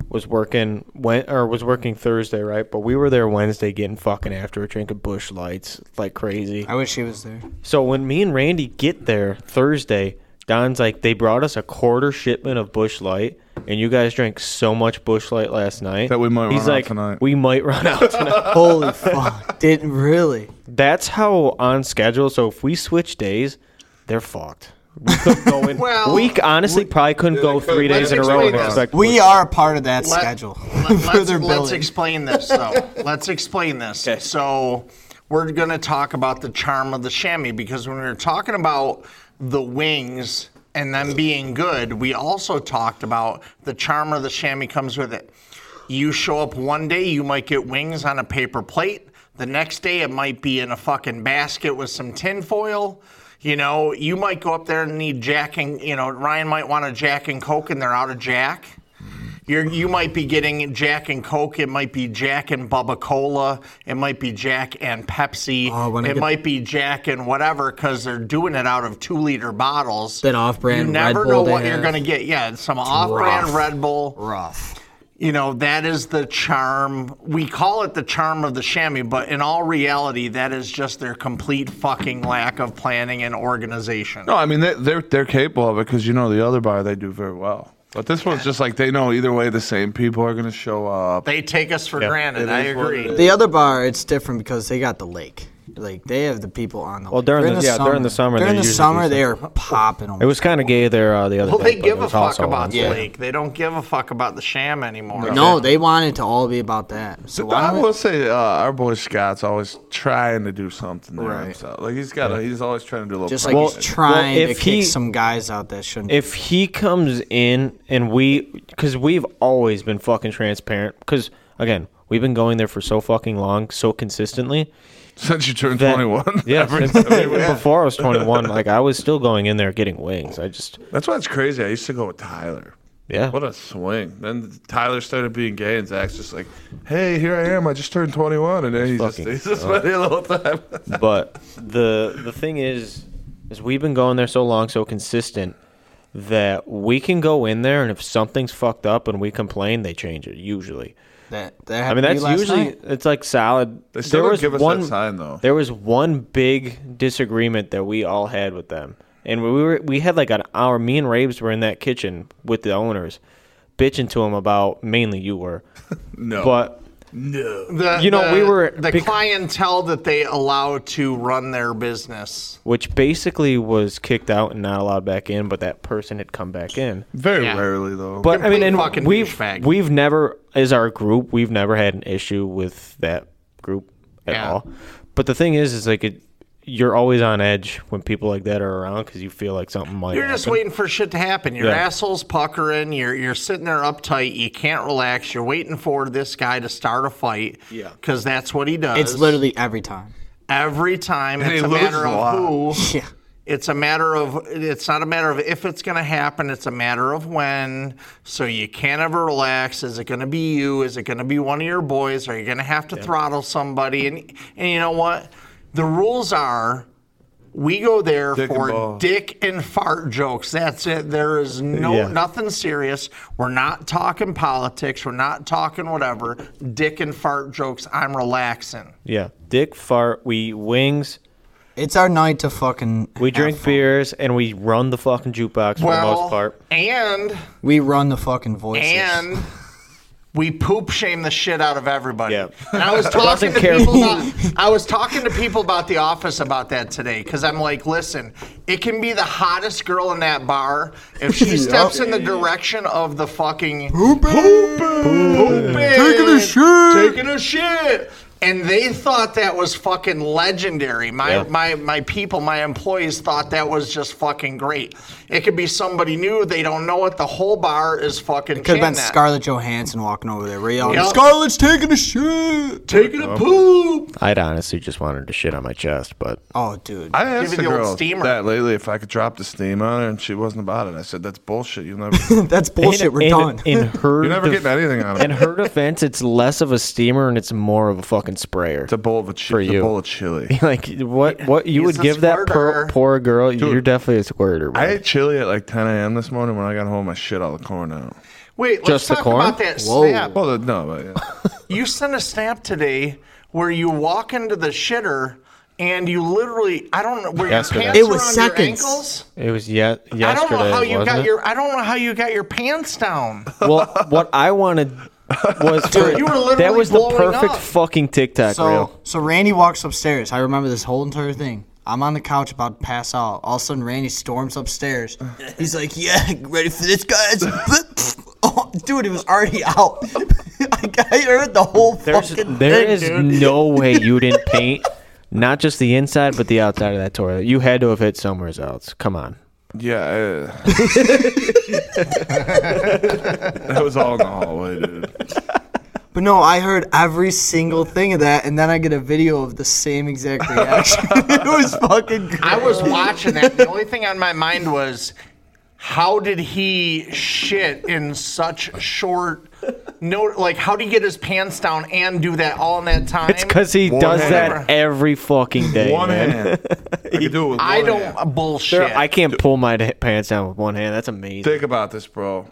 Speaker 3: was working went or was working Thursday, right? But we were there Wednesday, getting fucking after it, drinking Bush Lights like crazy.
Speaker 6: I wish he was there.
Speaker 3: So when me and Randy get there Thursday, Don's like, they brought us a quarter shipment of Bush Light, and you guys drank so much Bush Light last night
Speaker 4: That we might
Speaker 3: He's
Speaker 4: run out
Speaker 3: like,
Speaker 4: tonight."
Speaker 3: We might run out tonight.
Speaker 6: Holy fuck! Didn't really.
Speaker 3: That's how on schedule. So if we switch days, they're fucked. We couldn't go in.
Speaker 1: Well,
Speaker 3: we honestly probably couldn't go three
Speaker 4: couldn't-
Speaker 3: days in a
Speaker 1: let's
Speaker 3: row and
Speaker 1: explain this.
Speaker 3: expect.
Speaker 6: We are a part of that
Speaker 1: Let-
Speaker 6: schedule.
Speaker 1: let- let's,
Speaker 6: Further
Speaker 1: let's
Speaker 6: billing.
Speaker 1: explain this though. let's explain this. So we're going to talk about the charm of the chamois because when we were talking about the wings and them being good, we also talked about the charm of the chamois comes with it. You show up one day, you might get wings on a paper plate. The next day, it might be in a fucking basket with some tinfoil. You know, you might go up there and need Jack and, you know, Ryan might want a Jack and Coke and they're out of Jack. You're, you might be getting Jack and Coke. It might be Jack and Bubba Cola. It might be Jack and Pepsi.
Speaker 6: Oh, when I
Speaker 1: it
Speaker 6: get-
Speaker 1: might be Jack and whatever because they're doing it out of two liter bottles.
Speaker 6: That off-brand
Speaker 1: You
Speaker 6: Red
Speaker 1: never
Speaker 6: Bull
Speaker 1: know
Speaker 6: they
Speaker 1: what you're
Speaker 6: have.
Speaker 1: going to get. Yeah, it's some off brand
Speaker 6: rough.
Speaker 1: Red Bull
Speaker 6: Rough.
Speaker 1: you know that is the charm we call it the charm of the chamois but in all reality that is just their complete fucking lack of planning and organization
Speaker 4: No, I mean they, they're they're capable of it because you know the other bar they do very well. But this one's just like they know either way the same people are gonna show up.
Speaker 1: they take us for granted
Speaker 4: It
Speaker 1: i
Speaker 4: is what it
Speaker 1: agree
Speaker 6: The other bar, it's different because they got the lake. Like they have the people on the.
Speaker 3: Well,
Speaker 6: lake.
Speaker 3: during the- yeah, during the summer they
Speaker 6: During the
Speaker 3: usually do
Speaker 6: summer, they are popping them.
Speaker 3: It was kind of gay there uh, the other
Speaker 1: well
Speaker 3: day.
Speaker 1: they
Speaker 3: but
Speaker 1: give
Speaker 3: it
Speaker 1: a
Speaker 3: was
Speaker 1: fuck
Speaker 3: also
Speaker 1: about
Speaker 3: on-
Speaker 1: the lake they don't give a fuck about the sham anymore
Speaker 6: No, they want it to all be about that. So why
Speaker 4: I
Speaker 6: don't we-
Speaker 4: will say uh, our boy Scott's always trying to do something there
Speaker 6: Right.
Speaker 4: himself. Like he's got, a, he's always trying to do a little.
Speaker 6: Just like
Speaker 3: Well-
Speaker 6: he's trying
Speaker 3: well,
Speaker 6: to
Speaker 3: if
Speaker 6: kick
Speaker 3: he-
Speaker 6: some guys out that shouldn't.
Speaker 3: If he comes in and we, because we've always been fucking transparent. Because again, we've been going there for so fucking long, so consistently.
Speaker 4: since you turned
Speaker 3: that-
Speaker 4: twenty one.
Speaker 3: Yeah, since- before I was twenty one, like I was still going in there getting wings. I just
Speaker 4: That's why it's crazy. I used to go with Tyler.
Speaker 3: yeah.
Speaker 4: What a swing! Then Tyler started being gay, and Zach's just like, "Hey, here I am. I just turned 21," and then he's just
Speaker 3: Fucking
Speaker 4: he's just ready the whole time.
Speaker 3: but the the thing is, is we've been going there so long, so consistent that we can go in there and if something's fucked up and we complain, they change it usually.
Speaker 6: that, that
Speaker 3: I mean,
Speaker 6: happened to me
Speaker 3: that's
Speaker 6: last
Speaker 3: usually
Speaker 6: night.
Speaker 3: it's like salad.
Speaker 4: They still don't give us that sign, though.
Speaker 3: There was one big disagreement that we all had with them, and we were we had like an hour. Me and Raves were in that kitchen with the owners, bitching to him about mainly you were,
Speaker 4: No.
Speaker 3: but
Speaker 1: The,
Speaker 3: You know,
Speaker 1: the-
Speaker 3: we were-
Speaker 1: the
Speaker 3: bec-
Speaker 1: clientele that they allow to run their business.
Speaker 3: which basically was kicked out and not allowed back in, but that person had come back in.
Speaker 4: very
Speaker 1: Yeah.
Speaker 4: rarely though.
Speaker 3: But I mean,
Speaker 1: Complete
Speaker 3: and
Speaker 1: fucking
Speaker 3: we've
Speaker 1: douchebag.
Speaker 3: we've never, as our group, we've never had an issue with that group at
Speaker 1: Yeah.
Speaker 3: all. But the thing is, is like it, you're always on edge when people like that are around because you feel like something might.
Speaker 1: You're just
Speaker 3: happen.
Speaker 1: waiting for shit to happen. Your
Speaker 3: Yeah.
Speaker 1: asshole's puckering. You're you're sitting there uptight. You can't relax. You're waiting for this guy to start a fight. Yeah, because that's what he does.
Speaker 5: It's literally every time.
Speaker 1: every time.
Speaker 4: And
Speaker 1: it's
Speaker 4: he
Speaker 1: a
Speaker 4: loses
Speaker 1: matter
Speaker 4: a lot.
Speaker 1: of who.
Speaker 5: Yeah.
Speaker 1: It's a matter of. It's not a matter of if it's going to happen. It's a matter of when. So you can't ever relax. Is it going to be you? Is it going to be one of your boys? Are you going to have to throttle somebody? And and you know what? The rules are. We go there
Speaker 4: Dick and
Speaker 1: for
Speaker 4: balls.
Speaker 1: dick and fart jokes. That's it. There is no
Speaker 3: Yeah.
Speaker 1: nothing serious. We're not talking politics. We're not talking whatever. Dick and fart jokes. I'm relaxing.
Speaker 3: Yeah, dick fart. We eat wings.
Speaker 6: It's our night to fucking.
Speaker 3: We
Speaker 6: have
Speaker 3: drink
Speaker 6: fun.
Speaker 3: beers and we run the fucking jukebox for the most part.
Speaker 1: And
Speaker 6: We run the fucking voices.
Speaker 1: and we poop shame the shit out of everybody.
Speaker 3: Yeah.
Speaker 1: And I was talking
Speaker 3: Doesn't
Speaker 1: to
Speaker 3: care.
Speaker 1: people about, I was talking to people about the office about that today because I'm like, listen, it can be the hottest girl in that bar if she steps in the direction of the fucking taking a shit, taking a shit. And they thought that was fucking legendary. My
Speaker 3: Yeah.
Speaker 1: my my people, my employees thought that was just fucking great. It could be somebody new. They don't know it. The whole bar is fucking.
Speaker 6: Could have been
Speaker 1: chanting that.
Speaker 6: Scarlett Johansson walking over there. Rio.
Speaker 1: Yep.
Speaker 6: Scarlett's taking a shit.
Speaker 1: taking a poop.
Speaker 3: I'd honestly just wanted to shit on my chest, but
Speaker 6: Oh, dude.
Speaker 4: I asked
Speaker 1: it
Speaker 4: the
Speaker 1: the old
Speaker 4: girl
Speaker 1: steamer.
Speaker 4: that lately if I could drop the steam on her, and she wasn't about it. I said, "That's bullshit. You'll never,
Speaker 6: That's bullshit.
Speaker 3: in,
Speaker 6: We're
Speaker 3: in-
Speaker 6: done.
Speaker 3: In, her,
Speaker 4: you're never
Speaker 3: def-
Speaker 4: getting anything on
Speaker 3: in
Speaker 4: it.
Speaker 3: her defense, it's less of a steamer and it's more of a fucking sprayer.
Speaker 4: It's a bowl of a
Speaker 3: For
Speaker 4: chili. It's
Speaker 3: you.
Speaker 4: a bowl of chili.
Speaker 3: like what? What
Speaker 1: He's
Speaker 3: you would
Speaker 1: a
Speaker 3: give that per,
Speaker 1: squirter.
Speaker 3: poor girl? You're definitely a squirter. Bro.
Speaker 4: I ate chili at like 10 a.m. this morning. When I got home, I shit all the corn out.
Speaker 1: Wait, let's
Speaker 3: Just the
Speaker 1: talk
Speaker 3: corn?
Speaker 1: about that
Speaker 6: Whoa.
Speaker 1: snap.
Speaker 4: Well, the- no, but yeah.
Speaker 1: You sent a snap today where you walk into the shitter and you literally, I don't know, where
Speaker 3: Yesterday.
Speaker 1: your pants
Speaker 6: It
Speaker 1: were
Speaker 6: was
Speaker 1: on your
Speaker 6: seconds.
Speaker 1: ankles.
Speaker 3: it was ye- yesterday.
Speaker 1: I don't know how you
Speaker 3: wasn't
Speaker 1: got
Speaker 3: it?
Speaker 1: your, I don't know how you got your pants down.
Speaker 3: Well, what I wanted was for,
Speaker 1: you were literally
Speaker 3: that was the
Speaker 1: blowing
Speaker 3: perfect
Speaker 1: up.
Speaker 3: fucking TikTok
Speaker 6: So,
Speaker 3: reel.
Speaker 6: so Randy walks upstairs. I remember this whole entire thing. I'm on the couch about to pass out. All of a sudden, Randy storms upstairs. He's like, "Yeah, ready for this, guys?" oh, dude, it was already out. I, I heard the whole
Speaker 3: There's,
Speaker 6: fucking
Speaker 3: there
Speaker 6: thing,
Speaker 3: is
Speaker 6: dude.
Speaker 3: no way you didn't paint not just the inside but the outside of that toilet. You had to have hit somewhere else. Come on.
Speaker 4: Yeah. uh, I- that was all in the hallway, dude.
Speaker 6: But no, I heard every single thing of that, and then I get a video of the same exact reaction. it was fucking. Great.
Speaker 1: I was watching that. The only thing on my mind was, how did he shit in such short no like how did he get his pants down and do that all in that time?
Speaker 3: It's because he
Speaker 4: One
Speaker 3: does
Speaker 4: hand.
Speaker 3: that every fucking day.
Speaker 4: One
Speaker 3: man.
Speaker 4: hand. I could do it with
Speaker 1: I
Speaker 4: one
Speaker 1: don't
Speaker 4: hand.
Speaker 1: bullshit.
Speaker 3: Sir, I can't pull my d- pants down with one hand. That's amazing.
Speaker 4: Think about this, bro.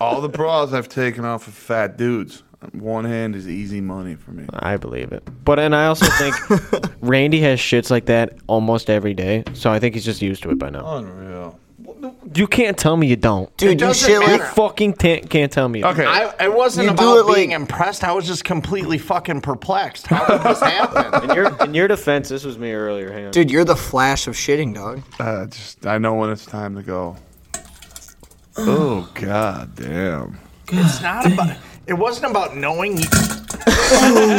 Speaker 4: All the bras I've taken off of fat dudes. One hand is easy money for me.
Speaker 3: I believe it. But and I also think Randy has shits like that almost every day. So I think he's just used to it by now.
Speaker 4: Unreal.
Speaker 3: You can't tell me you don't.
Speaker 6: dude, you
Speaker 1: doesn't
Speaker 6: shit
Speaker 1: matter.
Speaker 3: You
Speaker 6: like
Speaker 3: fucking t- can't tell me. you don't.
Speaker 4: Okay.
Speaker 1: I, I wasn't
Speaker 6: You do
Speaker 1: about
Speaker 6: it like-
Speaker 1: being impressed. I was just completely fucking perplexed. How did this happen?
Speaker 3: In your, in your defense, this was me earlier. Hang on.
Speaker 6: dude. You're the flash of shitting, dog.
Speaker 4: Uh, just I know when it's time to go. Oh god damn.
Speaker 1: it's not about. It wasn't about knowing. You.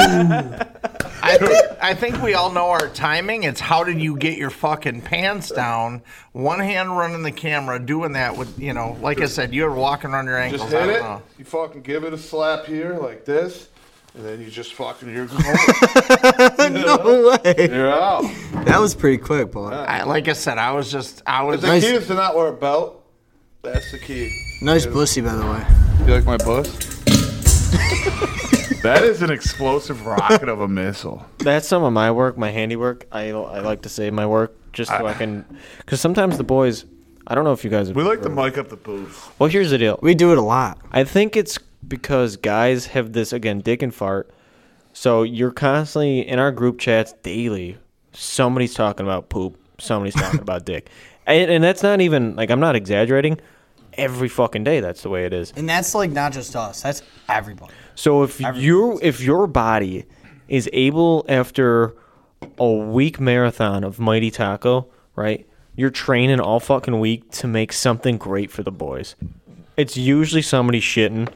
Speaker 1: I, thi- I think we all know our timing. It's how did you get your fucking pants down? One hand running the camera, doing that with you know, like I said, you ever walking around your ankles?
Speaker 4: Just
Speaker 1: I
Speaker 4: hit
Speaker 1: don't
Speaker 4: it.
Speaker 1: know.
Speaker 4: You fucking give it a slap here like this, and then you just fucking you're
Speaker 6: No way.
Speaker 4: you're out.
Speaker 6: That was pretty quick, boy.
Speaker 1: I, like I said, I was just, I was.
Speaker 4: The
Speaker 6: Nice.
Speaker 4: key is to not wear a belt. That's the key.
Speaker 6: Nice pussy, by the way.
Speaker 4: You like my puss? that is an explosive rocket of a missile.
Speaker 3: That's some of my work, my handiwork. I, I like to save my work just so I, can, because sometimes the boys. I don't know if you guys.
Speaker 4: We like to mic up the boobs.
Speaker 3: Well, here's the deal.
Speaker 6: We do it a lot.
Speaker 3: I think it's because guys have this again, dick and fart. So you're constantly in our group chats daily. Somebody's talking about poop. Somebody's talking about dick, and, and that's not even like I'm not exaggerating. every fucking day. That's the way it is.
Speaker 6: And that's like not just us. That's everybody.
Speaker 3: So if you if your body is able after a week marathon of Mighty Taco, right? You're training all fucking week to make something great for the boys. It's usually somebody shitting.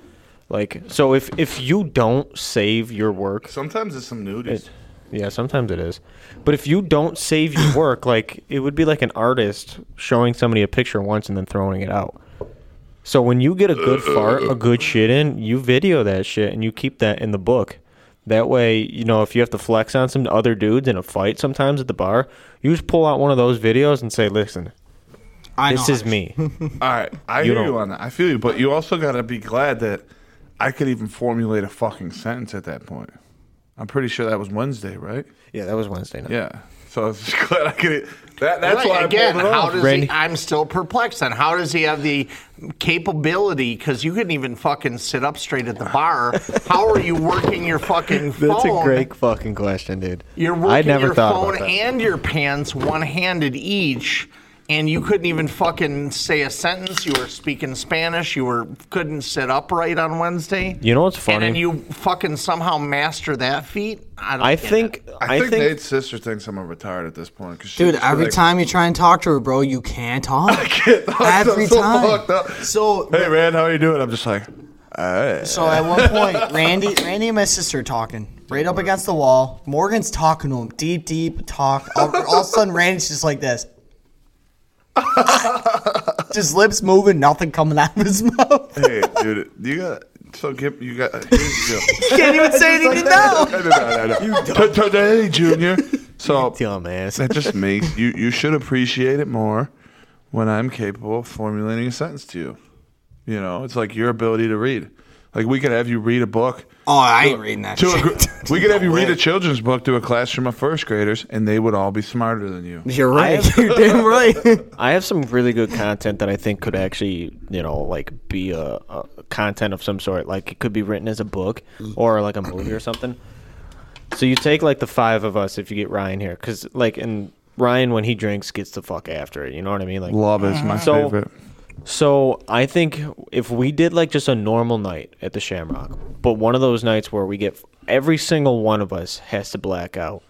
Speaker 3: Like so if if you don't save your work
Speaker 4: Sometimes it's some nudies.
Speaker 3: yeah, sometimes it is. But if you don't save your work, like it would be like an artist showing somebody a picture once and then throwing it out. So when you get a good
Speaker 1: Uh,
Speaker 3: fart, a good shit in, you video that shit and you keep that in the book. That way, you know, if you have to flex on some other dudes in a fight sometimes at the bar, you just pull out one of those videos and say, "Listen,
Speaker 6: I
Speaker 3: this
Speaker 6: know.
Speaker 3: is me."
Speaker 4: All right, I
Speaker 3: You
Speaker 4: hear
Speaker 3: don't-
Speaker 4: you on that. I feel you, but you also got to be glad that I could even formulate a fucking sentence at that point. I'm pretty sure that was Wednesday, right?
Speaker 3: yeah, that was Wednesday night.
Speaker 4: Yeah. So I was just glad I could. That, that's
Speaker 1: Right,
Speaker 4: why I
Speaker 1: again,
Speaker 4: pulled it
Speaker 1: how
Speaker 4: off.
Speaker 1: does
Speaker 3: Randy.
Speaker 1: he, I'm still perplexed on how does he have the capability? Because you couldn't even fucking sit up straight at the bar. how are you working your fucking phone?
Speaker 3: That's a great fucking question, dude.
Speaker 1: You're working
Speaker 3: I never
Speaker 1: your
Speaker 3: thought
Speaker 1: phone
Speaker 3: about that.
Speaker 1: and your pants one-handed each, and you couldn't even fucking say a sentence. You were speaking Spanish. You were couldn't sit upright on Wednesday.
Speaker 3: You know what's
Speaker 1: And then
Speaker 3: funny?
Speaker 1: you fucking somehow master that feat. I, don't
Speaker 3: I
Speaker 1: get it.
Speaker 3: think
Speaker 4: I think, Nate's sister thinks I'm retired at this point. 'cause she
Speaker 6: Dude,
Speaker 4: was
Speaker 6: every
Speaker 4: like,
Speaker 6: time you try and talk to her, bro, you can't talk.
Speaker 4: I'm
Speaker 6: every
Speaker 4: so
Speaker 6: time.
Speaker 4: fucked up.
Speaker 6: So,
Speaker 4: Hey, Rand, how are you doing? I'm just like, all right.
Speaker 6: so at one point, Randy, Randy and my sister are talking right up against the wall. Morgan's talking to him, deep, deep talk. All, all of a sudden, Randy's just like this, just lips moving, nothing coming out of his mouth.
Speaker 4: hey, dude, you got. So give you got. Here's the deal.
Speaker 6: Can't even say anything now.
Speaker 4: I know, I know, I know. T- Today, Junior. So
Speaker 3: dumbass.
Speaker 4: that just makes you. You should appreciate it more when I'm capable of formulating a sentence to you. You know, it's like your ability to read. Like we could have you read a book.
Speaker 6: Oh, I ain't reading that.
Speaker 4: To a, gr-
Speaker 6: Shit.
Speaker 4: we could have you read a children's book to a classroom of first graders, and they would all be smarter than you.
Speaker 6: You're right. You're damn right.
Speaker 3: I have some really good content that I think could actually, you know, like be a, a content of some sort. Like it could be written as a book or like a movie or something. So you take like the five of us if you get Ryan here, because like and Ryan when he drinks gets the fuck after it. You know what I mean? Like
Speaker 4: Love is my
Speaker 3: So-
Speaker 4: favorite.
Speaker 3: so I think if we did like just a normal night at the Shamrock, but one of those nights where we get every single one of us has to black out,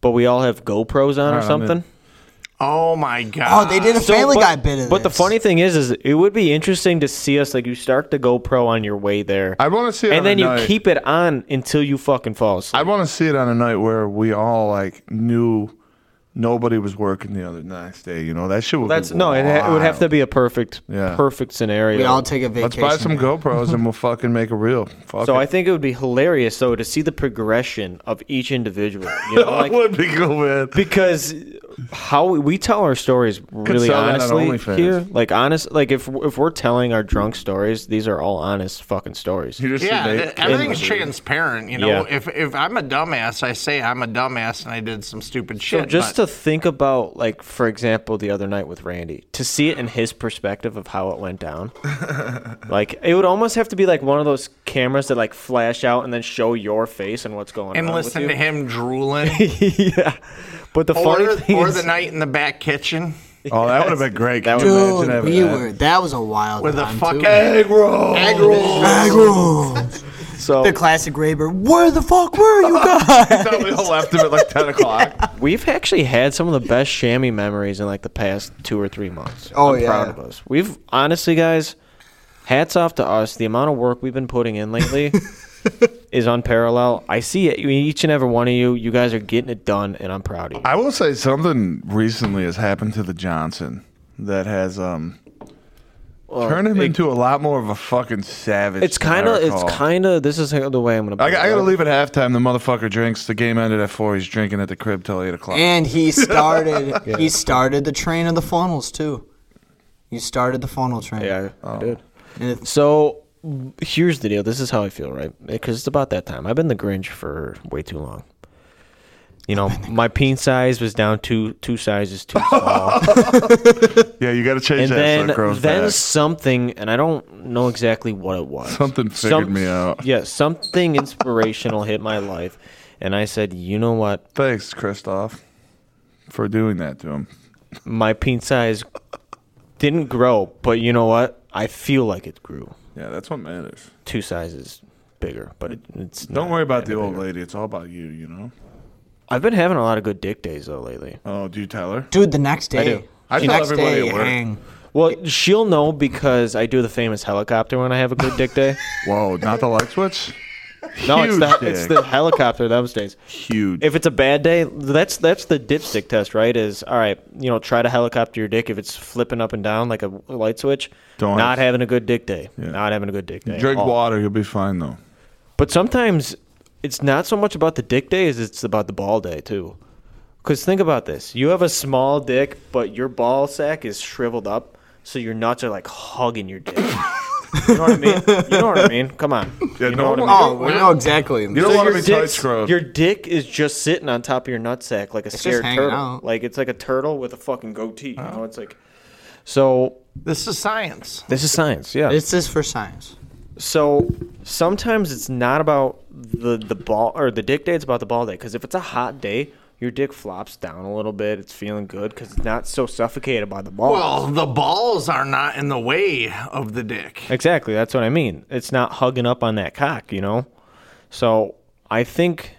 Speaker 3: but we all have GoPros on
Speaker 4: right,
Speaker 3: or
Speaker 4: I'm in.
Speaker 3: something.
Speaker 1: Oh my
Speaker 6: Oh,
Speaker 1: god.
Speaker 6: they did a
Speaker 3: So,
Speaker 6: Family
Speaker 3: but,
Speaker 6: Guy bit of
Speaker 3: But the
Speaker 6: this.
Speaker 3: funny thing is, is it would be interesting to see us like you start the GoPro on your way there.
Speaker 4: I wanna see it
Speaker 3: and
Speaker 4: on
Speaker 3: then
Speaker 4: a
Speaker 3: you
Speaker 4: night.
Speaker 3: keep it on until you fucking fall asleep.
Speaker 4: I want to see it on a night where we all like knew nobody was working the other next day. You know that shit would.
Speaker 3: That's
Speaker 4: be
Speaker 3: no, it, ha- it would have to
Speaker 4: wild.
Speaker 3: be a perfect,
Speaker 4: Yeah.
Speaker 3: perfect scenario.
Speaker 6: We all take a
Speaker 4: Let's
Speaker 6: vacation.
Speaker 4: buy some GoPros and we'll fucking make a reel. Fuck
Speaker 3: so
Speaker 4: it.
Speaker 3: I think it would be hilarious though to see the progression of each individual. You know,
Speaker 4: That
Speaker 3: like
Speaker 4: would be cool, man.
Speaker 3: because how we, we tell our stories really
Speaker 4: sell that on
Speaker 3: honestly
Speaker 4: OnlyFans.
Speaker 3: here, like honest, like if if we're telling our drunk stories, these are all honest fucking stories.
Speaker 4: You just see
Speaker 1: Yeah,
Speaker 4: Nate-
Speaker 1: th- everything's
Speaker 4: Nate-
Speaker 1: transparent. You know,
Speaker 3: Yeah.
Speaker 1: if if I'm a dumbass, I say I'm a dumbass and I did some stupid shit.
Speaker 3: So just
Speaker 1: but
Speaker 3: to think about, like for example, the other night with Randy, to see it in his perspective of how it went down, like it would almost have to be like one of those cameras that like flash out and then show your face and what's going
Speaker 1: and
Speaker 3: on.
Speaker 1: listen to
Speaker 3: with
Speaker 1: him drooling,
Speaker 3: you. yeah, but the
Speaker 1: or,
Speaker 3: funny thing
Speaker 1: or
Speaker 3: is,
Speaker 1: the night in the back kitchen
Speaker 4: Oh, that would have been great. Can
Speaker 3: That
Speaker 4: you
Speaker 3: would-
Speaker 4: imagine
Speaker 6: Dude,
Speaker 4: having
Speaker 6: we
Speaker 4: that?
Speaker 6: were. That was a wild
Speaker 1: with a
Speaker 6: time
Speaker 1: fucking
Speaker 6: too.
Speaker 1: egg roll.
Speaker 3: Oh,
Speaker 6: Agro.
Speaker 3: so
Speaker 6: the classic Raber. Where the fuck were you guys?
Speaker 4: Thought we all left him at like ten o'clock.
Speaker 3: We've actually had some of the best chamois memories in like the past two or three months.
Speaker 6: Oh,
Speaker 3: I'm proud
Speaker 6: yeah.
Speaker 3: of us. We've honestly, guys, hats off to us. The amount of work we've been putting in lately is unparalleled. I see it, each and every one of you. You guys are getting it done, and I'm proud of you.
Speaker 4: I will say something recently has happened to the Johnson that has um turned him into a lot more of a fucking savage.
Speaker 3: It's
Speaker 4: than I
Speaker 3: kind of, it's
Speaker 4: recall.
Speaker 3: kind of. This is the way I'm gonna.
Speaker 4: I, got- I
Speaker 3: put it.
Speaker 4: gotta leave at halftime. The motherfucker drinks. The game ended at four. He's drinking at the crib till eight o'clock.
Speaker 6: And he started. He started the train of the funnels too. You started the funnel train.
Speaker 3: Yeah, I-
Speaker 4: Oh.
Speaker 3: I did.
Speaker 6: And it-
Speaker 3: So here's the deal. This is how I feel, right? Because it's about that time. I've been the Grinch for way too long. You know, my peen size was down two two sizes too small,
Speaker 4: yeah, you gotta change that.
Speaker 3: and
Speaker 4: so
Speaker 3: then
Speaker 4: it grows
Speaker 3: then
Speaker 4: back.
Speaker 3: something, and I don't know exactly what it was.
Speaker 4: Something figured me out.
Speaker 3: Yeah, something inspirational hit my life, and I said, you know what?
Speaker 4: Thanks, Christoph, for doing that to him.
Speaker 3: my peen size didn't grow, but you know what? I feel like it grew
Speaker 4: Yeah, that's what matters.
Speaker 3: two sizes bigger, but it, it's
Speaker 4: Don't
Speaker 3: not
Speaker 4: worry about
Speaker 3: any
Speaker 4: the old
Speaker 3: bigger.
Speaker 4: lady. It's all about you, you know?
Speaker 3: I've been having a lot of good dick days though lately.
Speaker 4: Oh, do you tell her?
Speaker 6: Dude, the next day.
Speaker 3: do.
Speaker 4: I
Speaker 6: the
Speaker 4: tell
Speaker 6: next
Speaker 4: everybody
Speaker 6: day,
Speaker 4: at work.
Speaker 6: hang.
Speaker 3: Well, she'll know because I do the famous helicopter when I have a good dick day.
Speaker 4: Whoa, not the light switch?
Speaker 3: No, it's
Speaker 4: Huge
Speaker 3: the it's
Speaker 4: dick.
Speaker 3: the helicopter those days.
Speaker 4: Huge.
Speaker 3: If it's a bad day, that's that's the dipstick test, right? Is all right, you know, try to helicopter your dick if it's flipping up and down like a light switch.
Speaker 4: Don't
Speaker 3: not
Speaker 4: have-
Speaker 3: having a good dick day.
Speaker 4: Yeah.
Speaker 3: Not having a good dick day. at
Speaker 4: Drink
Speaker 3: all.
Speaker 4: water, you'll be fine though.
Speaker 3: But sometimes it's not so much about the dick day as it's about the ball day too. Because think about this: you have a small dick, but your ball sack is shriveled up, so your nuts are like hugging your dick. you know what I mean? You know what I mean? Come on.
Speaker 4: Yeah,
Speaker 3: you
Speaker 4: no
Speaker 3: know what I
Speaker 4: one-
Speaker 3: mean?
Speaker 6: Oh, we know exactly.
Speaker 4: You don't
Speaker 3: So
Speaker 4: want to
Speaker 3: your
Speaker 4: be tight
Speaker 3: dick's-
Speaker 4: screwed.
Speaker 3: Your dick is just sitting on top of your nutsack like a
Speaker 6: just
Speaker 3: scared
Speaker 6: hanging
Speaker 3: turtle.
Speaker 6: out. Oh.
Speaker 3: Like it's like a turtle with a fucking goatee. You know, it's like. So
Speaker 1: This is science.
Speaker 3: this is science, yeah.
Speaker 6: This is for science.
Speaker 3: So sometimes it's not about the the ball or the dick day. It's about the ball day. Because if it's a hot day, your dick flops down a little bit. It's feeling good because it's not so suffocated by the ball.
Speaker 1: Well, the balls are not in the way of the dick.
Speaker 3: exactly. That's what I mean. It's not hugging up on that cock, you know. So I think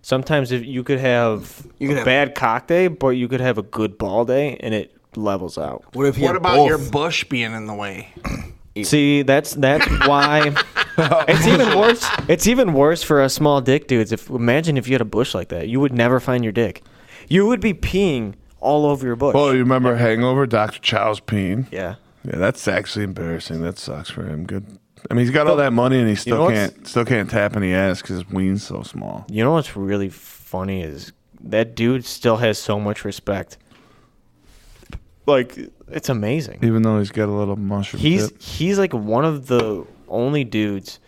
Speaker 3: sometimes if you could have
Speaker 6: You could
Speaker 3: a
Speaker 6: have-
Speaker 3: bad cock day, but you could have a good ball day, and it levels out.
Speaker 6: What if you
Speaker 1: What
Speaker 6: had
Speaker 1: about
Speaker 6: both?
Speaker 1: your bush being in the way?
Speaker 3: See, that's that's why it's even worse. It's even worse for us small dick dudes. If imagine if you had a bush like that, you would never find your dick. You would be peeing all over your bush.
Speaker 4: oh, you remember Hangover? Dr. Chow's peeing.
Speaker 3: yeah.
Speaker 4: Yeah, that's actually embarrassing. That sucks for him. Good. I mean, he's got all that money and he still
Speaker 3: know what's-
Speaker 4: can't still can't tap any ass because his ween's so small.
Speaker 3: You know what's really funny is that dude still has so much respect. Like it's amazing.
Speaker 4: Even though he's got a little mushroom.
Speaker 3: He's
Speaker 4: tip.
Speaker 3: he's like one of the only dudes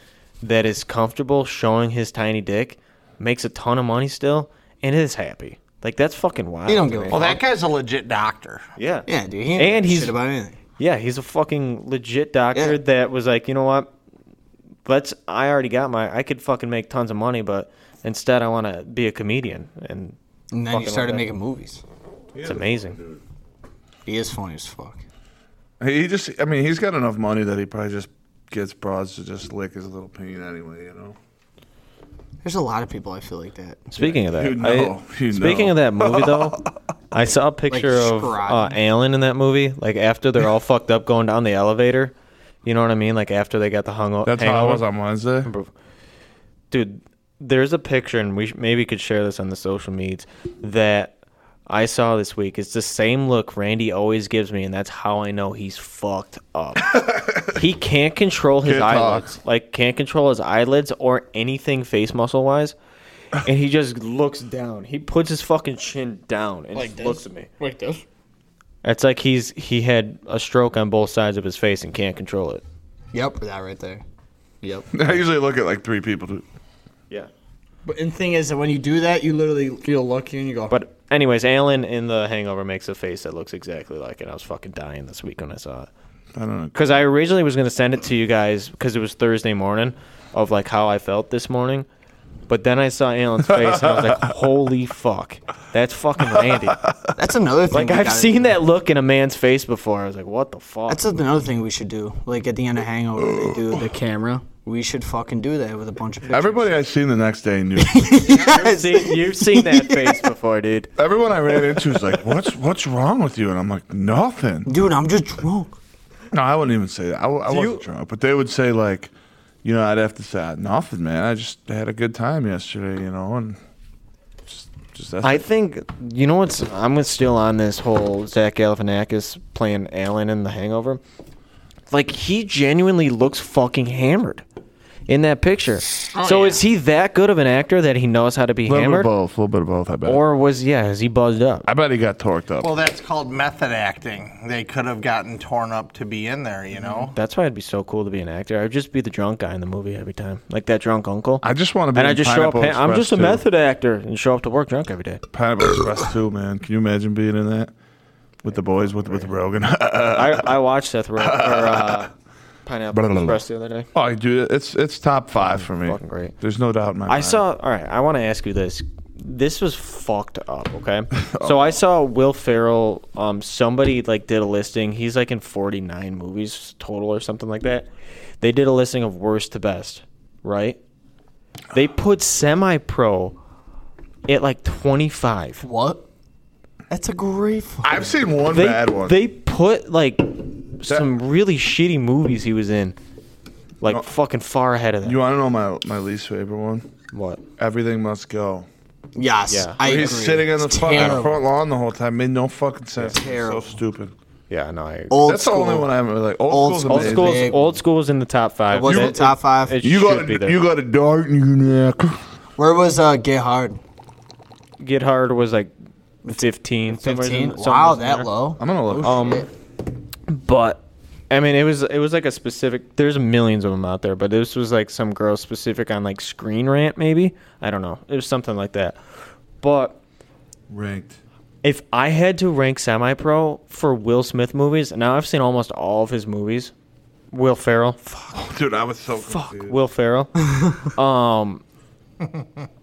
Speaker 3: that is comfortable showing his tiny dick, makes a ton of money still, and is happy. Like that's fucking wild.
Speaker 6: You don't
Speaker 3: to
Speaker 6: give a
Speaker 3: me.
Speaker 1: Well, that guy's a legit doctor.
Speaker 3: Yeah.
Speaker 6: Yeah, dude. He ain't
Speaker 3: And
Speaker 6: and
Speaker 3: he's-
Speaker 6: shit about anything.
Speaker 3: Yeah, he's a fucking legit doctor
Speaker 6: Yeah.
Speaker 3: that was like, you know what? Let's. I already got my. I could fucking make tons of money, but instead I want to be a comedian, and
Speaker 6: And then
Speaker 3: Fucking
Speaker 6: you started
Speaker 3: love that.
Speaker 6: making movies.
Speaker 3: it's amazing.
Speaker 6: He is funny as fuck.
Speaker 4: He just, I mean, he's got enough money that he probably just gets broads to just lick his little peen anyway, you know?
Speaker 6: There's a lot of people I feel like that.
Speaker 3: Speaking of that,
Speaker 4: You know,
Speaker 3: I,
Speaker 4: you
Speaker 3: speaking
Speaker 4: know.
Speaker 3: of that movie though, I saw a picture of uh,
Speaker 6: Scrotton.
Speaker 3: Alan in that movie. Like after they're all fucked up going down the elevator, you know what I mean? Like after they got the hung
Speaker 4: That's how I was on Wednesday.
Speaker 3: dude there's a picture and we sh- maybe could share this on the social medias that i saw this week it's the same look randy always gives me and that's how i know he's fucked up he can't control his
Speaker 4: Can't talk.
Speaker 3: eyelids like can't control his eyelids or anything face muscle wise and he just looks down he puts his fucking chin down and just looks at me
Speaker 6: Like this?
Speaker 3: it's like he's he had a stroke on both sides of his face and can't control it
Speaker 6: Yep, that right there. Yep.
Speaker 4: I usually look at like three people. To,
Speaker 3: yeah
Speaker 6: But and the thing is that when you do that, you literally feel lucky and you go.
Speaker 3: But anyways, Alan in The Hangover makes a face that looks exactly like it. I was fucking dying this week when I saw it.
Speaker 4: I don't know.
Speaker 3: Because I originally was gonna send it to you guys because it was Thursday morning of like how I felt this morning, but then I saw Alan's face and I was like, "Holy fuck, that's fucking Randy!"
Speaker 6: that's another thing.
Speaker 3: Like
Speaker 6: we
Speaker 3: I've
Speaker 6: gotta
Speaker 3: seen
Speaker 6: do.
Speaker 3: that look in a man's face before. I was like, "What the fuck?"
Speaker 6: That's another thing we should do. Like at the end of Hangover, they do the camera. We should fucking do that with a bunch of pictures.
Speaker 4: Everybody I've seen the next day knew.
Speaker 3: You've seen- you've seen that face before, dude.
Speaker 4: Everyone I ran into is like, "What's what's wrong with you?" And I'm like, "Nothing."
Speaker 6: Dude, I'm just drunk.
Speaker 4: No, I wouldn't even say that. I, w- I wasn't
Speaker 3: you-
Speaker 4: drunk, but they would say like, "You know," I'd have to say, "Nothing, man. I just had a good time yesterday, you know." And just, just that's
Speaker 3: I think you know what's. I'm still on this whole Zach Galifianakis playing Alan in The Hangover. Like he genuinely looks fucking hammered in that picture. so is he that good of an actor that he knows how to be
Speaker 4: a little bit of
Speaker 3: hammered,
Speaker 4: both. A little bit of both. I bet.
Speaker 3: or was yeah, is he buzzed up?
Speaker 4: I bet he got torqued up.
Speaker 1: Well, that's called method acting. They could have gotten torn up to be in there, you know?
Speaker 3: That's why it'd be so cool to be an actor. I'd just be the drunk guy in the movie every time, like that drunk uncle.
Speaker 4: I just want to be.
Speaker 3: and I
Speaker 4: in
Speaker 3: just show up.
Speaker 4: Pineapple
Speaker 3: ha- I'm
Speaker 4: Express
Speaker 3: just a
Speaker 4: too.
Speaker 3: method actor and show up to work drunk every day.
Speaker 4: Pineapple Express too, man. Can you imagine being in that with the boys with with Rogan?
Speaker 3: I, I watched Seth Rogen or uh,
Speaker 4: Blah,
Speaker 3: Pineapple
Speaker 4: blah, blah.
Speaker 3: Express the other day.
Speaker 4: oh, dude, it's it's top five for me.
Speaker 3: Fucking great.
Speaker 4: There's no doubt in my
Speaker 3: I
Speaker 4: mind.
Speaker 3: saw. All right, I want to ask you this. this was fucked up. Okay,
Speaker 4: Oh.
Speaker 3: so I saw Will Ferrell. Um, somebody like did a listing. He's like in forty nine movies total or something like that. They did a listing of worst to best, right? They put semi pro at like twenty five.
Speaker 1: What?
Speaker 6: That's a great. fu-
Speaker 4: I've seen one
Speaker 3: they,
Speaker 4: bad one.
Speaker 3: They put like some really shitty movies he was in, like
Speaker 4: No.
Speaker 3: fucking far ahead of that.
Speaker 4: you want to know my my least favorite one?
Speaker 3: what?
Speaker 4: Everything must go.
Speaker 6: Yes,
Speaker 3: Yeah.
Speaker 6: I
Speaker 4: He's
Speaker 6: agree.
Speaker 4: sitting on the
Speaker 6: It's
Speaker 4: fucking
Speaker 6: terrible.
Speaker 4: front lawn the whole time. Made no fucking sense. It's
Speaker 6: Terrible.
Speaker 4: So stupid.
Speaker 3: Yeah, no, I.
Speaker 6: Old
Speaker 4: That's the only
Speaker 6: school.
Speaker 4: one I haven't really like. Old,
Speaker 6: Old
Speaker 4: school's
Speaker 6: school.
Speaker 3: Old
Speaker 4: amazing.
Speaker 3: school's
Speaker 6: Big.
Speaker 3: old school's in the top five.
Speaker 6: It wasn't
Speaker 3: It-
Speaker 6: in the top five.
Speaker 3: It
Speaker 4: You
Speaker 3: should
Speaker 4: got
Speaker 3: be
Speaker 4: a,
Speaker 3: there.
Speaker 4: you got a dart in your neck.
Speaker 6: Where was uh, Get Hard?
Speaker 3: Get Hard was like fifteen. somewhere in-
Speaker 6: Fifteen.
Speaker 3: somewhere
Speaker 6: Wow,
Speaker 3: in
Speaker 6: that
Speaker 3: there.
Speaker 6: low.
Speaker 4: I'm gonna look.
Speaker 3: Um, but I mean, it was it was like a specific. There's millions of them out there, but this was like some girl specific on like Screen Rant, maybe. I don't know. It was something like that. But
Speaker 4: ranked.
Speaker 3: if I had to rank semi-pro for Will Smith movies, now I've seen almost all of his movies. Will Ferrell, fuck,
Speaker 4: Dude, I was so
Speaker 3: fuck
Speaker 4: confused.
Speaker 3: Will Ferrell. um,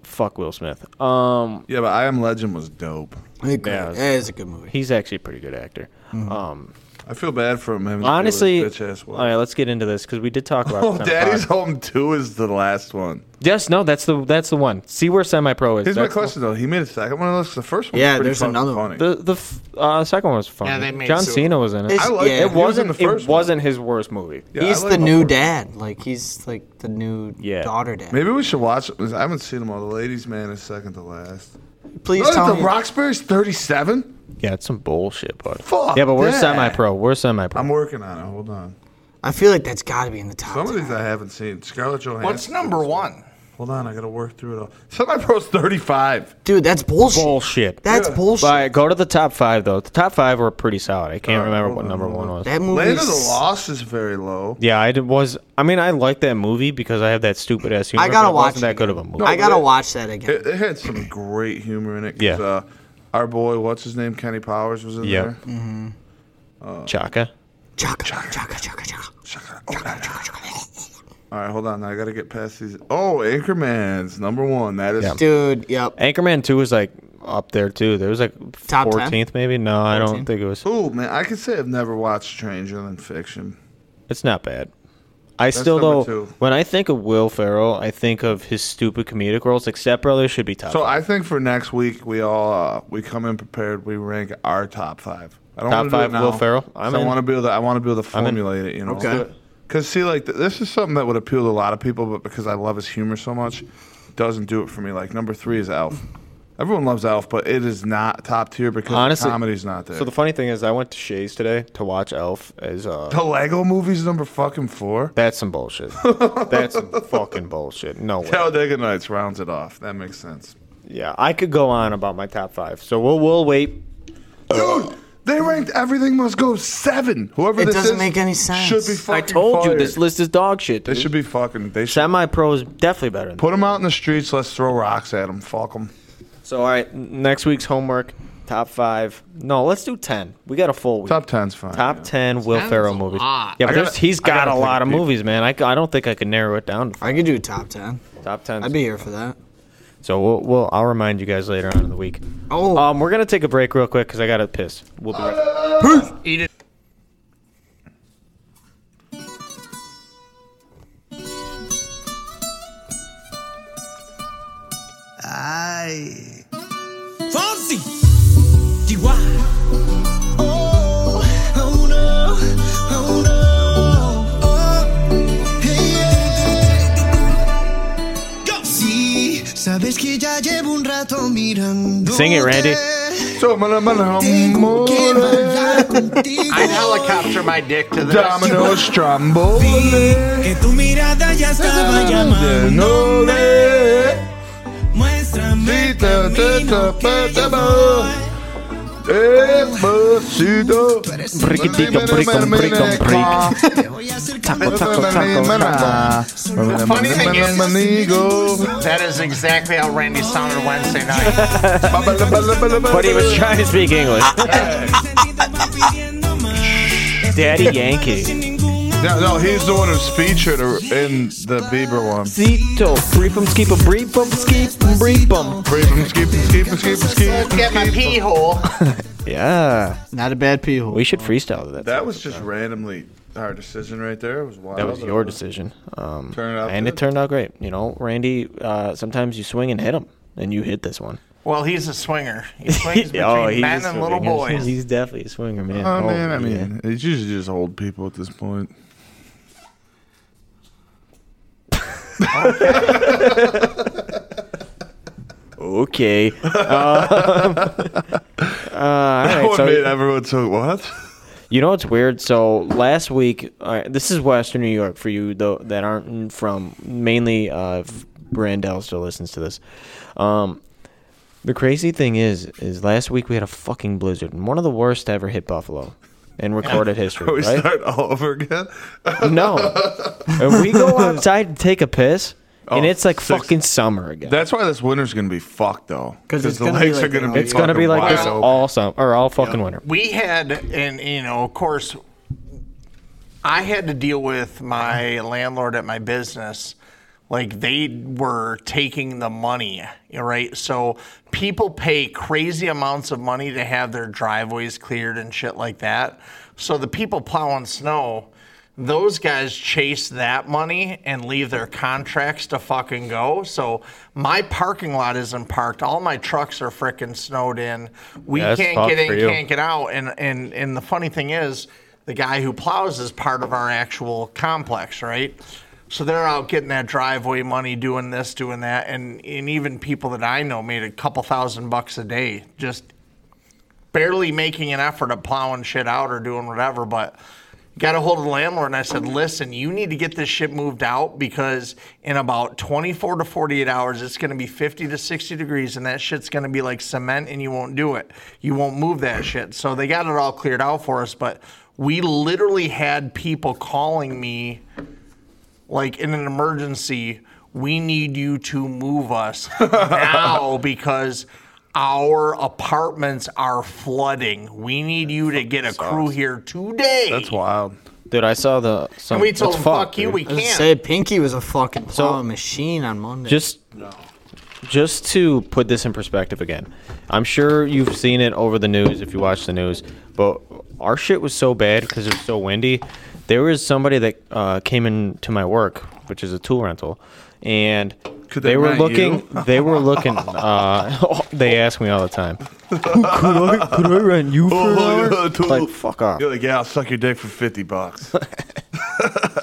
Speaker 3: fuck Will Smith. Um,
Speaker 4: Yeah, but I Am Legend was dope.
Speaker 6: It
Speaker 3: Yeah.
Speaker 6: is a good movie.
Speaker 3: he's actually a pretty good actor.
Speaker 6: Mm-hmm.
Speaker 3: Um,
Speaker 4: I feel bad for him. having to deal with
Speaker 3: honestly, all
Speaker 4: bitch ass wife.
Speaker 3: right, let's get into this because we did talk about.
Speaker 4: Oh,
Speaker 3: this on the
Speaker 4: Daddy's
Speaker 3: pod.
Speaker 4: Home Two is the last one.
Speaker 3: Yes, no, that's the that's the one. See where semi-pro is.
Speaker 4: Here's my
Speaker 3: That's the-
Speaker 4: question though. He made a second one of those. The first one.
Speaker 6: Yeah, there's another one.
Speaker 4: funny.
Speaker 3: The the f- uh, second one was funny.
Speaker 1: Yeah, they made
Speaker 3: John
Speaker 1: two.
Speaker 3: Cena was in it.
Speaker 6: It's-
Speaker 4: I like
Speaker 6: yeah.
Speaker 3: it
Speaker 6: he
Speaker 4: It was
Speaker 3: wasn't.
Speaker 4: in the first
Speaker 3: it
Speaker 4: one.
Speaker 3: wasn't his worst movie.
Speaker 4: Yeah, I
Speaker 6: he's
Speaker 4: like
Speaker 6: the new
Speaker 4: first-
Speaker 6: dad. Like he's like the new
Speaker 3: Yeah.
Speaker 6: daughter dad.
Speaker 4: Maybe we should watch. I haven't seen them all. The Ladies Man is second to last.
Speaker 6: Please
Speaker 4: Oh,
Speaker 6: tell
Speaker 4: the
Speaker 6: me.
Speaker 4: Roxbury's thirty-seven.
Speaker 3: Yeah, it's some bullshit, bud.
Speaker 4: Fuck
Speaker 3: Yeah, but we're
Speaker 4: that.
Speaker 3: semi-pro. We're semi-pro.
Speaker 4: I'm working on it. Hold on.
Speaker 6: I feel like that's got to be in the top.
Speaker 4: Some of
Speaker 6: 10.
Speaker 4: these I haven't seen. Scarlett
Speaker 3: Mm-hmm.
Speaker 4: Johansson.
Speaker 1: What's number one?
Speaker 4: Hold on, I gotta work through it all. Semi-pro's thirty-five.
Speaker 6: Dude, that's bullshit.
Speaker 3: bullshit.
Speaker 6: That's bullshit.
Speaker 3: All right, go to the top five though. The top five were pretty solid. I can't remember
Speaker 4: hold
Speaker 3: what
Speaker 4: on,
Speaker 3: number
Speaker 4: hold
Speaker 3: one was.
Speaker 6: That movie.
Speaker 4: Land of the Lost is very low.
Speaker 3: yeah, I did, was. I mean, I like that movie because I have that stupid ass humor.
Speaker 6: I gotta
Speaker 3: but it
Speaker 6: watch
Speaker 3: Wasn't that
Speaker 6: it
Speaker 3: good of
Speaker 6: again.
Speaker 3: a movie?
Speaker 6: I gotta
Speaker 4: but it-
Speaker 6: watch that again.
Speaker 4: It, it had some great humor in it. 'cause,
Speaker 3: Yeah.
Speaker 4: Uh, our boy, what's his name? Kenny Powers was in
Speaker 3: Yep.
Speaker 4: there.
Speaker 1: Mm.
Speaker 3: Chaka.
Speaker 6: Chaka, chaka, chaka, chaka.
Speaker 4: Oh, All right, hold on. I gotta get past these. Oh, Anchorman's number one. That is.
Speaker 3: Yeah.
Speaker 6: Dude, yep.
Speaker 3: Anchorman Two was like up there too. There was like
Speaker 6: Top 10?
Speaker 3: fourteenth maybe. No, I don't
Speaker 6: 14?
Speaker 3: think it was.
Speaker 4: Ooh, man, I could say I've never watched Stranger Than Fiction.
Speaker 3: It's not bad. I still though
Speaker 4: number two.
Speaker 3: when I think of Will Ferrell, I think of his stupid comedic roles. Like Step Brothers should be top.
Speaker 4: So
Speaker 3: five.
Speaker 4: I think for next week we all uh, we come in prepared. We rank our top five. I don't
Speaker 3: Top
Speaker 4: wanna do
Speaker 3: five
Speaker 4: it now,
Speaker 3: Will Ferrell?
Speaker 4: 'cause
Speaker 3: I'm
Speaker 4: I
Speaker 3: in.
Speaker 4: want to be able to. I want to be able to
Speaker 3: I'm in.
Speaker 4: formulate it. You know.
Speaker 6: Okay. Let's do it.
Speaker 4: Because see, like th- this is something that would appeal to a lot of people, but because I love his humor so much, it doesn't do it for me. Like number three is Elf. Everyone loves Elf, but it is not top tier because
Speaker 3: Honestly-
Speaker 4: the comedy's not there.
Speaker 3: So the funny thing is, I went to Shays today to watch Elf as uh,
Speaker 4: the Lego movie's number fucking four.
Speaker 3: That's some bullshit. That's some fucking bullshit. No way.
Speaker 4: Talladega Nights rounds it off. That makes sense.
Speaker 3: Yeah, I could go on about my top five. So we'll we'll wait.
Speaker 4: Dude, they ranked Everything Must Go seven. Whoever
Speaker 6: It
Speaker 4: this
Speaker 6: doesn't
Speaker 4: is
Speaker 6: make any sense.
Speaker 4: Should be fucking
Speaker 3: I told you
Speaker 4: fired.
Speaker 3: this list is dog shit.
Speaker 4: They should be fucking. They should
Speaker 3: Semi pro is definitely better. Than
Speaker 4: put them out in the streets. Let's throw rocks at them. Fuck them.
Speaker 3: that. So all right, n- next week's homework. Top five. No, let's do ten. We got a full week.
Speaker 4: Top ten's fine.
Speaker 3: Top
Speaker 4: yeah.
Speaker 3: ten Will
Speaker 1: 10 is
Speaker 3: Ferrell
Speaker 1: a
Speaker 3: movies.
Speaker 1: lot.
Speaker 3: Yeah, but
Speaker 4: I gotta-
Speaker 3: there's- he's
Speaker 4: I
Speaker 3: got
Speaker 4: gotta
Speaker 3: a lot
Speaker 4: pick
Speaker 3: of
Speaker 4: people.
Speaker 3: movies, man. I, c- I don't think I can narrow it down. to
Speaker 6: I could do top ten.
Speaker 3: Top ten.
Speaker 6: I'd be here for that.
Speaker 3: So we'll, we'll I'll remind you guys later on in the week.
Speaker 6: Oh.
Speaker 3: Um, we're gonna take a break real quick because I gotta piss. We'll be right back.
Speaker 1: Eat it.
Speaker 2: Fonzie, DY. Oh, oh no, oh no. Oh, hey, yeah. Go.
Speaker 5: Sí, sabes que ya llevo un rato mirando.
Speaker 3: Sing it, Randy.
Speaker 4: So, man, I'm gonna
Speaker 5: Tengo que
Speaker 4: humble
Speaker 5: bailar contigo.
Speaker 1: I'd helicopter my dick to the
Speaker 4: Domino Stromboli.
Speaker 2: Que tu mirada ya estaba llamando.
Speaker 4: Denole.
Speaker 2: Muéstrame el
Speaker 4: Tita,
Speaker 2: camino
Speaker 4: tita,
Speaker 2: que yo
Speaker 4: tama.
Speaker 2: voy.
Speaker 4: Despacito.
Speaker 3: Bricketito, brickum, brickum, brick.
Speaker 5: Te voy a hacer cambiar.
Speaker 1: funny thing is-
Speaker 4: Manigo.
Speaker 1: That is exactly how Randy sounded Wednesday night.
Speaker 3: But he was trying to speak English.
Speaker 2: Sentido va pidiendo más.
Speaker 3: Daddy Yankee.
Speaker 2: Sin ningún
Speaker 4: No, no, he's the one who's featured in the Bieber one.
Speaker 3: Zito, brief 'em, skip 'em, brief 'em, skip 'em, brief 'em.
Speaker 4: Breathe and skip and skip and skip and skip.
Speaker 1: Get my pee hole.
Speaker 3: Yeah,
Speaker 6: Not a bad pee hole.
Speaker 3: we should freestyle to that.
Speaker 4: That was just randomly our decision right there. It was wild.
Speaker 3: That was your decision. Um,
Speaker 4: Turned out
Speaker 3: and
Speaker 4: good.
Speaker 3: it turned out great. You know, Randy, uh, sometimes you swing and hit him, and you hit this one. Oh,
Speaker 1: Well, he's a swinger. Oh, He swings between
Speaker 3: he's
Speaker 1: men
Speaker 3: a
Speaker 1: and little
Speaker 3: swinger.
Speaker 1: boys.
Speaker 3: He's definitely a swinger, man.
Speaker 4: Oh man, I
Speaker 3: Holy, yeah.
Speaker 4: mean, it's usually just old people at this point.
Speaker 3: Okay. Um, uh, all right,
Speaker 4: That one
Speaker 3: so-
Speaker 4: made everyone so what?
Speaker 3: You know what's weird? So last week, all right, this is Western New York for you though that aren't from mainly. Uh, if Brandel still listens to this. Um, the crazy thing is, is last week we had a fucking blizzard, and one of the worst to ever hit Buffalo in recorded history.
Speaker 4: we
Speaker 3: right?
Speaker 4: start all over again.
Speaker 3: No, and we go outside to take a piss, and
Speaker 4: Oh,
Speaker 3: it's like
Speaker 4: six-
Speaker 3: fucking summer again.
Speaker 4: That's why this winter's gonna be fucked though.
Speaker 6: 'Cause it's
Speaker 4: the
Speaker 6: gonna be
Speaker 4: lakes
Speaker 6: like
Speaker 4: are gonna
Speaker 6: that
Speaker 4: be.
Speaker 6: all
Speaker 3: it's gonna be
Speaker 4: fucking
Speaker 3: like
Speaker 4: wide
Speaker 3: this
Speaker 4: open.
Speaker 3: all summer or all fucking winter.
Speaker 1: we had and you know of course i had to deal with my landlord at my business like they were taking the money right so people pay crazy amounts of money to have their driveways cleared and shit like that so the people plowing snow those guys chase that money and leave their contracts to fucking go. So my parking lot isn't parked. All my trucks are frickin' snowed in. We
Speaker 3: That's
Speaker 1: can't
Speaker 3: fucked
Speaker 1: get in,
Speaker 3: for you.
Speaker 1: can't get out. And and and the funny thing is, the guy who plows is part of our actual complex, right? So they're out getting that driveway money, doing this, doing that, and and even people that I know made a couple thousand bucks a day just barely making an effort at plowing shit out or doing whatever, but got a hold of the landlord and I said, listen, you need to get this shit moved out because in about 24 to 48 hours, it's going to be 50 to 60 degrees and that shit's going to be like cement and you won't do it. You won't move that shit. So they got it all cleared out for us, but we literally had people calling me like in an emergency, we need you to move us now because our apartments are flooding. We need you to get a crew here today.
Speaker 4: That's wild.
Speaker 3: Dude, I saw the. Some,
Speaker 1: And we told
Speaker 3: that's
Speaker 1: them, fuck,
Speaker 3: fucked,
Speaker 1: you,
Speaker 3: dude.
Speaker 1: we
Speaker 6: I was gonna
Speaker 1: can't.
Speaker 6: say Pinky was a fucking plowing machine on Monday.
Speaker 3: just just to put this in perspective again i'm sure you've seen it over the news if you watch the news but our shit was so bad because it was so windy there was somebody that uh, came into my work which is a tool rental and
Speaker 4: Could
Speaker 3: they,
Speaker 4: they
Speaker 3: were
Speaker 4: rent you?
Speaker 3: looking they were looking uh, they ask me all the time could I, could I rent you for
Speaker 4: Oh,
Speaker 3: an hour? like fuck off
Speaker 4: You're like, yeah, I'll suck your dick for fifty bucks.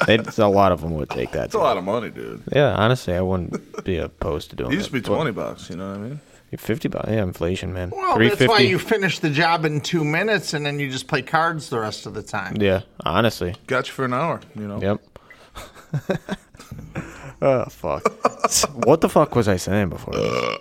Speaker 4: That's
Speaker 3: it's, a lot of them would take that
Speaker 4: a lot of money, dude.
Speaker 3: yeah honestly i wouldn't be opposed to doing
Speaker 4: It used to be
Speaker 3: that, but-
Speaker 4: twenty bucks. You know what I mean?
Speaker 3: 50 bucks. Yeah, inflation, man.
Speaker 1: well, that's why you finish the job in two minutes and then you just play cards the rest of the time.
Speaker 3: Yeah, honestly.
Speaker 4: Got you for an hour. You know.
Speaker 3: Yep. oh, fuck. what the fuck was I saying before? this?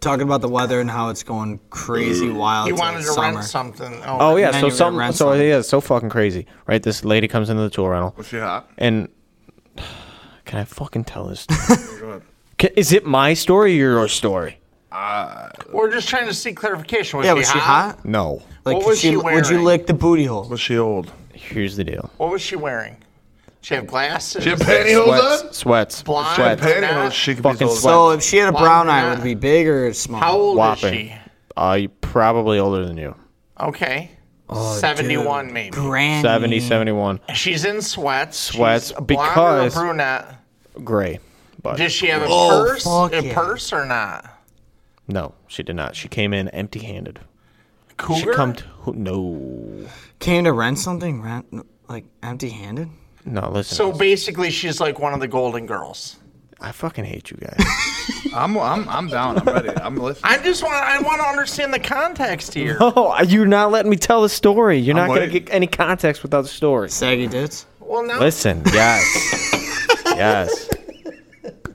Speaker 6: talking about the weather and how it's going crazy wild.
Speaker 1: You
Speaker 6: till
Speaker 1: wanted to
Speaker 6: summer.
Speaker 1: rent something.
Speaker 3: Oh, yeah.
Speaker 6: And then
Speaker 3: So,
Speaker 6: you
Speaker 3: some,
Speaker 6: rent
Speaker 3: so
Speaker 6: something.
Speaker 3: yeah, it's so fucking crazy, right? This lady comes into the tool rental
Speaker 4: Was she hot?
Speaker 3: and. Can I fucking tell this? Story? Can, is it my story or your story?
Speaker 1: We're just trying to seek clarification. Was
Speaker 6: Yeah,
Speaker 1: she
Speaker 6: was she
Speaker 1: hot?
Speaker 6: hot?
Speaker 3: No.
Speaker 1: What
Speaker 6: Like, could
Speaker 1: was she
Speaker 6: would you
Speaker 1: wearing?
Speaker 6: lick the booty hole?
Speaker 4: Was she old?
Speaker 3: Here's the deal.
Speaker 1: What was she wearing? Did she have glasses?
Speaker 4: She had pantyhose on.
Speaker 3: Sweats. Sweats.
Speaker 1: Blonde?
Speaker 3: Sweats.
Speaker 1: Pan-
Speaker 4: Pantyhose. She could be
Speaker 3: Fucking
Speaker 4: as old as-
Speaker 3: sweat.
Speaker 6: So if she had a brown
Speaker 1: Blonde or
Speaker 6: eye,
Speaker 1: not?
Speaker 6: would it be big or small?
Speaker 1: How old is
Speaker 3: Whopping.
Speaker 1: she?
Speaker 3: Uh, you probably older than you.
Speaker 1: Okay.
Speaker 6: Oh,
Speaker 1: 71 maybe.
Speaker 6: Granny.
Speaker 3: 70, 71.
Speaker 1: She's in sweats.
Speaker 3: Sweats,
Speaker 1: She's a blonde or a
Speaker 3: because-
Speaker 1: brunette.
Speaker 3: Gray. But
Speaker 1: Does she have a
Speaker 6: Oh,
Speaker 1: purse?
Speaker 6: fuck
Speaker 1: a
Speaker 6: yeah.
Speaker 1: purse or not?
Speaker 3: no, she did not. She came in empty handed.
Speaker 1: Cougar.
Speaker 3: She come to who- no,
Speaker 6: Came to rent something? Rent like empty-handed?
Speaker 3: no. Listen,
Speaker 1: so basically, she's like one of the Golden Girls.
Speaker 3: I fucking hate you guys.
Speaker 4: I'm, I'm, I'm down. I'm ready. I'm listening.
Speaker 1: I just want. I want to understand the context here.
Speaker 3: oh, you're not letting me tell the story. You're not gonna
Speaker 4: waiting.
Speaker 3: get any context without the story.
Speaker 6: Saggy dits?
Speaker 1: Well, now
Speaker 3: Listen, yes, yes,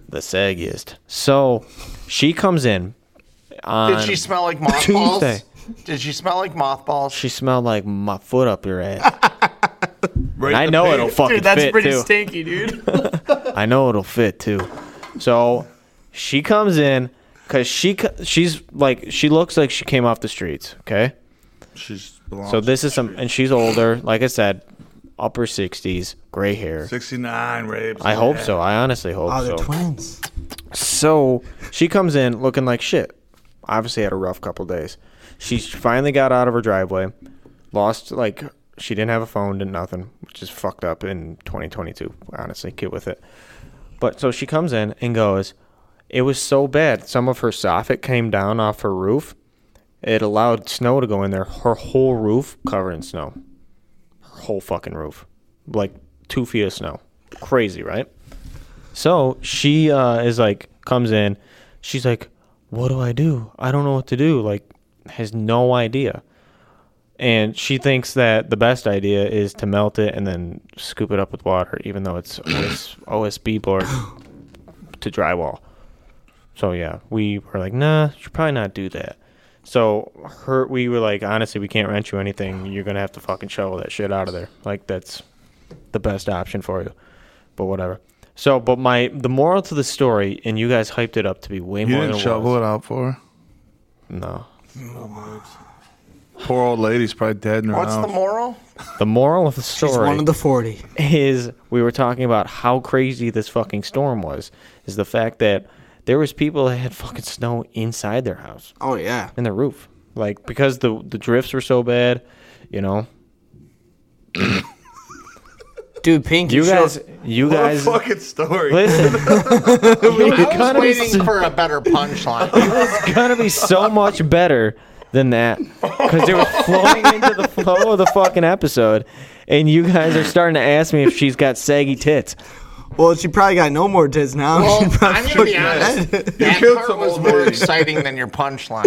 Speaker 3: the saggiest. So she comes in. On,
Speaker 1: did she smell like mothballs?
Speaker 3: Tuesday.
Speaker 1: Did she smell like mothballs?
Speaker 3: She smelled like my foot up your ass.
Speaker 4: Right
Speaker 3: I
Speaker 4: the
Speaker 3: know
Speaker 4: pig.
Speaker 3: it'll fucking fit too.
Speaker 6: stinky, dude.
Speaker 3: I know it'll fit too. So she comes in because she co- she's like she looks like she came off the streets. Okay.
Speaker 4: She's blonde.
Speaker 3: So this is some, and she's older. Like I said, upper 60s, gray hair.
Speaker 4: 69 rapes.
Speaker 3: I hope so. I honestly hope
Speaker 6: Oh,
Speaker 3: so.
Speaker 6: they're twins.
Speaker 3: So she comes in looking like shit. Obviously had a rough couple days. She finally got out of her driveway. Lost like she didn't have a phone, did nothing, which is fucked up in 2022. Honestly, get with it. But so she comes in and goes, "It was so bad. Some of her soffit came down off her roof. It allowed snow to go in there. Her whole roof covered in snow. Her whole fucking roof, like two feet of snow. Crazy, right?" So she uh, is like, comes in. She's like, what do I do? I don't know what to do. Like, has no idea. And she thinks that the best idea is to melt it and then scoop it up with water, even though it's OS, OSB board to drywall. So yeah, we were like, nah, you should probably not do that. So her, we were like, honestly, we can't rent you anything. You're gonna have to fucking shovel that shit out of there. Like that's the best option for you. But whatever. So, but my the moral to the story, and you guys hyped it up to be way
Speaker 4: You
Speaker 3: more
Speaker 4: didn't
Speaker 3: than it
Speaker 4: shovel
Speaker 3: was.
Speaker 4: it out for her?
Speaker 3: No,
Speaker 4: Poor old lady's probably dead in her
Speaker 1: What's
Speaker 4: house.
Speaker 1: the moral?
Speaker 3: the moral of the story.
Speaker 6: She's one of the 40.
Speaker 3: is we were talking about how crazy this fucking storm was is the fact that there was people that had fucking snow inside their house
Speaker 6: Oh, yeah.
Speaker 3: in their roof like because the the drifts were so bad you know
Speaker 6: Dude, Pinky.
Speaker 3: you
Speaker 6: showed-
Speaker 3: guys you
Speaker 4: What
Speaker 3: guys
Speaker 4: a fucking story.
Speaker 1: I
Speaker 3: listen
Speaker 1: was
Speaker 3: gotta be
Speaker 1: waiting
Speaker 3: so-
Speaker 1: for a better punchline.
Speaker 3: it's gonna be so much better than that because they were flowing into the flow of the fucking episode and you guys are starting to ask me if she's got saggy tits
Speaker 6: Well, she probably got no more tits now. She probably
Speaker 1: I'm gonna be
Speaker 6: fucking-
Speaker 1: honest. That
Speaker 4: killed
Speaker 1: part
Speaker 4: some
Speaker 1: was
Speaker 4: old
Speaker 1: more
Speaker 4: lady.
Speaker 1: exciting than your punchline.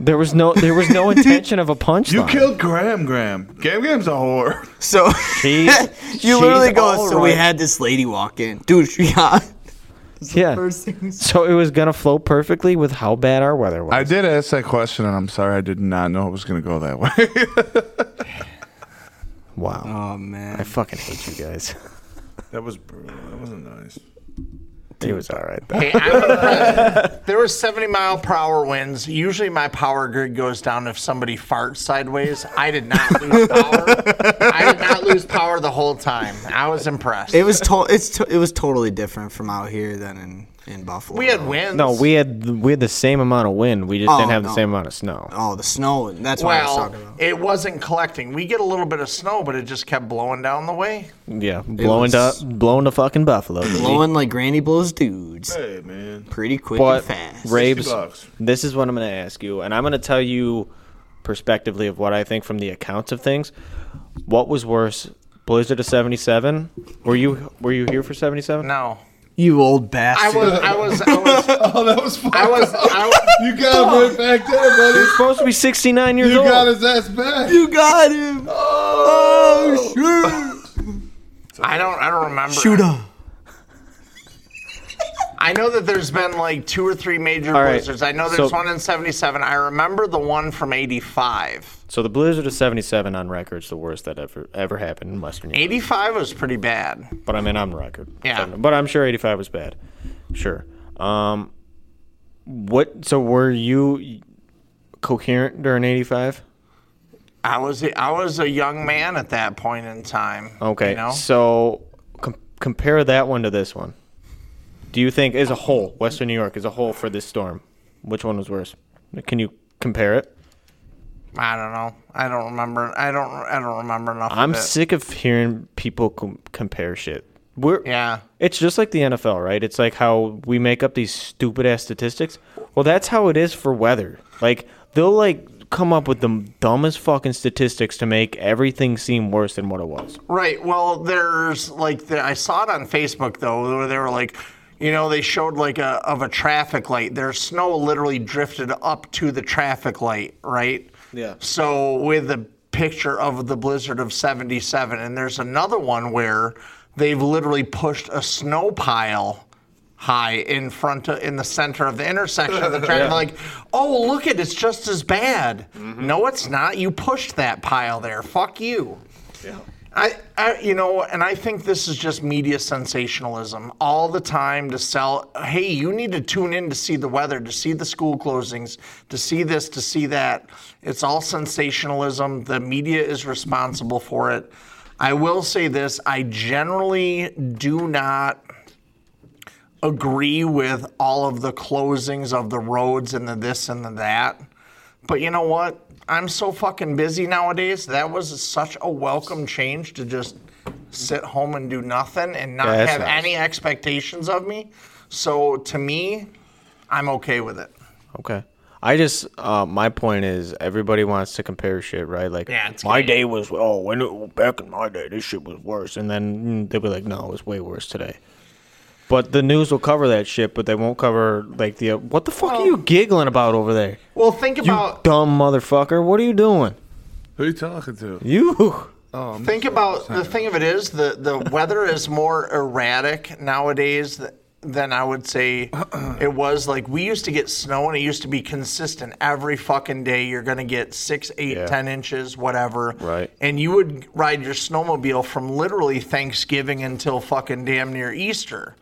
Speaker 3: there was no there was no intention of a punchline
Speaker 4: You killed Graham Graham. Graham Graham's a whore.
Speaker 6: So
Speaker 3: She-
Speaker 6: you literally
Speaker 3: she's
Speaker 6: go.
Speaker 3: all
Speaker 6: So we
Speaker 3: right."
Speaker 6: had this lady walk in, dude. She got
Speaker 3: yeah
Speaker 6: first things.
Speaker 3: So it was gonna flow perfectly with how bad our weather was.
Speaker 4: I did ask that question, and I'm sorry I did not know it was going to go that way.
Speaker 3: wow.
Speaker 6: Oh man,
Speaker 3: I fucking hate you guys.
Speaker 4: that was brutal. That wasn't nice.
Speaker 3: it was all right.
Speaker 1: Hey, I'm impressed. there were 70 mile per hour winds. Usually my power grid goes down if somebody farts sideways. I did not lose power. I did not lose power the whole time. I was impressed.
Speaker 6: it was to- it's to- it was totally different from out here than in in Buffalo.
Speaker 1: we had winds.
Speaker 3: No, we had we had the same amount of wind. We just
Speaker 6: Oh,
Speaker 3: didn't have the
Speaker 6: no.
Speaker 3: same amount of snow.
Speaker 6: Oh, the snow. That's what I was
Speaker 1: Well,
Speaker 6: talking about.
Speaker 1: it wasn't collecting. We get a little bit of snow, but it just kept blowing down the way.
Speaker 3: Yeah, blowing
Speaker 6: was-
Speaker 3: to blowing to fucking Buffalo. baby.
Speaker 6: Blowing like Granny blows dudes,
Speaker 4: Hey, man.
Speaker 6: pretty quick
Speaker 3: But
Speaker 6: and fast.
Speaker 3: Rabes,
Speaker 4: bucks.
Speaker 3: this is what I'm gonna ask you, and I'm gonna tell you perspectively of what I think from the accounts of things. What was worse, Blizzard of '77? Were you were you here for '77?
Speaker 1: No.
Speaker 6: you old
Speaker 1: I
Speaker 6: bastard.
Speaker 1: was, I was, I was,
Speaker 4: Oh, that was fun.
Speaker 1: I was, I was,
Speaker 4: You got him right back there, buddy.
Speaker 3: You're supposed to be 69 years old.
Speaker 4: his ass back.
Speaker 6: you got him. Oh,
Speaker 1: I don't, I don't remember.
Speaker 6: shoot. Shooter.
Speaker 1: I know that there's been like two or three major
Speaker 3: All right.
Speaker 1: blizzards. I know there's
Speaker 3: So-
Speaker 1: one in 77. I remember the one from 85.
Speaker 3: So the blizzard of '77 on record is the worst that ever ever happened in Western Europe.
Speaker 1: 85 was pretty bad.
Speaker 3: But I mean, on record.
Speaker 1: Yeah.
Speaker 3: But I'm sure '85 was bad. Sure. Um, what? So were you coherent during '85?
Speaker 1: I was I was a young man at that point in time.
Speaker 3: Okay.
Speaker 1: You know?
Speaker 3: So com- compare that one to this one. Do you think, as a whole, Western New York as a whole for this storm, which one was worse? Can you compare it?
Speaker 1: I don't know. I don't remember. I don't. I don't remember enough.
Speaker 3: I'm
Speaker 1: of it.
Speaker 3: sick of hearing people com- compare shit. We're
Speaker 1: Yeah.
Speaker 3: It's just like the NFL, right? It's like how we make up these stupid ass statistics. Well, that's how it is for weather. Like they'll like come up with the dumbest fucking statistics to make everything seem worse than what it was.
Speaker 1: Right. Well, there's like the, I saw it on Facebook though, where they were like, you know, they showed like a of a traffic light. Their snow literally drifted up to the traffic light. Right.
Speaker 3: Yeah.
Speaker 1: So with the picture of the blizzard of 77 and there's another one where they've literally pushed a snow pile high in front of, in the center of the intersection of the traffic like oh look it it's just as bad no it's not you pushed that pile there fuck you I, I, you know, and I think this is just media sensationalism all the time to sell. Hey, you need to tune in to see the weather, to see the school closings, to see this, to see that. It's all sensationalism. The media is responsible for it. I will say this I generally do not agree with all of the closings of the roads and the this and the that. But you know what? I'm so fucking busy nowadays. That was such a welcome change to just sit home and do nothing and not
Speaker 3: Yeah, that's
Speaker 1: have
Speaker 3: nice.
Speaker 1: any expectations of me. So to me, I'm okay with it.
Speaker 3: Okay. I just uh, my point is everybody wants to compare shit, right? Like
Speaker 1: Yeah, it's
Speaker 3: my
Speaker 1: gay.
Speaker 3: day was oh when it, back in my day this shit was worse, and then mm, they'll be like no it was way worse today. But the news will cover that shit, but they won't cover like the uh, what the fuck are you giggling about over there?
Speaker 1: Well, think
Speaker 3: You
Speaker 1: about
Speaker 3: dumb motherfucker! What are you doing?
Speaker 4: Who you talking to?
Speaker 3: You
Speaker 1: think about the thing of it is the the weather is more erratic nowadays th- than I would say it was. Like we used to get snow and it used to be consistent every fucking day. You're gonna get six, eight, ten
Speaker 3: Yeah.
Speaker 1: inches, whatever.
Speaker 3: Right.
Speaker 1: And you would ride your snowmobile from literally Thanksgiving until fucking damn near Easter.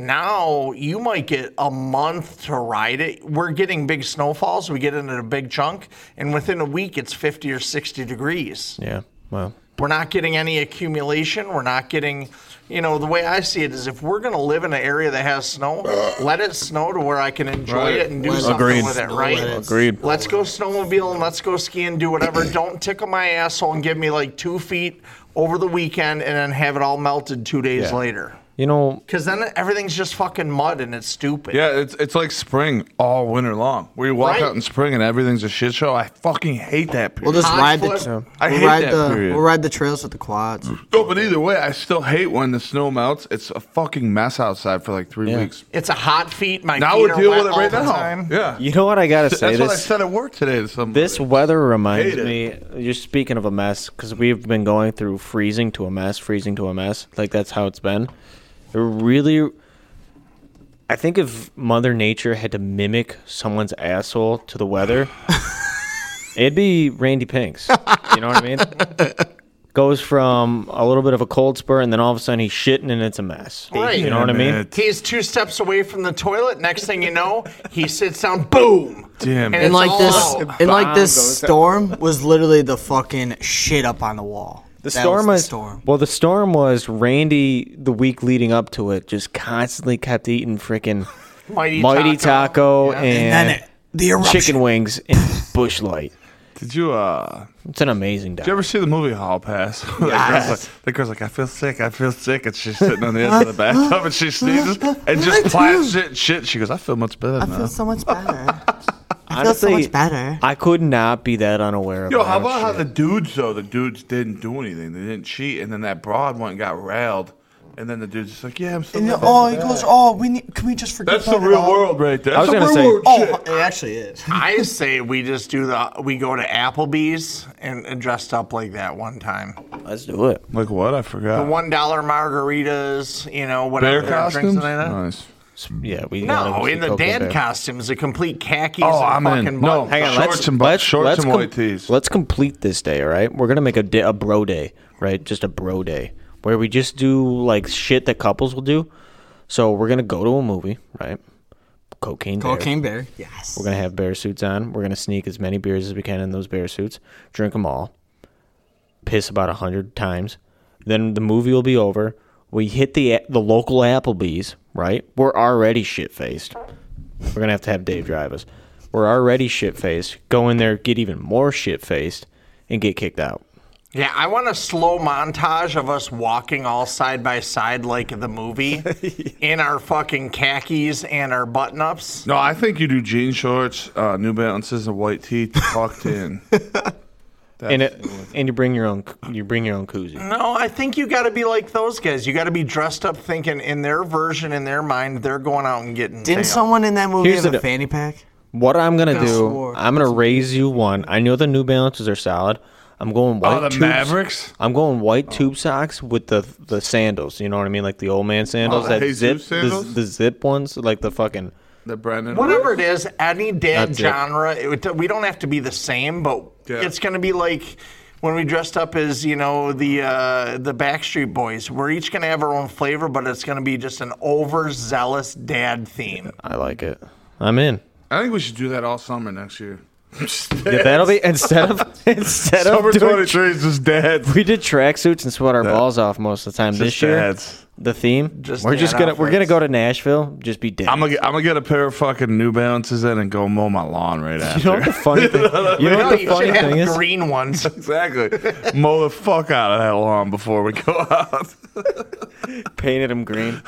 Speaker 1: Now you might get a month to ride it. We're getting big snowfalls. We get into a big chunk, and within a week, it's 50 or 60 degrees.
Speaker 3: yeah well
Speaker 1: We're not getting any accumulation. We're not getting, you know, the way I see it is if we're going to live in an area that has snow, let it snow to where I can enjoy
Speaker 4: Right.
Speaker 1: it and do
Speaker 6: Let it
Speaker 1: something
Speaker 3: Agreed.
Speaker 1: with it,
Speaker 6: snow,
Speaker 1: right?
Speaker 6: let it
Speaker 3: Agreed.
Speaker 1: Let's go snowmobile and let's go ski and do whatever. Don't tickle my asshole and give me like two feet over the weekend and then have it all melted two days
Speaker 3: Yeah.
Speaker 1: later.
Speaker 3: you know
Speaker 1: Because then everything's just fucking mud and it's stupid.
Speaker 4: Yeah, it's it's like spring all winter long. Where you walk
Speaker 1: Right.
Speaker 4: out in spring and everything's a shit show. I fucking hate that period.
Speaker 6: We'll just
Speaker 1: Hot
Speaker 6: ride
Speaker 1: foot.
Speaker 6: the.
Speaker 4: I
Speaker 6: we'll
Speaker 4: hate
Speaker 6: ride
Speaker 4: that
Speaker 6: the.
Speaker 4: period.
Speaker 6: We'll ride the trails with the quads.
Speaker 4: No, but either way, I still hate when the snow melts. It's a fucking mess outside for like three
Speaker 3: Yeah.
Speaker 4: weeks.
Speaker 1: It's a hot feet. My
Speaker 4: Now
Speaker 1: feet
Speaker 4: we're
Speaker 1: are wet
Speaker 4: dealing with it
Speaker 1: all
Speaker 4: right
Speaker 1: the
Speaker 4: now.
Speaker 1: time.
Speaker 4: Yeah,
Speaker 3: you know what I gotta
Speaker 4: that's
Speaker 3: say
Speaker 4: what I
Speaker 3: this
Speaker 4: said at work today. To somebody.
Speaker 3: This weather reminds
Speaker 4: Hate
Speaker 3: me. You're speaking of a mess because we've been going through freezing to a mess, freezing to a mess. Like that's how it's been. It really, I think if Mother Nature had to mimic someone's asshole to the weather, it'd be Randy Pinks. You know what I mean? Goes from a little bit of a cold spur, and then all of a sudden he's shitting, and it's a mess.
Speaker 1: Right.
Speaker 3: You know what I mean?
Speaker 1: He's two steps away from the toilet. Next thing you know, he sits down. Boom.
Speaker 4: Damn.
Speaker 1: And
Speaker 6: And
Speaker 1: it's
Speaker 6: like
Speaker 1: all
Speaker 6: this,
Speaker 1: out.
Speaker 6: and like
Speaker 3: Bomb
Speaker 6: this
Speaker 3: goes out.
Speaker 6: storm was literally the fucking shit up on the wall.
Speaker 3: The
Speaker 6: That
Speaker 3: storm
Speaker 6: was
Speaker 3: was,
Speaker 6: the storm.
Speaker 3: well. The storm was Randy. The week leading up to it, just constantly kept eating freaking
Speaker 1: Mighty,
Speaker 3: mighty taco,
Speaker 1: Yeah.
Speaker 3: and,
Speaker 6: And it, the eruption.
Speaker 3: chicken wings and bushlight.
Speaker 4: Did you uh?
Speaker 3: It's an amazing diet.
Speaker 4: Did you ever see the movie Hall Pass? the, girl's like, the girl's like, I feel sick, I feel sick, and she's sitting on the edge of the bathtub and she sneezes and just plants shit. Shit, she goes, I feel much better
Speaker 7: I
Speaker 4: now.
Speaker 7: feel so much better. I feel so
Speaker 3: Honestly,
Speaker 7: much better.
Speaker 3: I could not be that unaware of
Speaker 4: Yo,
Speaker 3: that
Speaker 4: how about how
Speaker 3: shit.
Speaker 4: the dudes though? The dudes didn't do anything. They didn't cheat, and then that broad one got railed, and then the dude's just like, "Yeah, I'm still."
Speaker 6: And
Speaker 4: living."
Speaker 6: oh, he goes, oh, we need, can we just forget
Speaker 4: That's the
Speaker 6: about it
Speaker 4: real
Speaker 6: all?"
Speaker 4: world right there.
Speaker 3: I was
Speaker 4: That's the
Speaker 3: gonna
Speaker 4: real
Speaker 3: say-
Speaker 4: world
Speaker 6: Oh,
Speaker 4: shit.
Speaker 6: it actually is.
Speaker 1: I say we just do the we go to Applebee's and, and dressed up like that one time.
Speaker 3: Let's do it.
Speaker 4: Like what? I
Speaker 1: The
Speaker 4: forgot.
Speaker 1: one dollar margaritas, you know,
Speaker 4: Uh,
Speaker 1: whatever
Speaker 4: bear
Speaker 1: drinks
Speaker 4: costumes.
Speaker 1: and all that.
Speaker 4: Nice.
Speaker 3: Yeah, we.
Speaker 1: No,
Speaker 3: gotta
Speaker 1: in the
Speaker 3: cook
Speaker 1: Dan
Speaker 3: there.
Speaker 1: costumes, the complete khakis
Speaker 4: Oh,
Speaker 1: and
Speaker 4: I'm
Speaker 1: fucking
Speaker 4: in. No,
Speaker 1: buttons.
Speaker 4: hang on, Shorts and bu- shorts and white tees.
Speaker 3: Let's complete this day, all right? We're gonna make a day, a bro day, right? Just a bro day where we just do like shit that couples will do. So we're gonna go to a movie, right? Cocaine. Bear.
Speaker 6: Cocaine Bear. Yes.
Speaker 3: We're gonna have bear suits on. We're gonna sneak as many beers as we can in those bear suits. Drink them all. Piss about a hundred times. Then the movie will be over. We hit the the local Applebee's. Right? We're already shit faced. We're gonna have to have Dave drive us. We're already shit faced. Go in there, get even more shit faced, and get kicked out.
Speaker 1: Yeah, I want a slow montage of us walking all side by side like the movie in our fucking khakis and our button ups.
Speaker 4: No, I think you do jean shorts, uh, New Balances, and white tee tucked in.
Speaker 3: And it, and you bring your own you bring your own koozie.
Speaker 1: No, Oh, I think you got to be like those guys. You got to be dressed up, thinking in their version, in their mind, they're going out and getting. tail.
Speaker 6: Didn't someone in that movie
Speaker 3: Here's
Speaker 6: have
Speaker 3: the
Speaker 6: a
Speaker 3: d-
Speaker 6: fanny pack?
Speaker 3: What I'm gonna do?
Speaker 6: swore.
Speaker 3: I'm gonna raise you one. I know the New Balances are solid. I'm going white.
Speaker 4: Oh, the
Speaker 3: tubes.
Speaker 4: Mavericks.
Speaker 3: I'm going white
Speaker 4: Oh.
Speaker 3: tube socks with the the sandals. You know what I mean, like the old man sandals,
Speaker 4: Oh, the
Speaker 3: that
Speaker 4: Jesus
Speaker 3: zip,
Speaker 4: sandals?
Speaker 3: The, the zip ones, like the fucking.
Speaker 4: The Brandon.
Speaker 1: Whatever it is, any dad
Speaker 3: That's it.
Speaker 1: genre, it. would- we don't have to be the same, but
Speaker 4: Yeah.
Speaker 1: it's going to be like when we dressed up as you know the uh, the Backstreet Boys. We're each going to have our own flavor, but it's going to be just an overzealous dad theme.
Speaker 3: I like it. I'm in.
Speaker 4: I think we should do that all summer next year.
Speaker 3: Yeah, that'll be instead of instead
Speaker 4: Summer
Speaker 3: of doing,
Speaker 4: 23 is just dads.
Speaker 3: we did tracksuits and sweat our balls off most of the time
Speaker 4: Just
Speaker 3: this year.
Speaker 4: dads.
Speaker 3: The theme.
Speaker 1: Just
Speaker 3: we're just
Speaker 1: dad
Speaker 3: gonna we're gonna
Speaker 1: outfits.
Speaker 3: go to Nashville. Just be dead.
Speaker 4: I'm gonna get, I'm gonna get a pair of fucking New Balances in and go mow my lawn right after.
Speaker 3: you know what the funny thing? You know what the
Speaker 1: You should
Speaker 3: funny
Speaker 1: have
Speaker 3: thing is?
Speaker 1: green ones.
Speaker 4: exactly. mow the fuck out of that lawn before we go out.
Speaker 3: Painted them green.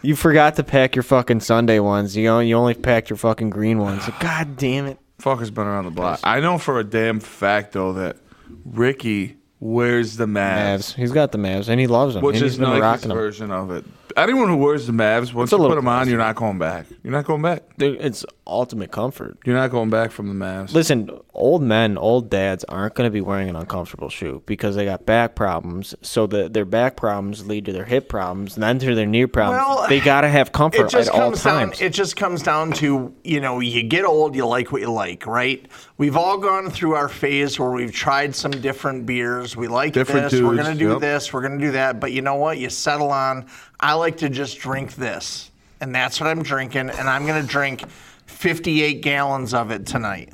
Speaker 3: You forgot to pack your fucking Sunday ones. You know, you only packed your fucking green ones. God damn it!
Speaker 4: Fucker's been around the block. I know for a damn fact though that Ricky wears the Mavs,
Speaker 3: Mavs. He's got the Mavs, and he loves them.
Speaker 4: which
Speaker 3: and
Speaker 4: is
Speaker 3: he's been
Speaker 4: Nike's
Speaker 3: rocking them.
Speaker 4: version of it. Anyone who wears the Mavs, once
Speaker 3: a
Speaker 4: you put
Speaker 3: little
Speaker 4: them on, you're not going back. You're not going back.
Speaker 3: Dude, it's ultimate comfort.
Speaker 4: You're not going back from the Mavs.
Speaker 3: Listen, old men, old dads aren't going to be wearing an uncomfortable shoe because they got back problems. So the, their back problems lead to their hip problems, and then to their knee problems.
Speaker 1: Well,
Speaker 3: they got to have comfort
Speaker 1: It just
Speaker 3: at all
Speaker 1: comes down.
Speaker 3: times.
Speaker 1: It just comes down to you know you get old, you like what you like, right? We've all gone through our phase where we've tried some different beers. We like
Speaker 4: Different
Speaker 1: this. we're
Speaker 4: dudes,
Speaker 1: gonna do
Speaker 4: yep.
Speaker 1: this. We're gonna do that. But you know what? You settle on. I like to just drink this, and that's what I'm drinking. And I'm gonna drink 58 gallons of it tonight.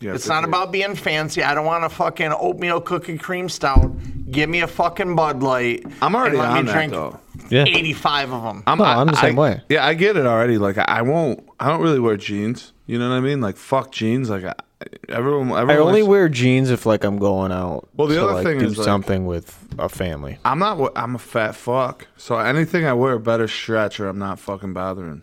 Speaker 4: Yeah,
Speaker 1: It's not
Speaker 4: 58.
Speaker 1: about being fancy. I don't want a fucking oatmeal cookie cream stout. Give me a fucking Bud Light.
Speaker 4: I'm
Speaker 1: and
Speaker 4: already
Speaker 1: let
Speaker 4: on
Speaker 1: me
Speaker 4: that,
Speaker 1: drink
Speaker 4: though.
Speaker 3: Yeah.
Speaker 1: 85 of them.
Speaker 3: No, I'm the same
Speaker 4: I-
Speaker 3: way.
Speaker 4: Yeah, I get it already. Like I, I won't. I don't really wear jeans. You know what I mean? Like fuck jeans. Like I, everyone. everyone
Speaker 3: I only
Speaker 4: likes-
Speaker 3: wear jeans if like I'm going out.
Speaker 4: Well, the
Speaker 3: to,
Speaker 4: other
Speaker 3: like,
Speaker 4: thing
Speaker 3: do
Speaker 4: is, like-
Speaker 3: something with a family.
Speaker 4: I'm not. wa- I'm a fat fuck. So anything I wear better stretch, or I'm not fucking bothering.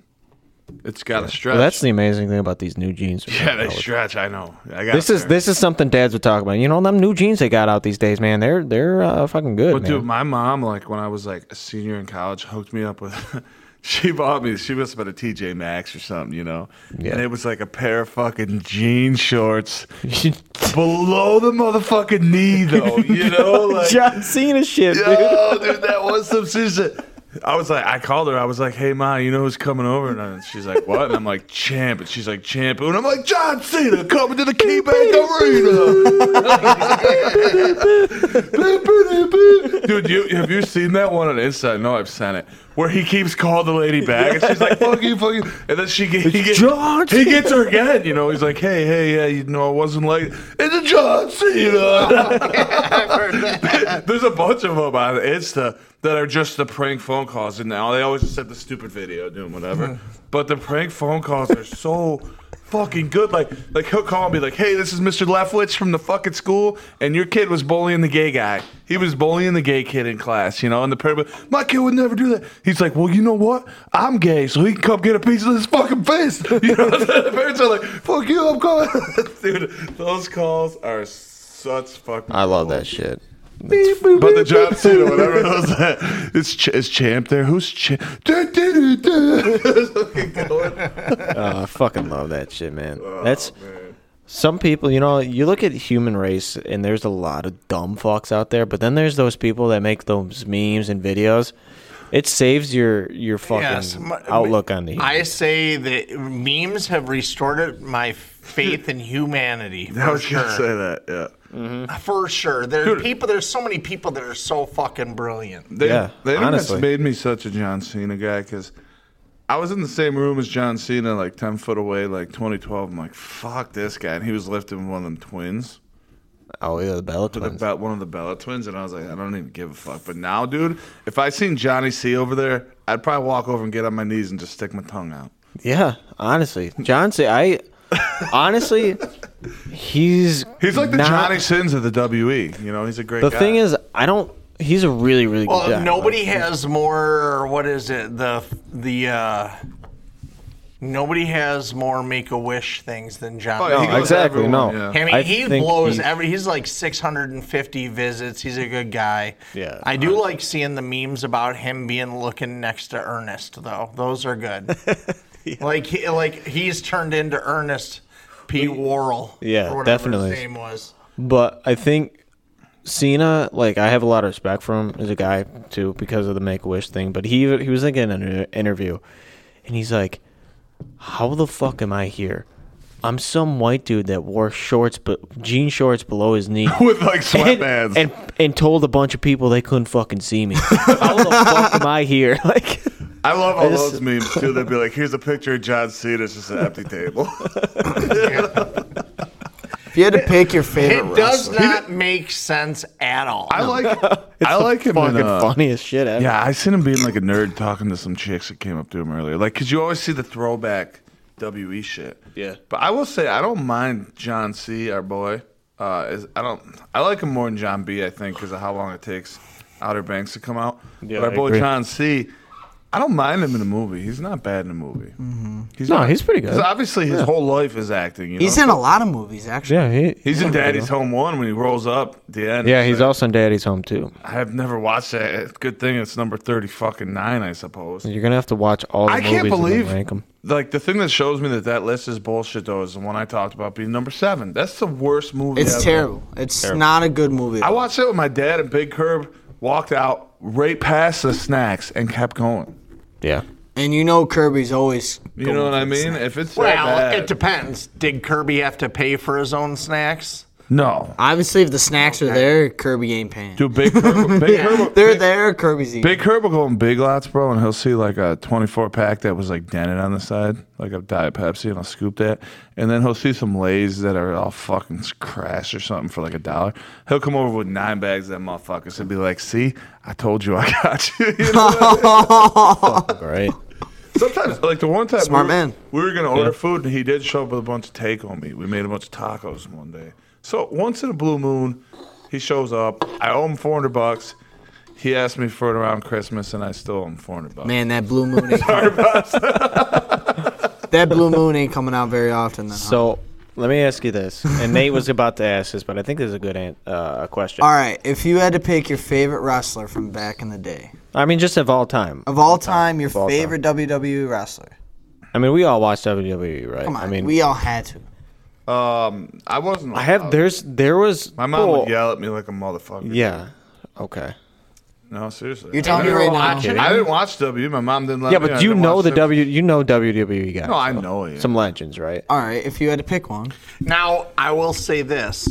Speaker 4: It's got to stretch.
Speaker 3: Well, that's the amazing thing about these new jeans. we
Speaker 4: yeah,
Speaker 3: have
Speaker 4: they
Speaker 3: out.
Speaker 4: stretch. I know. I got
Speaker 3: This is
Speaker 4: there.
Speaker 3: this is something dads would talk about. You know them new jeans they got out these days, man. They're they're uh, fucking good,
Speaker 4: But
Speaker 3: man.
Speaker 4: dude, my mom, like when I was like a senior in college, hooked me up with. she bought me. She must have been a TJ Maxx or something, you know.
Speaker 3: Yeah.
Speaker 4: And it was like a pair of fucking jean shorts below the motherfucking knee, though. You know, like
Speaker 3: John Cena shit, dude.
Speaker 4: Yo, dude, that was some shit. I was like, I called her. I was like, "Hey, ma, you know who's coming over?" And I- she's like, "What?" And I'm like, "Champ." And she's like, "Champ." And I'm like, "John Cena coming to the KeyBank Arena." Dude, you have you seen that one on Insta? No, I've sent it. Where he keeps calling the lady back, and she's like, "Fuck you, fuck you," and then she get, he gets
Speaker 3: John
Speaker 4: he gets her again. You know, he's like, "Hey, hey, yeah, you know, I wasn't like it's a John Cena." There's a bunch of them on Insta that are just the prank phone calls, and now they always just have the stupid video doing whatever. but the prank phone calls are so fucking good. Like, like he'll call and be like, "Hey, this is Mr. Lefwich from the fucking school, and your kid was bullying the gay guy. He was bullying the gay kid in class, you know." And the parent, my kid would never do that. He's like, "Well, you know what? I'm gay, so he can come get a piece of this fucking face." You know, the parents are like, "Fuck you, I'm coming." Dude, those calls are such fucking.
Speaker 3: I love that shit.
Speaker 4: But the John Cena, whatever it was, that it's Ch- is Champ there. Who's Champ?
Speaker 3: Oh, I fucking love that shit, man. That's some people, you know, you look at human race and there's a lot of dumb fucks out there, but then there's those people that make those memes and videos. It saves your your fucking
Speaker 1: my-
Speaker 3: outlook on the human.
Speaker 1: I say that memes have restored my faith in humanity. For
Speaker 4: I was
Speaker 1: sure.
Speaker 4: gonna say that. Yeah,
Speaker 1: For sure. There are people there's so many people that are so fucking brilliant.
Speaker 4: they,
Speaker 3: Yeah,
Speaker 4: the internet's
Speaker 3: honestly.
Speaker 4: made me such a John Cena guy because I was in the same room as John Cena, like ten foot away, like 2012. I'm like, fuck this guy, and he was lifting one of them twins.
Speaker 3: oh yeah, the Bella
Speaker 4: with
Speaker 3: twins.
Speaker 4: about one of the Bella twins, and I was like, I don't even give a fuck. But now, dude, if I seen Johnny C over there, I'd probably walk over and get on my knees and just stick my tongue out.
Speaker 3: yeah, honestly, John C. I honestly, he's
Speaker 4: He's like the
Speaker 3: not-
Speaker 4: Johnny Sins of the WE. You know, he's a great.
Speaker 3: The
Speaker 4: guy.
Speaker 3: thing is, I don't. He's a really really good
Speaker 1: Well,
Speaker 3: guy.
Speaker 1: nobody
Speaker 3: Like,
Speaker 1: has more what is it? The the uh nobody has more make a wish things than John.
Speaker 4: Oh, yeah, he
Speaker 1: Cena.
Speaker 4: goes
Speaker 3: exactly,
Speaker 4: everyone,
Speaker 3: no.
Speaker 4: yeah.
Speaker 1: I mean,
Speaker 3: I
Speaker 1: he
Speaker 3: think
Speaker 1: blows
Speaker 3: he's-
Speaker 1: every. He's like 650 visits. He's a good guy.
Speaker 3: Yeah.
Speaker 1: I do like seeing the memes about him being looking next to Ernest, though. Those are good. Like, he, like he's turned into Ernest P. Worrell.
Speaker 3: Yeah,
Speaker 1: or whatever
Speaker 3: definitely.
Speaker 1: His name was.
Speaker 3: But I think Cena, like I have a lot of respect for him as a guy too because of the Make a Wish thing. But he he was like in an inter- interview, and he's like, "How the fuck am I here? I'm some white dude that wore shorts, but jean shorts below his knee."
Speaker 4: with like
Speaker 3: And,
Speaker 4: sweatbands.
Speaker 3: and and told a bunch of people they couldn't fucking see me. How the fuck am I here? Like
Speaker 4: I love all
Speaker 3: I just-
Speaker 4: those memes too. They'd be like, "Here's a picture of John Cena. It's just an empty table."
Speaker 7: If you had to pick your favorite
Speaker 1: It does
Speaker 7: wrestler,
Speaker 1: not make sense at all.
Speaker 4: I like. I like him.
Speaker 3: Fucking
Speaker 4: in, uh,
Speaker 3: funny as shit. Ever.
Speaker 4: Yeah, I seen him being like a nerd talking to some chicks that came up to him earlier. Like, cause you always see the throwback WE shit.
Speaker 3: Yeah.
Speaker 4: But I will say I don't mind John C, our boy. Uh, is, I don't. I like him more than John B. I think because of how long it takes Outer Banks to come out.
Speaker 3: Yeah,
Speaker 4: but our
Speaker 3: I
Speaker 4: boy
Speaker 3: agree.
Speaker 4: John C. I don't mind him in the movie. He's not bad in the movie.
Speaker 3: Mm-hmm.
Speaker 4: He's
Speaker 3: No,
Speaker 4: not-
Speaker 3: he's pretty good.
Speaker 4: 'cause obviously his whole life is acting. You
Speaker 6: He's
Speaker 4: know?
Speaker 6: in a lot of movies, actually.
Speaker 3: Yeah, he,
Speaker 4: He's in Daddy's Home One when he rolls up at the end.
Speaker 3: Yeah,
Speaker 4: It's
Speaker 3: he's
Speaker 4: like,
Speaker 3: also in Daddy's Home too.
Speaker 4: I have never watched that. Good thing it's number thirty fucking nine, I suppose.
Speaker 3: You're gonna have to watch all the
Speaker 4: I
Speaker 3: movies
Speaker 4: can't
Speaker 3: and
Speaker 4: believe
Speaker 3: then rank them.
Speaker 4: like the thing that shows me that that list is bullshit though is the one I talked about being number seven. That's the worst movie.
Speaker 6: It's
Speaker 4: ever.
Speaker 6: terrible. It's not a good movie.
Speaker 4: I watched it with my dad and Big Curb. Walked out right past the snacks and kept going.
Speaker 3: Yeah,
Speaker 6: and you know Kirby's always.
Speaker 4: You
Speaker 6: going
Speaker 4: know what
Speaker 6: for
Speaker 4: I
Speaker 6: the
Speaker 4: mean?
Speaker 6: snack.
Speaker 4: If it's that
Speaker 1: well,
Speaker 4: bad,
Speaker 1: it depends. Did Kirby have to pay for his own snacks?
Speaker 4: no.
Speaker 6: Obviously, if the snacks are there, Kirby ain't paying.
Speaker 4: Dude, Big Curb, Big Curb,
Speaker 6: They're there, Kirby's eating.
Speaker 4: Big Curb will go in Big Lots, bro, and he'll see like a 24 pack that was like dented on the side, like a Diet Pepsi, and I'll scoop that. And then he'll see some Lays that are all fucking crashed or something for like a dollar. He'll come over with nine bags of them motherfuckers and be like, see, I told you I got you. You know?
Speaker 3: right.
Speaker 4: Sometimes, like the one time
Speaker 6: Smart
Speaker 4: we were,
Speaker 6: man.
Speaker 4: we were going to order food, and he did show up with a bunch of takeout meat. We made a bunch of tacos one day. So once in a blue moon, he shows up. I owe him 400 bucks. He asked me for it around Christmas, and I still owe him 400 bucks.
Speaker 6: Man, that blue moon. Ain't coming. that blue moon ain't coming out very often. Then, huh?
Speaker 3: So let me ask you this, and Nate was about to ask this, but I think this is a good an- uh, question.
Speaker 6: all right, if you had to pick your favorite wrestler from back in the day
Speaker 3: I mean, just of all time.
Speaker 6: of all time, your
Speaker 3: all time.
Speaker 6: favorite WWE wrestler.
Speaker 3: I mean, we all watch WWE, E, right?
Speaker 6: Come on,
Speaker 3: I mean,
Speaker 6: we all had to.
Speaker 4: Um, I wasn't.
Speaker 3: I have. There's. There was.
Speaker 4: My mom
Speaker 3: well,
Speaker 4: would yell at me like a motherfucker.
Speaker 3: Yeah. Okay.
Speaker 4: No, seriously.
Speaker 6: You're telling
Speaker 4: I
Speaker 6: me
Speaker 4: didn't
Speaker 6: right now-
Speaker 4: watch it. I didn't watch W. My mom didn't let
Speaker 3: Yeah,
Speaker 4: me. I
Speaker 3: but you
Speaker 4: didn't
Speaker 3: know
Speaker 4: watch
Speaker 3: the
Speaker 4: it.
Speaker 3: W. You know WWE guys.
Speaker 4: No, I
Speaker 3: so-
Speaker 4: know it.
Speaker 3: Some legends, right?
Speaker 6: All right, if you had to pick one,
Speaker 1: Now, I will say this.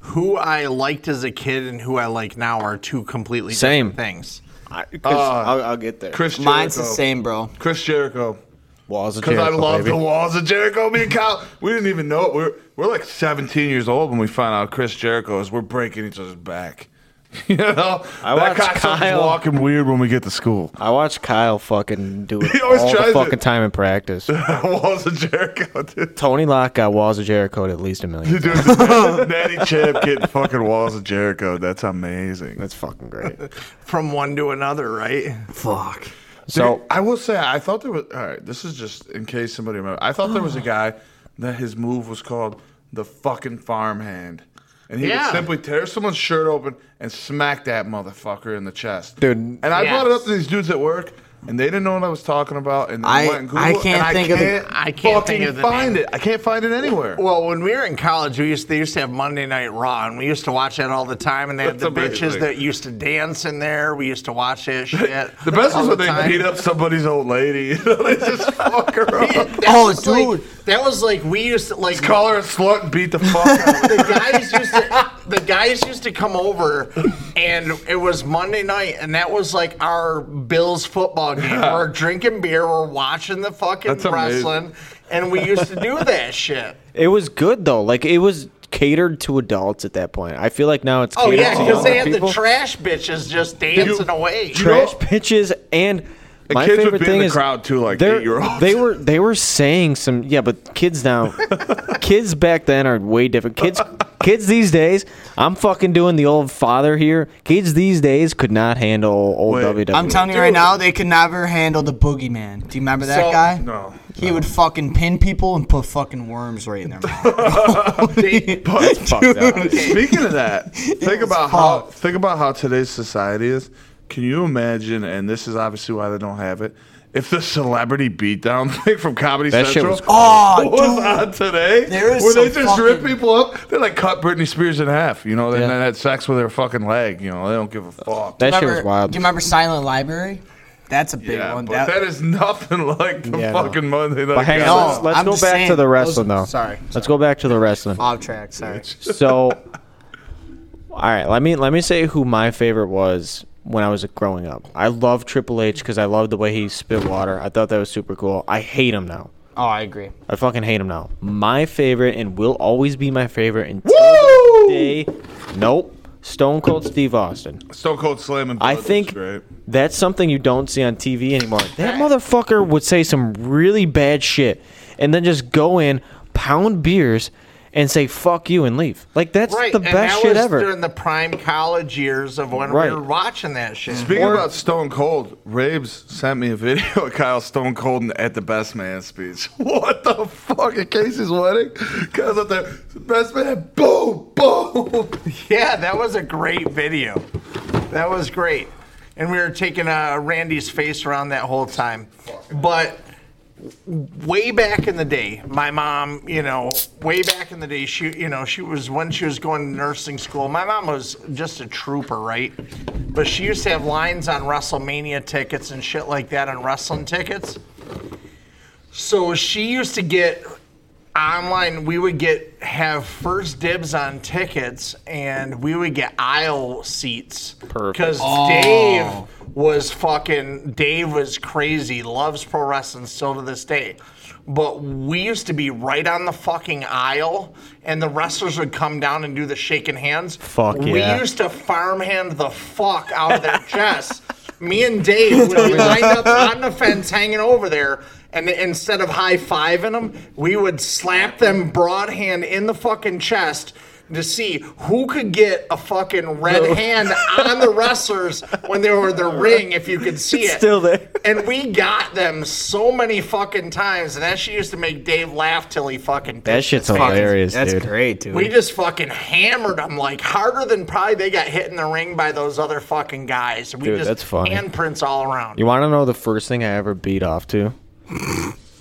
Speaker 1: Who I liked as a kid and who I like now are two completely
Speaker 3: Same.
Speaker 1: different things.
Speaker 3: I, will get there.
Speaker 4: Uh, Chris Jericho.
Speaker 6: mine's the same, bro.
Speaker 4: Chris Jericho.
Speaker 3: Walls of
Speaker 4: Because I
Speaker 3: Jericho,
Speaker 4: love
Speaker 3: baby.
Speaker 4: the walls of Jericho. Me and Kyle, we didn't even know it. We're we're like 17 years old when we find out Chris Jericho is. We're breaking each other's back. You know,
Speaker 3: I
Speaker 4: that
Speaker 3: watched
Speaker 4: cocksucker's
Speaker 3: Kyle-
Speaker 4: walking weird when we get to school.
Speaker 3: I watched Kyle fucking do it
Speaker 4: He
Speaker 3: all
Speaker 4: always tries
Speaker 3: the
Speaker 4: it.
Speaker 3: fucking time in practice.
Speaker 4: walls of Jericho, dude.
Speaker 3: Tony Locke got Walls of Jericho at least a million.
Speaker 4: Dude, the Natty Champ getting fucking walls of Jericho. That's amazing.
Speaker 3: That's fucking great.
Speaker 1: From one to another, right?
Speaker 6: Fuck.
Speaker 3: So
Speaker 4: I will say, I thought there was. All right, this is just in case somebody remember. I thought there was a guy that his move was called the fucking farmhand, and he
Speaker 1: Yeah.
Speaker 4: would simply tear someone's shirt open and smack that motherfucker in the chest,
Speaker 3: Dude.
Speaker 4: And I brought it up
Speaker 1: Yes.
Speaker 4: to these dudes at work. And they didn't know what I was talking about, and they
Speaker 6: I-
Speaker 4: went and Googled,
Speaker 6: I can't
Speaker 4: and
Speaker 6: think
Speaker 4: I
Speaker 6: of the-
Speaker 4: can't
Speaker 1: I can't think
Speaker 4: fucking
Speaker 1: of the
Speaker 4: find
Speaker 1: name.
Speaker 4: it. I can't find it anywhere.
Speaker 1: Well, when we were in college, we used they used to have Monday Night Raw, and we used to watch that all the time. And they had
Speaker 4: That's
Speaker 1: the
Speaker 4: amazing.
Speaker 1: bitches that used to dance in there. We used to watch that shit.
Speaker 4: the best
Speaker 1: all
Speaker 4: is when they
Speaker 1: time.
Speaker 4: beat up somebody's old lady. You know, they just fuck her up,
Speaker 1: That
Speaker 6: Oh,
Speaker 1: was like-
Speaker 6: dude.
Speaker 1: that was like we used to like
Speaker 4: call her a slut, and beat the fuck out of her.
Speaker 1: the guys used to the guys used to come over and it was Monday night and that was like our Bills football game. We're drinking beer, we're watching the fucking
Speaker 4: That's amazing.
Speaker 1: wrestling and we used to do that shit.
Speaker 3: it was good though. Like it was catered to adults at that point. I feel like now it's
Speaker 1: Oh
Speaker 3: catered
Speaker 1: yeah,
Speaker 3: to
Speaker 1: because they
Speaker 3: younger
Speaker 1: had
Speaker 3: people.
Speaker 1: the trash bitches just dancing away.
Speaker 4: you know-
Speaker 3: trash pitches and
Speaker 4: The
Speaker 3: my
Speaker 4: kids would
Speaker 3: favorite
Speaker 4: be in
Speaker 3: thing
Speaker 4: the
Speaker 3: is
Speaker 4: crowd, too, like
Speaker 3: they're-
Speaker 4: eight-year-olds.
Speaker 3: They were they were saying some yeah, but kids now, kids back then are way different. Kids kids these days, I'm fucking doing the old father here. Kids these days could not handle old E.
Speaker 4: Wait.
Speaker 3: WWE.
Speaker 6: I'm telling you right now, they could never handle the boogeyman. Do you remember that
Speaker 1: So-
Speaker 6: guy?
Speaker 4: No.
Speaker 6: He would fucking pin people and put fucking worms right in their mouth.
Speaker 4: Speaking of that, think
Speaker 6: was
Speaker 4: about how
Speaker 6: fucked.
Speaker 4: think about how today's society is. Can you imagine? And this is obviously why they don't have it. If the celebrity beatdown thing from Comedy
Speaker 3: That shit
Speaker 4: Central
Speaker 3: was
Speaker 6: Oh,
Speaker 4: was
Speaker 6: dude.
Speaker 4: on today,
Speaker 6: There is
Speaker 4: where they
Speaker 6: some
Speaker 4: just rip
Speaker 6: fucking-
Speaker 4: people up, they like cut Britney Spears in half. You know, and
Speaker 3: Yeah.
Speaker 4: then had sex with her fucking leg. You know, they don't give a fuck.
Speaker 3: that shit
Speaker 6: Remember-
Speaker 3: was wild.
Speaker 6: Do you remember Silent Library? That's a big
Speaker 4: yeah,
Speaker 6: one.
Speaker 4: but that is nothing like the
Speaker 3: Yeah, no.
Speaker 4: fucking Monday Night
Speaker 3: But hang
Speaker 4: Raw.
Speaker 3: on, let's,
Speaker 6: No,
Speaker 3: let's
Speaker 6: I'm
Speaker 3: go back
Speaker 6: just saying,
Speaker 3: to the
Speaker 6: those-
Speaker 3: wrestling though.
Speaker 6: sorry,
Speaker 3: let's go back to the wrestling.
Speaker 6: off track. Sorry.
Speaker 3: So, all right, let me let me say who my favorite was when I was growing up. I loved Triple H because I loved the way he spit water. I thought that was super cool. I hate him now.
Speaker 6: Oh, I agree.
Speaker 3: I fucking hate him now. My favorite and will always be my favorite until the day. Nope. Stone Cold Steve Austin.
Speaker 4: Stone Cold Slam and
Speaker 3: I
Speaker 4: Blood was
Speaker 3: think
Speaker 4: Oh, great.
Speaker 3: that's something you don't see on TV anymore. That motherfucker would say some really bad shit and then just go in, pound beers, and say fuck you and leave. Like that's the
Speaker 1: and that
Speaker 3: best shit
Speaker 1: was
Speaker 3: ever.
Speaker 1: During the prime college years of when
Speaker 3: Right.
Speaker 1: we were watching that shit.
Speaker 4: Speaking about Stone Cold, Rabes sent me a video of Kyle Stone Cold at the Best Man speech. What the fuck at Casey's wedding? Kyle's up there, Best Man, boom, boom.
Speaker 1: Yeah, that was a great video. That was great. And we were taking uh, Randy's face around that whole time. But way back in the day, my mom, you know, way back in the day, she, you know, she was when she was going to nursing school. My mom was just a trooper, right? But she used to have lines on WrestleMania tickets and shit like that on wrestling tickets. So she used to get online. We would get have first dibs on tickets, and we would get aisle seats.
Speaker 3: Perfect.
Speaker 1: Because Dave was fucking. Dave was crazy. Loves pro wrestling still to this day. But we used to be right on the fucking aisle, and the wrestlers would come down and do the shaking hands.
Speaker 3: Fuck
Speaker 1: we
Speaker 3: yeah.
Speaker 1: used to farmhand the fuck out of their chests. Me and Dave would be lined up on the fence, hanging over there, and instead of high fiving them, we would slap them broad hand in the fucking chest to see who could get a fucking red hand on the wrestlers when they were in the ring, if you could see it.
Speaker 3: Still there.
Speaker 1: And we got them so many fucking times, and that shit used to make Dave laugh till he fucking.
Speaker 3: that
Speaker 1: pissed
Speaker 3: shit's
Speaker 1: his pants.
Speaker 3: hilarious,
Speaker 8: That's
Speaker 3: dude.
Speaker 8: great, dude.
Speaker 1: We just fucking hammered them like harder than probably they got hit in the ring by those other fucking guys. We
Speaker 3: Dude,
Speaker 1: just
Speaker 3: that's funny.
Speaker 1: handprints all around.
Speaker 3: You want to know the first thing I ever beat off to?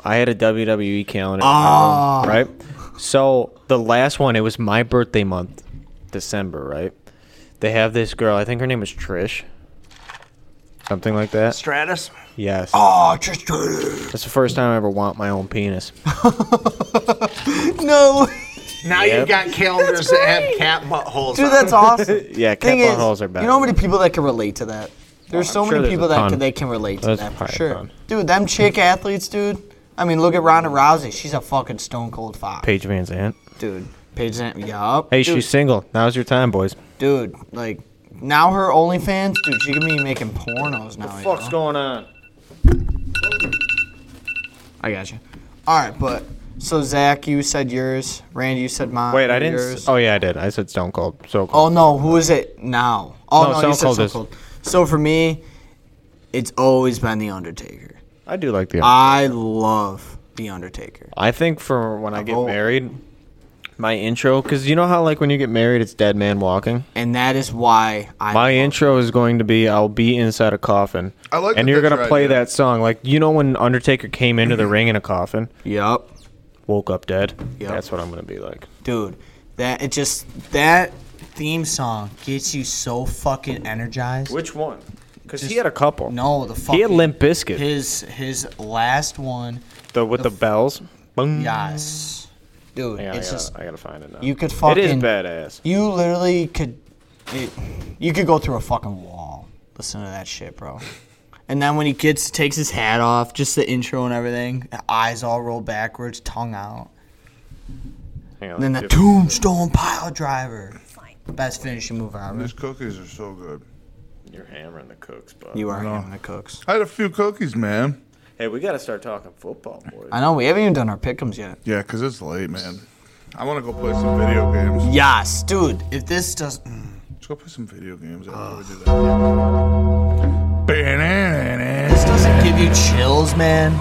Speaker 3: I had a WWE calendar, in
Speaker 1: Ah.
Speaker 3: my room, right? So the last one, it was my birthday month, December, right? They have this girl. I think her name is Trish, something like that.
Speaker 1: Stratus.
Speaker 3: Yes.
Speaker 6: Oh, just
Speaker 3: That's the first time I ever want my own penis.
Speaker 6: no,
Speaker 1: Now
Speaker 3: Yep.
Speaker 1: you got calendars that have cat buttholes.
Speaker 6: dude,
Speaker 1: on
Speaker 6: that's
Speaker 1: them.
Speaker 6: awesome.
Speaker 3: Yeah, cat
Speaker 6: Thing is,
Speaker 3: buttholes are better.
Speaker 6: You know how many people that can relate to that? There's so
Speaker 3: I'm sure
Speaker 6: many
Speaker 3: there's a
Speaker 6: people that
Speaker 3: ton.
Speaker 6: can, they can relate to
Speaker 3: There's
Speaker 6: that for
Speaker 3: probably a
Speaker 6: sure.
Speaker 3: ton.
Speaker 6: Dude, them chick athletes, dude. I mean, look at Ronda Rousey. She's a fucking stone cold fox,
Speaker 3: Paige Van Zant.
Speaker 6: dude. Paige Zant, yup.
Speaker 3: Hey,
Speaker 6: dude,
Speaker 3: she's single. Now's your time, boys.
Speaker 6: dude. Like now her OnlyFans, dude. She could be making pornos now. you know?
Speaker 3: going on?
Speaker 6: I got you. All right, but so Zach, you said yours. Randy, you said mine.
Speaker 3: Wait, I didn't.
Speaker 6: yours.
Speaker 3: s- Oh yeah, I did. I said Stone Cold. So
Speaker 6: Oh no, who is it now? Oh
Speaker 3: No,
Speaker 6: no,
Speaker 3: Stone
Speaker 6: you said
Speaker 3: Cold
Speaker 6: Stone
Speaker 3: is-
Speaker 6: Cold. So for me, it's always been the Undertaker.
Speaker 3: I do like the.
Speaker 6: I love the Undertaker.
Speaker 3: I think for when I get
Speaker 6: Oh.
Speaker 3: married, my intro, because you know how like when you get married, it's dead man walking.
Speaker 6: and that is why I.
Speaker 3: My intro is going to be "I'll be inside a coffin,"
Speaker 4: I like
Speaker 3: and
Speaker 4: that
Speaker 3: you're
Speaker 4: that's
Speaker 3: gonna
Speaker 4: your
Speaker 3: play
Speaker 4: idea.
Speaker 3: that song. Like you know when Undertaker came into the ring in a coffin,
Speaker 6: Yup,
Speaker 3: woke up dead.
Speaker 6: Yep.
Speaker 3: That's what I'm gonna be like.
Speaker 6: dude, that it just that theme song gets you so fucking energized.
Speaker 3: Which one? Because he
Speaker 6: Just-
Speaker 3: had a couple.
Speaker 6: No, the fucking.
Speaker 3: he had Limp Biscuit.
Speaker 6: His his last one.
Speaker 3: The with the, bells. Boom.
Speaker 6: Yes, dude,
Speaker 3: Hang on,
Speaker 6: it's
Speaker 3: I, gotta,
Speaker 6: just
Speaker 3: I gotta find it now.
Speaker 6: you could
Speaker 3: It
Speaker 6: fucking.
Speaker 3: is badass.
Speaker 6: You literally could, it, you could go through a fucking wall. Listen to that shit, bro. And then when he gets takes his hat off, just the intro and everything, eyes all roll backwards, tongue out.
Speaker 3: Hang on.
Speaker 6: And then
Speaker 3: let's
Speaker 6: the
Speaker 3: see if-
Speaker 6: tombstone pile driver, best finishing move ever.
Speaker 4: These cookies are so good.
Speaker 3: You're hammering the cooks, but
Speaker 6: You are him, the cooks.
Speaker 4: I had a few cookies, man.
Speaker 3: hey, we gotta start talking football, boys.
Speaker 6: I know we haven't even done our pickums yet.
Speaker 4: Yeah, because it's late, man. I want to go play some video games.
Speaker 6: Yes, dude. If this does,
Speaker 4: Let's go play some video games. I we do that.
Speaker 6: this
Speaker 4: Banana.
Speaker 6: doesn't give you chills, man.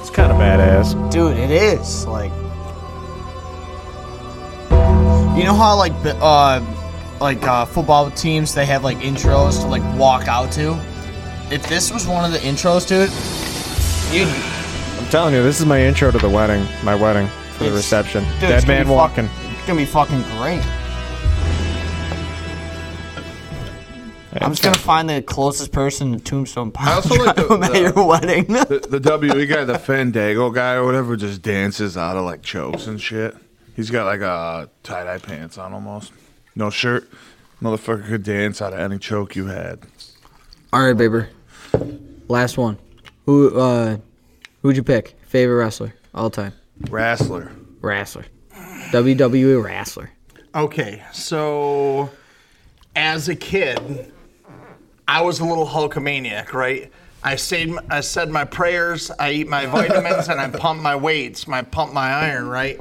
Speaker 3: It's kind of badass.
Speaker 6: Dude, it is like. You know how like the- uh, like uh, football teams they have like intros to like walk out to. If this was one of the intros, dude, you'd
Speaker 3: I'm telling you, this is my intro to the wedding, my wedding for the
Speaker 6: It's-
Speaker 3: reception.
Speaker 6: dude, it's
Speaker 3: Dead
Speaker 6: gonna
Speaker 3: man
Speaker 6: be fuck-
Speaker 3: walking.
Speaker 6: it's gonna be fucking great. I'm just gonna find the closest person to tombstone pile. I
Speaker 4: also like the-
Speaker 6: at your wedding.
Speaker 4: The, the WE guy, the Fandango guy or whatever, just dances out of like uh, chokes and shit. He's got like a tie dye pants on almost. No shirt. Motherfucker could dance out of any choke you had.
Speaker 7: All right, baby. Last one. Who uh, who'd you pick? Favorite wrestler all time?
Speaker 4: Wrestler.
Speaker 7: Wrestler. WWE wrestler.
Speaker 1: Okay, so as a kid, I was a little Hulkamaniac, right? I said, I said my prayers, I eat my vitamins, and I pump my weights, my pump my iron, right?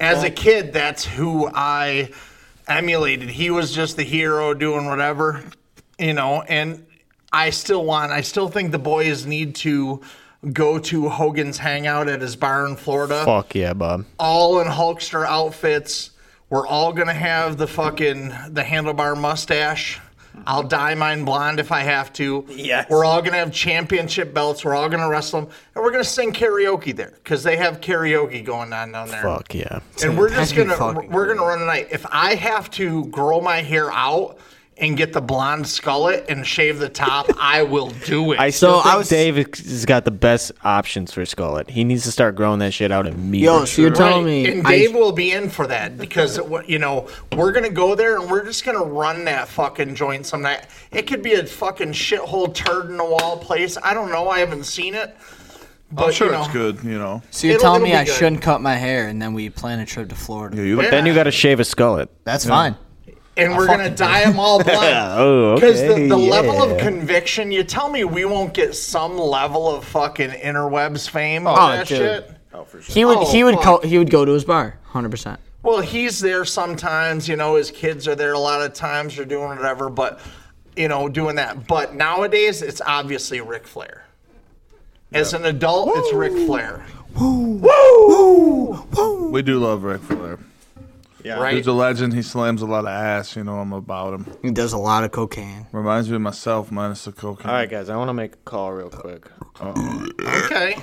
Speaker 1: As a kid, that's who I emulated. He was just the hero doing whatever, you know, and I still want, I still think the boys need to go to Hogan's Hangout at his bar in Florida
Speaker 3: Fuck yeah, Bob.
Speaker 1: all in Hulkster outfits. We're all gonna have the fucking the handlebar mustache. I'll dye mine blonde if I have to. Yes. We're all gonna have championship belts. We're all gonna wrestle them, and we're gonna sing karaoke there because they have karaoke going on down there.
Speaker 3: Fuck yeah.
Speaker 1: And we're just
Speaker 6: That'd be
Speaker 1: gonna
Speaker 6: fucking
Speaker 1: we're gonna run a night. If I have to grow my hair out and get the blonde skullet and shave the top, I will do it.
Speaker 3: I still
Speaker 7: I
Speaker 3: think
Speaker 7: was-
Speaker 3: Dave has got the best options for Skullet. He needs to start growing that shit out immediately.
Speaker 7: Yo, so you're telling
Speaker 1: Right,
Speaker 7: me
Speaker 1: And
Speaker 7: I-
Speaker 1: Dave will be in for that because what- you know we're gonna go there and we're just gonna run that fucking joint some night. It could be a fucking shithole turd in the wall place. I don't know. I haven't seen it. But
Speaker 4: I'm sure
Speaker 1: you know,
Speaker 4: it's good, you know.
Speaker 6: So you're
Speaker 1: It'll-
Speaker 6: telling
Speaker 1: it'll
Speaker 6: me
Speaker 1: be
Speaker 6: I
Speaker 1: good.
Speaker 6: shouldn't cut my hair, and then we plan a trip to Florida.
Speaker 4: Yeah, you look
Speaker 3: Then you got to shave a skullet.
Speaker 6: That's fine.
Speaker 1: And we're gonna dye them all blonde.
Speaker 3: Oh,
Speaker 1: Because the,
Speaker 3: okay,
Speaker 1: the level of
Speaker 3: yeah.
Speaker 1: conviction, you tell me we won't get some level of fucking interwebs fame oh,
Speaker 7: Oh,
Speaker 1: that
Speaker 7: dude.
Speaker 1: shit.
Speaker 7: he would
Speaker 1: Oh,
Speaker 7: he would
Speaker 1: fuck.
Speaker 7: co- he would go to his bar, hundred percent.
Speaker 1: Well, he's there sometimes, you know, his kids are there a lot of times or doing whatever, but, you know, doing that. But nowadays, it's obviously Ric Flair. As an adult, it's Ric Flair,
Speaker 4: We do love Ric Flair.
Speaker 1: right?
Speaker 4: He's a legend. He slams a lot of ass. You know, I'm about him.
Speaker 6: He does a lot of cocaine.
Speaker 4: Reminds me of myself minus the cocaine.
Speaker 3: All right, guys, I want to make a call real quick.
Speaker 1: Okay.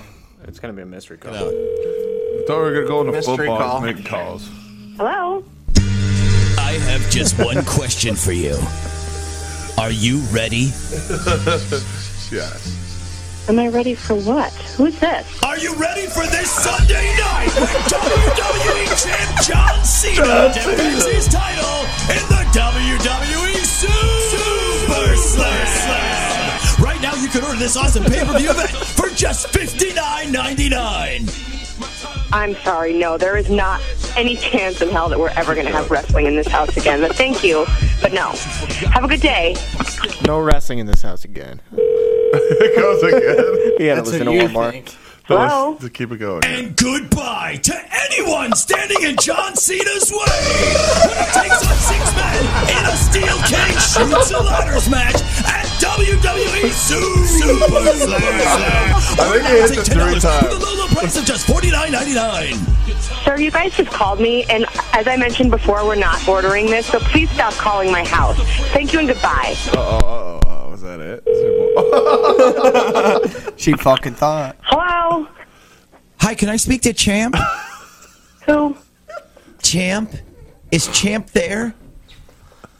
Speaker 3: It's going to be a mystery call.
Speaker 4: Thought we were gonna go into
Speaker 1: Mystery
Speaker 4: football
Speaker 1: call.
Speaker 4: and make calls.
Speaker 9: Hello?
Speaker 2: I have just one question for you. Are you ready?
Speaker 4: Yes.
Speaker 9: Am I ready for what? Who's this?
Speaker 2: Are you ready for this Sunday night? WWE Champ John Cena defends his title in the WWE Super Slam. Right now, you can order this awesome pay-per-view event for just $59.99.
Speaker 9: I'm sorry, no, there is not any chance in hell that we're ever going to have wrestling in this house again. But thank you, but no. Have a good day.
Speaker 3: No wrestling in this house again.
Speaker 4: it goes again.
Speaker 3: He had to listen to one more.
Speaker 9: Hello?
Speaker 4: Let's keep it going.
Speaker 2: And goodbye to anyone standing in John Cena's way. When he takes on six men in a steel cage shoots a ladders match at WWE Super Slam.
Speaker 4: I think he hit this three
Speaker 2: For the
Speaker 4: times.
Speaker 2: low, low price of just $49.99.
Speaker 9: Sir, you guys just called me, and as I mentioned before, we're not ordering this, so please stop calling my house. Thank you and goodbye.
Speaker 4: Uh oh, uh oh, was that it?
Speaker 6: She fucking thought.
Speaker 9: Hello?
Speaker 10: Hi, can I speak to Champ?
Speaker 9: Who?
Speaker 10: Champ? Is Champ there?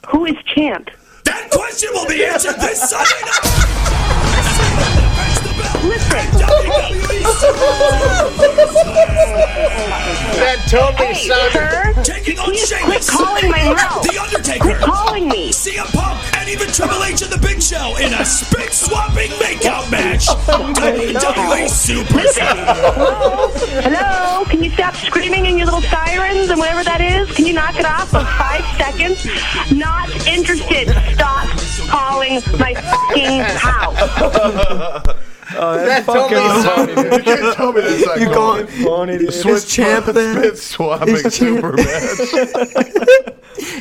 Speaker 9: Who is Champ?
Speaker 2: That question will be answered this Sunday night.
Speaker 9: Listen,
Speaker 2: WWE
Speaker 1: That totally
Speaker 9: hey, sir,
Speaker 2: taking on
Speaker 9: please quit
Speaker 2: Sheamus.
Speaker 9: calling my house.
Speaker 2: The
Speaker 9: Quit
Speaker 2: Undertaker.
Speaker 9: calling me.
Speaker 2: CM Punk and even Triple H and The Big Show in a spit swapping makeout match. WWE Super
Speaker 9: Hello? Can you stop screaming and your little sirens and whatever that is? Can you knock it off for five seconds? Not interested. Stop calling my fucking house.
Speaker 6: Oh,
Speaker 1: That totally sounded
Speaker 4: you can't tell me this. You going?
Speaker 3: Funny, dude.
Speaker 4: Switch
Speaker 6: champ then?
Speaker 4: Spit swapping super match.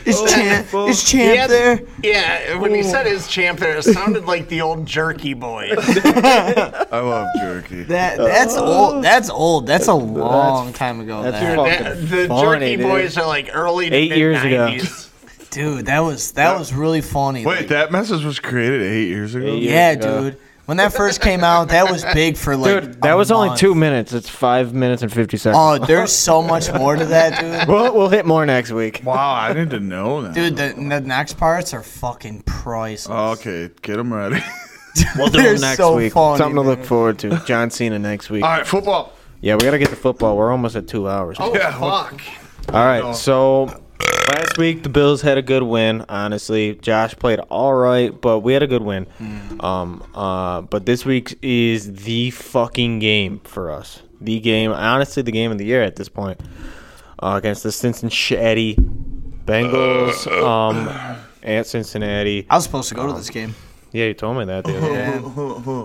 Speaker 6: Is Champ, is Champ
Speaker 1: Yeah,
Speaker 6: there?
Speaker 1: Yeah, when he said his champ there, it sounded like the old jerky boy.
Speaker 4: I love jerky.
Speaker 6: That that's old. That's old. Oh. That's a long time ago.
Speaker 3: That's
Speaker 6: that.
Speaker 3: fucking
Speaker 1: That- the
Speaker 3: funny,
Speaker 1: jerky
Speaker 3: dude.
Speaker 1: boys are like early to
Speaker 3: Eight years ago.
Speaker 1: mid-nineties.
Speaker 6: Dude, that was that, was really funny.
Speaker 4: Wait,
Speaker 6: like-
Speaker 4: that message was created eight years ago.
Speaker 3: Eight
Speaker 6: yeah,
Speaker 3: Yeah.
Speaker 6: dude. When that first came out, that was big for like.
Speaker 3: Dude, that
Speaker 6: a
Speaker 3: was only
Speaker 6: month.
Speaker 3: two minutes. It's five minutes and 50 seconds.
Speaker 6: Oh, there's so much more to that, dude.
Speaker 3: Well, we'll hit more next week.
Speaker 4: Wow, I need to know that.
Speaker 6: Dude, the, the next parts are fucking priceless.
Speaker 4: Okay, get him ready.
Speaker 3: We'll
Speaker 6: do 'em They're next so week. funny,
Speaker 3: Something to
Speaker 6: man.
Speaker 3: look forward to. John Cena next week.
Speaker 4: All right, football.
Speaker 3: Yeah, we got to get to football. We're almost at two hours.
Speaker 1: Oh
Speaker 4: Yeah,
Speaker 1: fuck!
Speaker 3: All right, so Last week the Bills had a good win. Honestly, Josh played all right, but we had a good win. Um, uh, but this week is the fucking game for us. The game, honestly, the game of the year at this point uh, against the Cincinnati Bengals um, at Cincinnati.
Speaker 6: I was supposed to go to this game.
Speaker 3: Yeah, you told me that. The other day.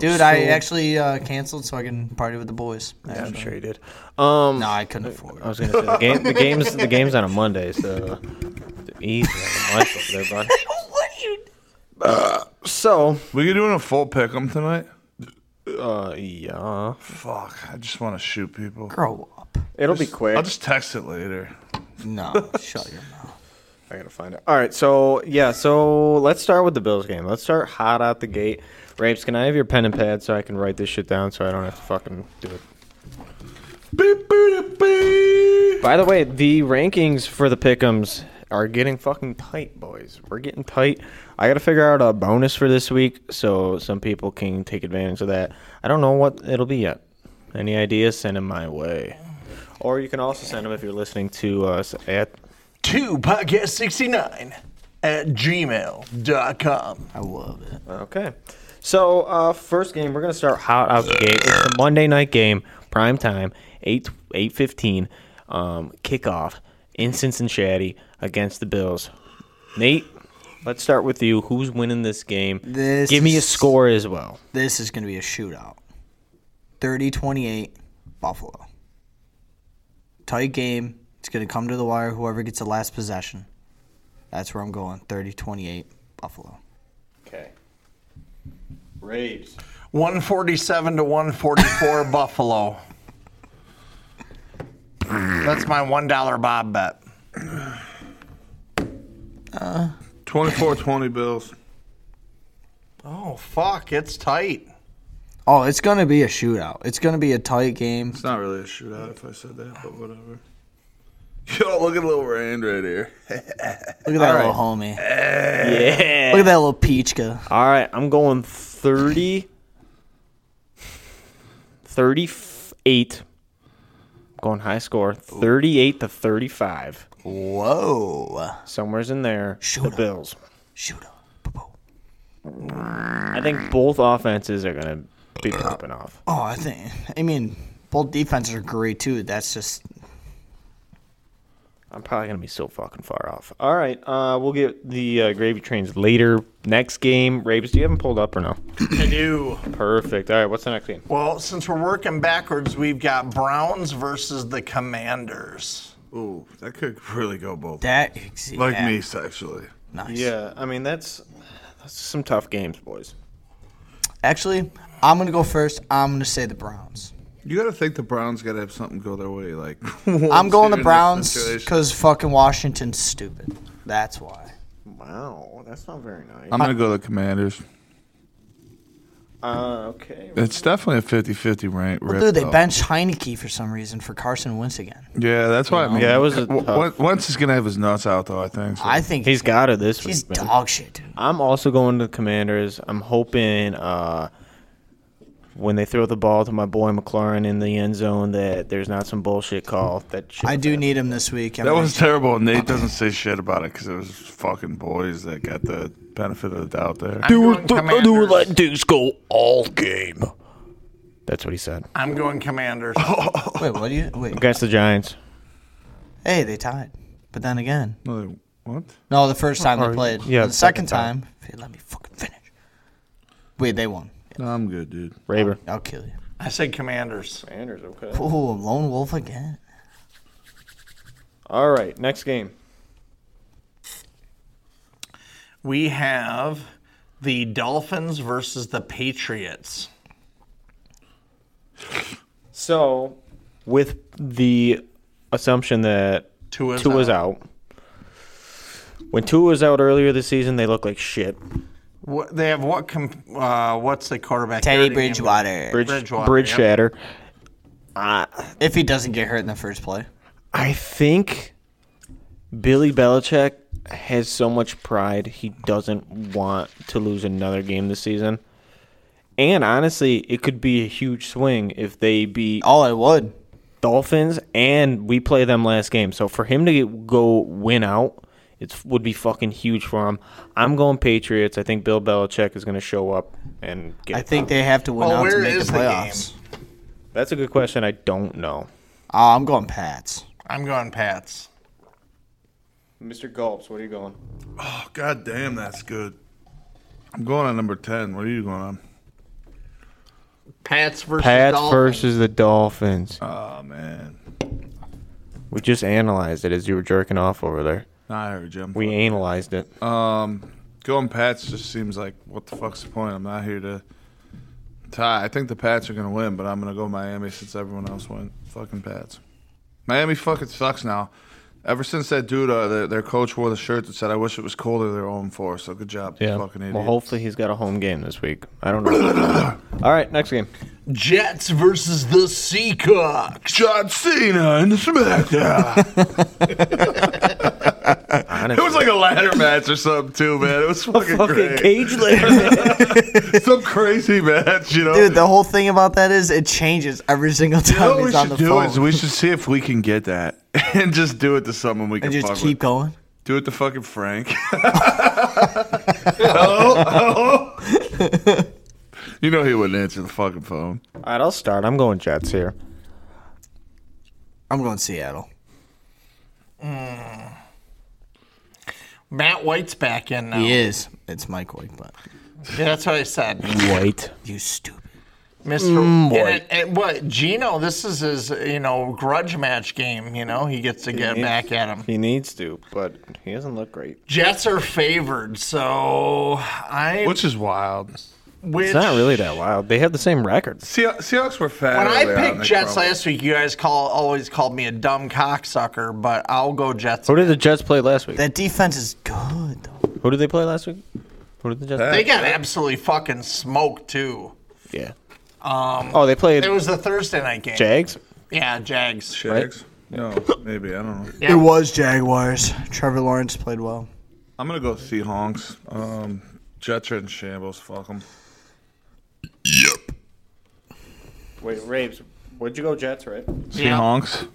Speaker 6: Dude, I actually uh, canceled so I can party with the boys.
Speaker 3: I'm
Speaker 6: actually.
Speaker 3: sure you did. Um,
Speaker 6: No, I couldn't afford
Speaker 3: I
Speaker 6: it.
Speaker 3: was gonna say the game. The games. The games on a Monday, so easy on a Monday there, bud. Uh, so,
Speaker 4: We you doing a full pick 'em tonight?
Speaker 3: uh, yeah,
Speaker 4: Fuck, I just want to shoot people.
Speaker 6: Grow up.
Speaker 3: it'll be quick.
Speaker 4: I'll just text it later.
Speaker 6: No, shut your mouth.
Speaker 3: I gotta find it. All right, so yeah, so let's start with the Bills game. Let's start hot out the gate. Rapes, can I have your pen and pad so I can write this shit down so I don't have to fucking do it? By the way, the rankings for the pickums are getting fucking tight, boys. We're getting tight. I got to figure out a bonus for this week so some people can take advantage of that. I don't know what it'll be yet. Any ideas? Send them my way. Or you can also send them if you're listening to us at.
Speaker 1: to podcast69 at gmail.com.
Speaker 6: I love it.
Speaker 3: Okay. So uh, first game, we're gonna start hot out the gate. It's the Monday night game, prime time, eight eight fifteen, um, kickoff in Cincinnati against the Bills. Nate, let's start with you. Who's winning this game?
Speaker 6: This
Speaker 3: Give me a
Speaker 6: is-
Speaker 3: score as well.
Speaker 6: This is going to be a shootout. 30-28 Buffalo. Tight game. It's going to come to the wire whoever gets the last possession. That's where I'm going. 30-28 Buffalo.
Speaker 3: Okay. Raves.
Speaker 1: 147 to 144 Buffalo. That's my $1 Bob bet.
Speaker 4: 24-20 Bills.
Speaker 1: Oh, fuck. It's tight.
Speaker 6: Oh, it's going to be a shootout. It's going to be a tight game.
Speaker 4: It's not really a shootout if I said that, but whatever. Yo, look at little Rand right here.
Speaker 6: Look at that little homie.
Speaker 3: Yeah.
Speaker 6: Look at that little peachka.
Speaker 3: All right, I'm going 30 38. Going high score, 38 to 35.
Speaker 6: Whoa.
Speaker 3: Somewhere's in there, the
Speaker 6: Shootout.
Speaker 3: Bills.
Speaker 6: Shootout. Ba-boom.
Speaker 3: I think both offenses are going to be popping off.
Speaker 6: Oh, I think. I mean, both defenses are great too. That's just
Speaker 3: I'm probably going to be so fucking far off. All right, uh, we'll get the uh, gravy trains later. Next game, Rabes, do you have them pulled up or no?
Speaker 1: I do.
Speaker 3: Perfect. All right, what's the next game?
Speaker 1: Well, since we're working backwards, we've got Browns versus the Commanders.
Speaker 4: Ooh, that could really go both.
Speaker 6: that.
Speaker 4: like
Speaker 6: yeah,
Speaker 4: me, sexually.
Speaker 6: Nice.
Speaker 3: Yeah, I mean, that's, that's some tough games, boys.
Speaker 6: Actually, I'm gonna go first. I'm gonna say the Browns.
Speaker 4: You got to think the Browns got to have something go their way. Like
Speaker 6: I'm going the
Speaker 4: in this
Speaker 6: Browns
Speaker 4: situation.
Speaker 6: because fucking Washington's stupid. That's why.
Speaker 3: Wow, that's not very nice.
Speaker 4: I'm gonna go the Commanders.
Speaker 3: Uh, okay.
Speaker 4: It's definitely a 50-50 rank.
Speaker 6: Well, dude, they benched Heineke for some reason for Carson Wentz again.
Speaker 4: Yeah, that's why. I mean,
Speaker 3: Yeah, it was a
Speaker 4: W-
Speaker 3: tough-
Speaker 4: Wen- Wentz is gonna have his nuts out though. I think. So.
Speaker 6: I think
Speaker 3: He's got it this
Speaker 6: he's
Speaker 3: week. man.
Speaker 6: dog shit, dude.
Speaker 3: I'm also going to the Commanders. I'm hoping uh, when they throw the ball to my boy McLaurin in the end zone that there's not some bullshit call. That shit
Speaker 6: I do need him this week. I'm
Speaker 4: that
Speaker 6: gonna-
Speaker 4: was terrible. and Nate doesn't say shit about it because it was fucking boys that got the benefit of the doubt there.
Speaker 1: I'm going Commanders.
Speaker 3: dudes go all game. That's what he said
Speaker 1: I'm going Commanders.
Speaker 6: wait. What do you wait?
Speaker 3: against the Giants.
Speaker 6: Hey, they tied. But then again,
Speaker 4: No, they- what?
Speaker 6: no, the first time they played.
Speaker 3: yeah,
Speaker 6: the second time. hey, Let me fucking finish. Wait, they won.
Speaker 4: No, I'm good, dude.
Speaker 3: Raver.
Speaker 6: I'll kill you.
Speaker 1: I said Commanders.
Speaker 3: Commanders, okay.
Speaker 6: Oh, a lone wolf again.
Speaker 3: All right, next game.
Speaker 1: We have the Dolphins versus the Patriots.
Speaker 3: So, with the assumption that
Speaker 1: Tua's
Speaker 3: Tua's out. When Tua was out earlier this season, they looked like shit.
Speaker 1: What, they have what? Com- uh, what's the quarterback?
Speaker 6: Teddy
Speaker 1: Already
Speaker 6: Bridgewater.
Speaker 3: Bridge, Uh,
Speaker 1: Bridgewater,
Speaker 3: bridge
Speaker 1: yep.
Speaker 3: shatter.
Speaker 6: If he doesn't get hurt in the first play.
Speaker 3: I think Billy Belichick has so much pride he doesn't want to lose another game this season. And honestly, it could be a huge swing if they beat
Speaker 6: Oh, it would.
Speaker 3: Dolphins and we play them last game. So for him to get, go win out It would be fucking huge for him. I'm going Patriots. I think Bill Belichick is going to show up and get.
Speaker 7: I think they have to win
Speaker 4: Oh,
Speaker 1: Well,
Speaker 7: out to
Speaker 1: where
Speaker 7: make
Speaker 1: is
Speaker 7: the
Speaker 1: the
Speaker 7: playoffs.
Speaker 3: that's a good question. I don't know.
Speaker 6: Oh,
Speaker 7: Uh, I'm going Pats.
Speaker 1: I'm going Pats.
Speaker 3: Mr. Gulps, where are you going?
Speaker 4: Oh, God damn, that's good. I'm going on number 10. What are you going on?
Speaker 1: Pats versus
Speaker 3: Pats
Speaker 1: Dolphins.
Speaker 3: versus the Dolphins.
Speaker 4: Oh, man.
Speaker 3: Uh, We just analyzed it as you were jerking off over there.
Speaker 4: I heard you. I'm
Speaker 3: We analyzed it.
Speaker 4: Going Pats just seems like what the fuck's the point? I'm not here to tie. I think the Pats are gonna win, but I'm gonna go Miami since everyone else went fucking Pats. Miami fucking sucks now. Ever since that dude, uh, their, their coach wore the shirt that said, "I wish it was colder." They're 0 4, so good job, fucking idiot.
Speaker 3: Well, hopefully he's got a home game this week. I don't know. All right, next game.
Speaker 1: Jets versus the Seacocks.
Speaker 4: John Cena and the SmackDown. it was like a ladder match or something too, man. It was fucking,
Speaker 3: Fucking
Speaker 4: great.
Speaker 3: cage later.
Speaker 4: Some crazy match, you know.
Speaker 7: Dude, the whole thing about that is it changes every single
Speaker 4: You know
Speaker 7: time
Speaker 4: what we
Speaker 7: he's on
Speaker 4: should
Speaker 7: the
Speaker 4: do
Speaker 7: phone.
Speaker 4: is we should see if we can get that and just do it to someone we can
Speaker 7: and
Speaker 4: fuck
Speaker 7: just keep
Speaker 4: with.
Speaker 7: going.
Speaker 4: Do it to fucking Frank. hello, hello. you know he wouldn't answer the fucking phone.
Speaker 3: All right, I'll start. I'm going Jets here.
Speaker 7: I'm going Seattle.
Speaker 1: Matt White's back in now.
Speaker 7: He is. It's Mike White, but
Speaker 1: Yeah, that's what I said.
Speaker 3: White.
Speaker 7: you stupid.
Speaker 3: Mm,
Speaker 1: Mr. and, and what Gino? This is his, you know, grudge match game. You know, he gets to get back at him.
Speaker 3: He needs to, but he doesn't look great.
Speaker 1: Jets are favored, so I.
Speaker 4: Which is wild.
Speaker 1: which,
Speaker 3: It's not really that wild. They have the same records.
Speaker 4: Se- Seahawks were fat.
Speaker 1: When I
Speaker 4: early on,
Speaker 1: picked
Speaker 4: they
Speaker 1: Jets
Speaker 4: probably-
Speaker 1: last week, you guys call always called me a dumb cocksucker, but I'll go Jets.
Speaker 3: Who did the Jets play last week?
Speaker 7: That defense is good, though.
Speaker 3: Who did they play last week? Who did the Jets?
Speaker 1: They got absolutely fucking smoked too.
Speaker 3: Yeah. Um, oh, they played
Speaker 1: It was the Thursday night game.
Speaker 3: Jags.
Speaker 1: Yeah, Jags.
Speaker 4: Jags? No, maybe I don't know.
Speaker 1: Yeah.
Speaker 7: It was Jaguars. Trevor Lawrence played well.
Speaker 4: I'm gonna go Seahawks. Um, Jets are in shambles. Fuck them.
Speaker 3: Wait, Raves. Where'd you go, Jets? Right.
Speaker 1: Yeah.
Speaker 4: Seahawks.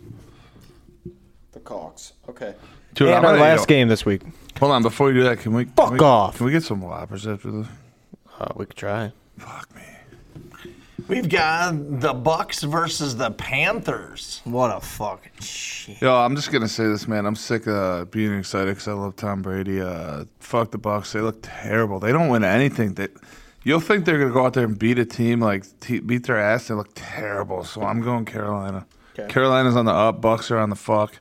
Speaker 3: The Cox. Okay.
Speaker 4: Dude, I'm
Speaker 3: and our
Speaker 4: gonna-
Speaker 3: last game this week.
Speaker 4: Hold on, before you do that, can we
Speaker 3: Fuck
Speaker 4: can we,
Speaker 3: off.
Speaker 4: Can we get some whoppers after this?
Speaker 3: Uh, we could try.
Speaker 4: Fuck me.
Speaker 1: We've got the Bucks versus the Panthers.
Speaker 7: What a fucking shit.
Speaker 4: Yo, I'm just gonna say this, man. I'm sick of being excited because I love Tom Brady. Uh, fuck the Bucks. They look terrible. They don't win anything. They, you'll think they're gonna go out there and beat a team like te- beat their ass. They look terrible. So I'm going Carolina. Carolina's on the up. Bucks are on the fuck.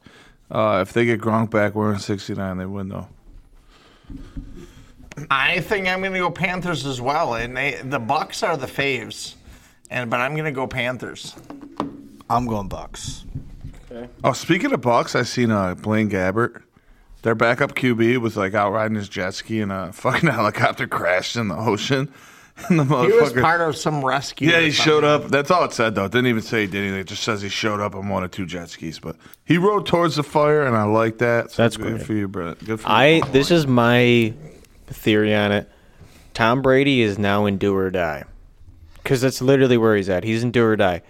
Speaker 4: Uh, if they get Gronk back, we're in 69. They win though.
Speaker 1: I think I'm going to go Panthers as well, and they the Bucks are the faves, and but I'm going to go Panthers.
Speaker 7: I'm going Bucks.
Speaker 4: Oh, speaking of Bucks, I seen uh, Blaine Gabbert. Their backup QB was like out riding his jet ski, and a fucking helicopter crashed in the ocean. And the
Speaker 1: He was
Speaker 4: motherfucker
Speaker 1: part of some rescue.
Speaker 4: Yeah,
Speaker 1: or
Speaker 4: he
Speaker 1: something.
Speaker 4: showed up. That's all it said, though. It didn't even say he did anything. It just says he showed up on one or two jet skis. But he rode towards the fire, and I like that. So
Speaker 3: That's
Speaker 4: good
Speaker 3: great.
Speaker 4: for you, Brett. Good for
Speaker 3: I
Speaker 4: you.
Speaker 3: this is my theory on it. Tom Brady is now in do or die. Because that's literally where he's at. He's in do or die.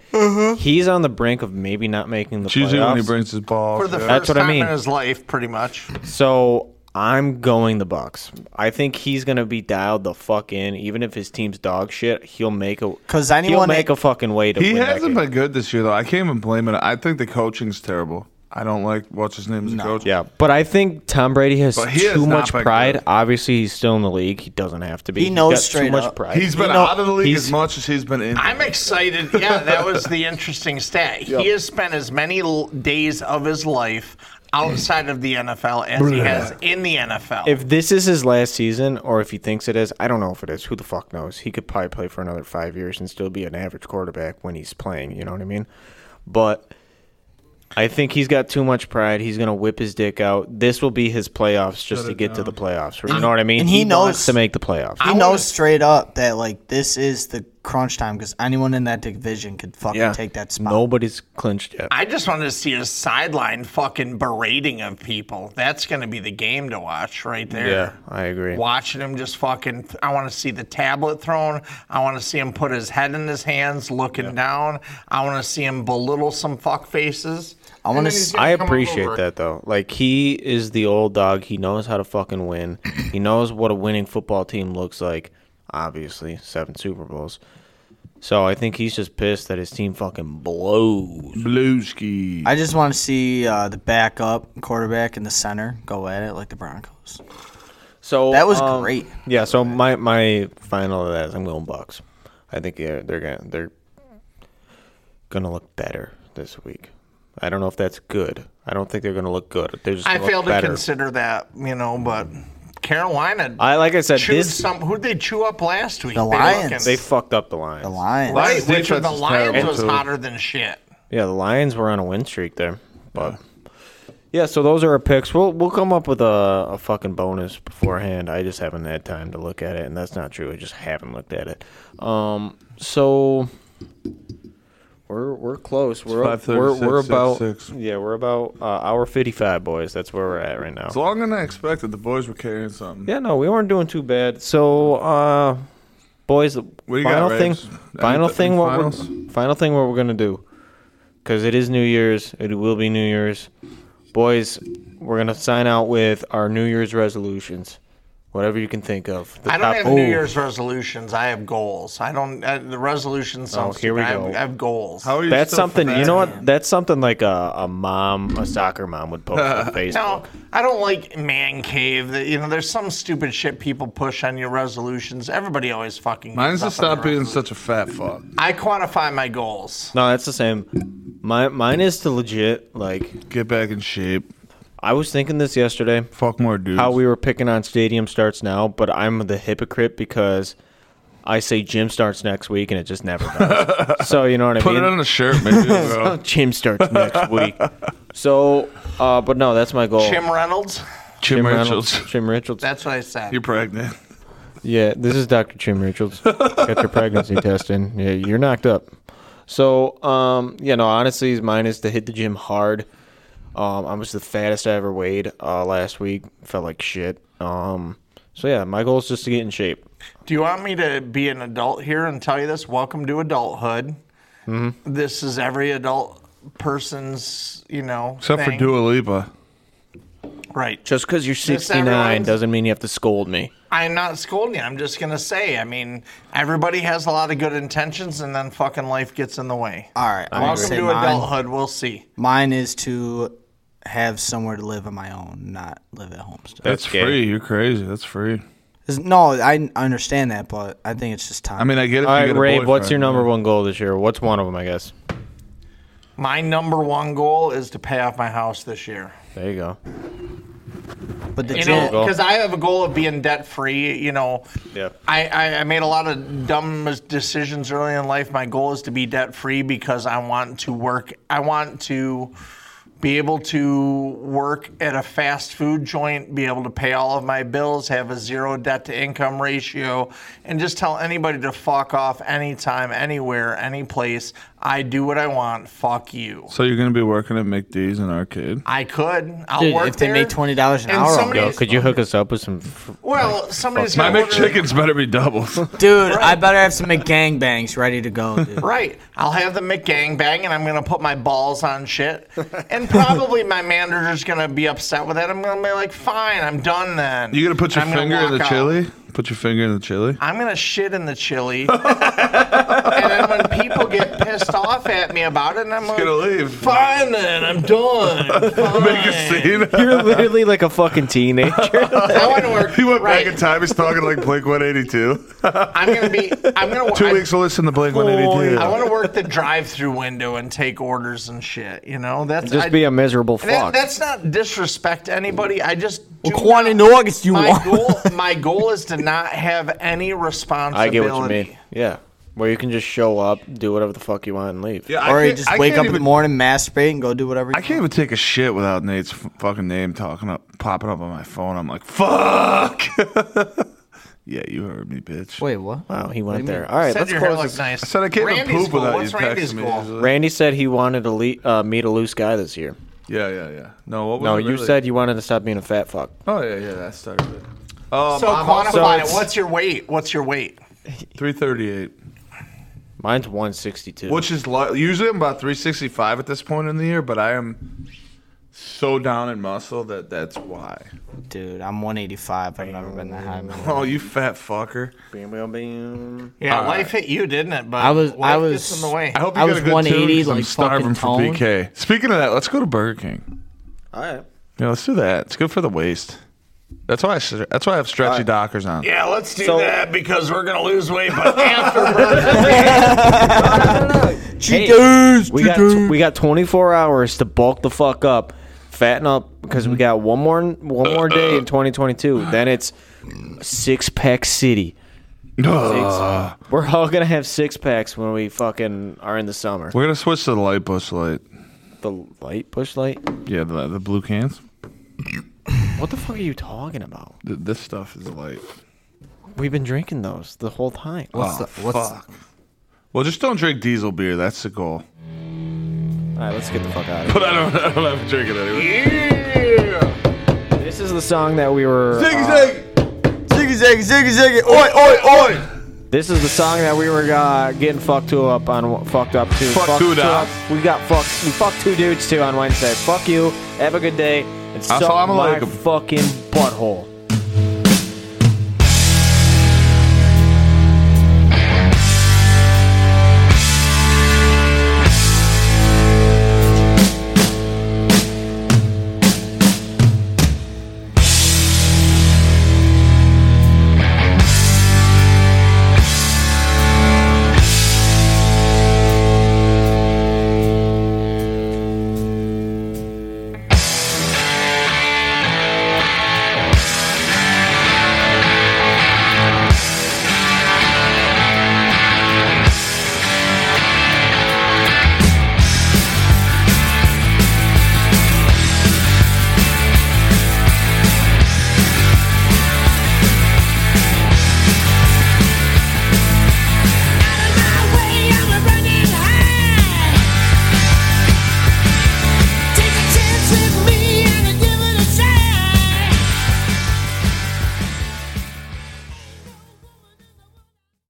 Speaker 3: He's on the brink of maybe not making the
Speaker 4: It's usually
Speaker 3: playoffs.
Speaker 4: when he brings his ball.
Speaker 1: for the
Speaker 4: yeah.
Speaker 3: That's
Speaker 1: first
Speaker 3: what I
Speaker 1: time
Speaker 3: mean.
Speaker 1: in his life, pretty much.
Speaker 3: so I'm going the Bucks. I think he's gonna be dialed the fuck in. Even if his team's dog shit, he'll make a
Speaker 7: 'Cause
Speaker 3: he'll
Speaker 7: anyone
Speaker 3: make
Speaker 7: that-
Speaker 3: a fucking way to
Speaker 4: he
Speaker 3: win that
Speaker 4: hasn't
Speaker 3: game.
Speaker 4: been good this year, though. I can't even blame it. I think the coaching's terrible. I don't like what's his name as a coach.
Speaker 3: Yeah, but I think Tom Brady has
Speaker 4: But he has
Speaker 3: too
Speaker 4: not
Speaker 3: much
Speaker 4: been
Speaker 3: pride.
Speaker 4: good.
Speaker 3: Obviously, he's still in the league. He doesn't have to be.
Speaker 7: He
Speaker 3: He's
Speaker 7: knows
Speaker 3: got
Speaker 7: straight
Speaker 3: too much
Speaker 7: up.
Speaker 3: pride.
Speaker 4: He's been
Speaker 7: You know,
Speaker 4: out of the league
Speaker 3: he's-
Speaker 4: as much as he's been in.
Speaker 1: I'm excited. Yeah, that was the interesting stat. He has spent as many l- days of his life outside of the NFL as he has in the NFL.
Speaker 3: if this is his last season or if he thinks it is, I don't know if it is. Who the fuck knows? He could probably play for another five years and still be an average quarterback when he's playing. You know what I mean? But I think he's got too much pride. He's gonna whip his dick out. This will be his playoffs just to get to the playoffs. You know what I mean?
Speaker 7: And he knows-
Speaker 3: wants to make the playoffs.
Speaker 7: He knows straight up that, like, this is the
Speaker 6: crunch time because anyone in that division could fucking
Speaker 4: Yeah.
Speaker 6: take that spot.
Speaker 3: Nobody's clinched yet.
Speaker 1: I just want to see a sideline fucking berating of people. That's going to be the game to watch right there.
Speaker 3: Yeah, I agree.
Speaker 1: Watching him just fucking. I want to see the tablet thrown. I want to see him put his head in his hands, looking down. I want to see him belittle some fuck faces.
Speaker 6: I want to.
Speaker 3: I appreciate that though. Like he is the old dog. He knows how to fucking win. he knows what a winning football team looks like. Obviously, seven Super Bowls. So I think he's just pissed that his team fucking blows.
Speaker 4: Blueski.
Speaker 6: I just want to see uh, the backup quarterback and the center go at it like the Broncos.
Speaker 3: So
Speaker 6: That was
Speaker 3: um,
Speaker 6: great.
Speaker 3: Yeah. So my my final of that is I'm going Bucks. I think yeah, they're gonna they're gonna look better this week. I don't know if that's good. I don't think they're gonna look good. They're just.
Speaker 1: I
Speaker 3: Gonna look
Speaker 1: fail to
Speaker 3: better.
Speaker 1: consider that, you know, but Carolina.
Speaker 3: I like I said
Speaker 1: chewed
Speaker 3: this.
Speaker 1: some. Who'd they chew up last week?
Speaker 6: The
Speaker 1: They
Speaker 6: Lions.
Speaker 1: fucking-
Speaker 3: they fucked up the Lions.
Speaker 6: The Lions.
Speaker 1: right,
Speaker 4: Lions
Speaker 1: which
Speaker 4: defense
Speaker 1: the
Speaker 4: is
Speaker 1: Lions
Speaker 4: terrible,
Speaker 1: was
Speaker 4: too.
Speaker 1: hotter than shit.
Speaker 3: Yeah, the Lions were on a win streak there, but yeah. so those are our picks. We'll we'll come up with a, a fucking bonus beforehand. I just haven't had time to look at it, and that's not true. I just haven't looked at it. Um, so we're we're close. We're up,
Speaker 4: 5:36,
Speaker 3: we're we're about
Speaker 4: 6:06.
Speaker 3: yeah we're about uh, hour fifty five, boys. That's where we're at right now.
Speaker 4: It's longer than I expected. The boys were carrying something.
Speaker 3: yeah, no, we weren't doing too bad. So, uh, boys, the
Speaker 4: do you got,
Speaker 3: final thing,
Speaker 4: Raves? Any
Speaker 3: final
Speaker 4: th-
Speaker 3: thing,
Speaker 4: any
Speaker 3: what
Speaker 4: finals?
Speaker 3: we're final thing, what we're gonna do, because it is New Year's, it will be New Year's, boys. We're gonna sign out with our New Year's resolutions, whatever you can think of. The
Speaker 1: I
Speaker 4: Uh,
Speaker 1: don't
Speaker 3: top-
Speaker 1: have
Speaker 3: Ooh.
Speaker 1: New
Speaker 4: oh.
Speaker 1: Year's resolutions. I have goals. I don't. Uh, the resolutions. sound
Speaker 3: Oh, here we
Speaker 1: stupid. I have,
Speaker 3: go.
Speaker 1: I have goals.
Speaker 4: How are you
Speaker 3: That's
Speaker 4: still
Speaker 3: something. You know
Speaker 4: fat?
Speaker 3: what? That's something like a, a mom, a soccer mom would post on Facebook.
Speaker 1: no, I don't like man cave. That you know, there's some stupid shit people push on your resolutions. Everybody always fucking. gives
Speaker 4: Mine's to
Speaker 1: up on
Speaker 4: stop
Speaker 1: their
Speaker 4: being
Speaker 1: resolution.
Speaker 4: such a fat fuck.
Speaker 1: I quantify my goals.
Speaker 3: No, that's the same. My mine is to legit. Like
Speaker 4: Get back in shape.
Speaker 3: I was thinking this yesterday.
Speaker 4: Fuck more dudes.
Speaker 3: how we were picking on stadium starts now, but I'm the hypocrite because I say gym starts next week and it just never does. so you know what I
Speaker 4: Put
Speaker 3: mean?
Speaker 4: it on a shirt, maybe. bro.
Speaker 3: gym starts next week. So, uh, but no, that's my goal.
Speaker 1: Jim Reynolds.
Speaker 4: Jim Richards.
Speaker 3: Reynolds- Jim Richards.
Speaker 1: That's what I said.
Speaker 4: You're pregnant.
Speaker 3: Yeah, this is Dr. Jim Richards. Got your pregnancy test in. Yeah, you're knocked up. So, um, you know, honestly, mine is to hit the gym hard. Um, I was the fattest I ever weighed uh, last week. Felt like shit. Um, so yeah, my goal is just to get in shape.
Speaker 1: Do you want me to be an adult here and tell you this? Welcome to adulthood.
Speaker 4: Mm-hmm.
Speaker 1: This is every adult person's, you know,
Speaker 4: Except for
Speaker 1: thing.
Speaker 4: Dua Lipa.
Speaker 1: Right.
Speaker 3: Just because you're
Speaker 1: Just
Speaker 3: 69
Speaker 1: everyone's-
Speaker 3: doesn't mean you have to scold me.
Speaker 1: I'm not scolding. you. I'm just gonna say. I mean, everybody has a lot of good intentions, and then fucking life gets in the way.
Speaker 6: All right, I'm gonna
Speaker 1: Welcome
Speaker 6: say
Speaker 1: to
Speaker 6: mine.
Speaker 1: adulthood. We'll see.
Speaker 6: Mine is to have somewhere to live on my own, not live at Homestead.
Speaker 4: That's
Speaker 3: gay.
Speaker 4: free. You're crazy. That's free.
Speaker 6: 'Cause- No, I, I understand that, but I think it's just time.
Speaker 4: I mean, I get it.
Speaker 3: All right, Ray, what's your number one goal this year? What's one of them, I guess?
Speaker 1: My number one goal is to pay off my house this year.
Speaker 3: There you go.
Speaker 6: but the
Speaker 1: You
Speaker 6: gym,
Speaker 1: know, because I have a goal of being debt free. You know,
Speaker 3: Yeah.
Speaker 1: I, I I made a lot of dumb mis- decisions early in life. My goal is to be debt free because I want to work. I want to be able to work at a fast food joint, be able to pay all of my bills, have a zero debt to income ratio, and just tell anybody to fuck off anytime, anywhere, any place. I do what I want. Fuck you.
Speaker 4: So you're going to be working at McD's in Arcade?
Speaker 1: I could. I'll
Speaker 6: Dude,
Speaker 1: work
Speaker 6: if they
Speaker 1: there,
Speaker 6: made $20 an
Speaker 1: and
Speaker 6: hour, I'll
Speaker 1: somebody-
Speaker 3: Yo, Oh, could you hook us up with some? fr-
Speaker 1: Well, somebody's
Speaker 4: My
Speaker 1: gonna order-
Speaker 4: McChickens better be doubles.
Speaker 6: dude, I better have some McGangbangs ready to go, dude.
Speaker 1: Right. I'll have the McGangbang and I'm going to put my balls on shit. And probably my manager's going to be upset with that. I'm going to be like, fine, I'm done then.
Speaker 4: You going to put your
Speaker 1: And I'm gonna
Speaker 4: finger in the
Speaker 1: walk out.
Speaker 4: chili? Put your finger in the chili?
Speaker 1: I'm going to shit in the chili. and then when people get pissed off at me about it, I'm
Speaker 4: Gonna
Speaker 1: like,
Speaker 4: leave.
Speaker 1: fine then, I'm done.
Speaker 4: Make a
Speaker 1: Fine.
Speaker 4: scene.
Speaker 3: You're literally like a fucking teenager.
Speaker 1: I want to work.
Speaker 4: He went
Speaker 1: right.
Speaker 4: back in time. He's talking like Blink 182.
Speaker 1: I'm going to be, I'm going to
Speaker 4: Two weeks to listen to Blink
Speaker 1: I
Speaker 4: 182.
Speaker 1: want to work the drive-through window and take orders and shit. You know, that's
Speaker 3: just
Speaker 1: I-
Speaker 3: be a miserable
Speaker 1: And that-
Speaker 3: fuck.
Speaker 1: that's not disrespect to anybody. I just do
Speaker 6: Quan in
Speaker 1: not-
Speaker 6: August, you
Speaker 1: my
Speaker 6: want.
Speaker 1: goal, my goal is to not have any responsibility.
Speaker 3: I get what you mean. Yeah, where you can just show up, do whatever the fuck you want, and leave.
Speaker 4: Yeah, I
Speaker 6: Or you
Speaker 4: can't-
Speaker 6: just
Speaker 4: I
Speaker 6: wake
Speaker 4: can't
Speaker 6: up in the
Speaker 4: even-
Speaker 6: morning, masturbate, and go do whatever you
Speaker 4: I can't even take a shit without Nate's f- fucking name talking up, popping up on my phone. I'm like, fuck. Yeah, you heard me, bitch.
Speaker 7: Wait, what?
Speaker 3: Wow, he went
Speaker 7: do you
Speaker 3: there.
Speaker 7: mean?
Speaker 3: All right,
Speaker 1: Said
Speaker 3: let's
Speaker 1: your hair
Speaker 3: close.
Speaker 1: looks
Speaker 3: This.
Speaker 1: nice.
Speaker 4: I said I can't even
Speaker 1: Randy's
Speaker 4: poop
Speaker 1: cool.
Speaker 4: without
Speaker 1: What's
Speaker 4: you
Speaker 1: Randy's
Speaker 4: texting me.
Speaker 1: cool?
Speaker 3: Randy said he wanted to le- uh, meet a loose guy this year.
Speaker 4: Yeah, yeah, yeah. No, what was
Speaker 3: No,
Speaker 4: it
Speaker 3: you
Speaker 4: really?
Speaker 3: said you wanted to stop being a fat fuck.
Speaker 4: Oh yeah, yeah. That started it. Um,
Speaker 1: So quantify
Speaker 3: so
Speaker 1: it.
Speaker 3: it's-
Speaker 1: What's your weight? What's your weight?
Speaker 4: three thirty-eight.
Speaker 3: Mine's 162.
Speaker 4: Which is li- usually I'm about 365 at this point in the year, but I am so down in muscle that that's why.
Speaker 7: Dude, I'm 185. I've never been that high. in my life.
Speaker 4: Oh, you fat fucker!
Speaker 1: Yeah, life hit you, didn't it? But
Speaker 7: I was-
Speaker 1: life
Speaker 7: I was-
Speaker 1: gets in the way.
Speaker 4: I hope you
Speaker 7: I
Speaker 4: got
Speaker 7: was
Speaker 4: a good
Speaker 7: 180,
Speaker 4: 'cause I'm
Speaker 7: like,
Speaker 4: starving
Speaker 7: fucking toned.
Speaker 4: for PK. Speaking of that, let's go to Burger King.
Speaker 3: All right.
Speaker 4: Yeah, let's do that. It's good for the waist. That's why I should, that's why I have stretchy dockers on.
Speaker 1: Yeah, let's do
Speaker 3: So-
Speaker 1: that because we're gonna lose weight. But after
Speaker 3: We got tw- we got 24 hours to bulk the fuck up, fatten up because we got one more one more day in 2022. Then it's six pack city. Six- We're all gonna have six packs when we fucking are in the summer.
Speaker 4: We're gonna switch to the light bush light.
Speaker 3: The light bush light.
Speaker 4: Yeah, the, the blue cans.
Speaker 3: What the fuck are you talking about?
Speaker 4: Th- This stuff is light.
Speaker 3: We've been drinking those the whole time.
Speaker 4: What's the what's fuck? Well, just don't drink diesel beer. That's the goal.
Speaker 3: All right, let's get the fuck out of
Speaker 4: But I don't, I don't have to drink it anyway.
Speaker 3: here. This is the song that we were. uh,
Speaker 7: Ziggy, ziggy, ziggy, ziggy.
Speaker 4: Oi, oi, oi!
Speaker 3: This is the song that we were uh, getting fucked to up on fucked up to
Speaker 4: Fuck two dots.
Speaker 3: We got fucked. We fucked two dudes too on Wednesday. Fuck you. Have a good day. And suck
Speaker 4: Assalamu
Speaker 3: my
Speaker 4: alaikum.
Speaker 3: fucking butthole.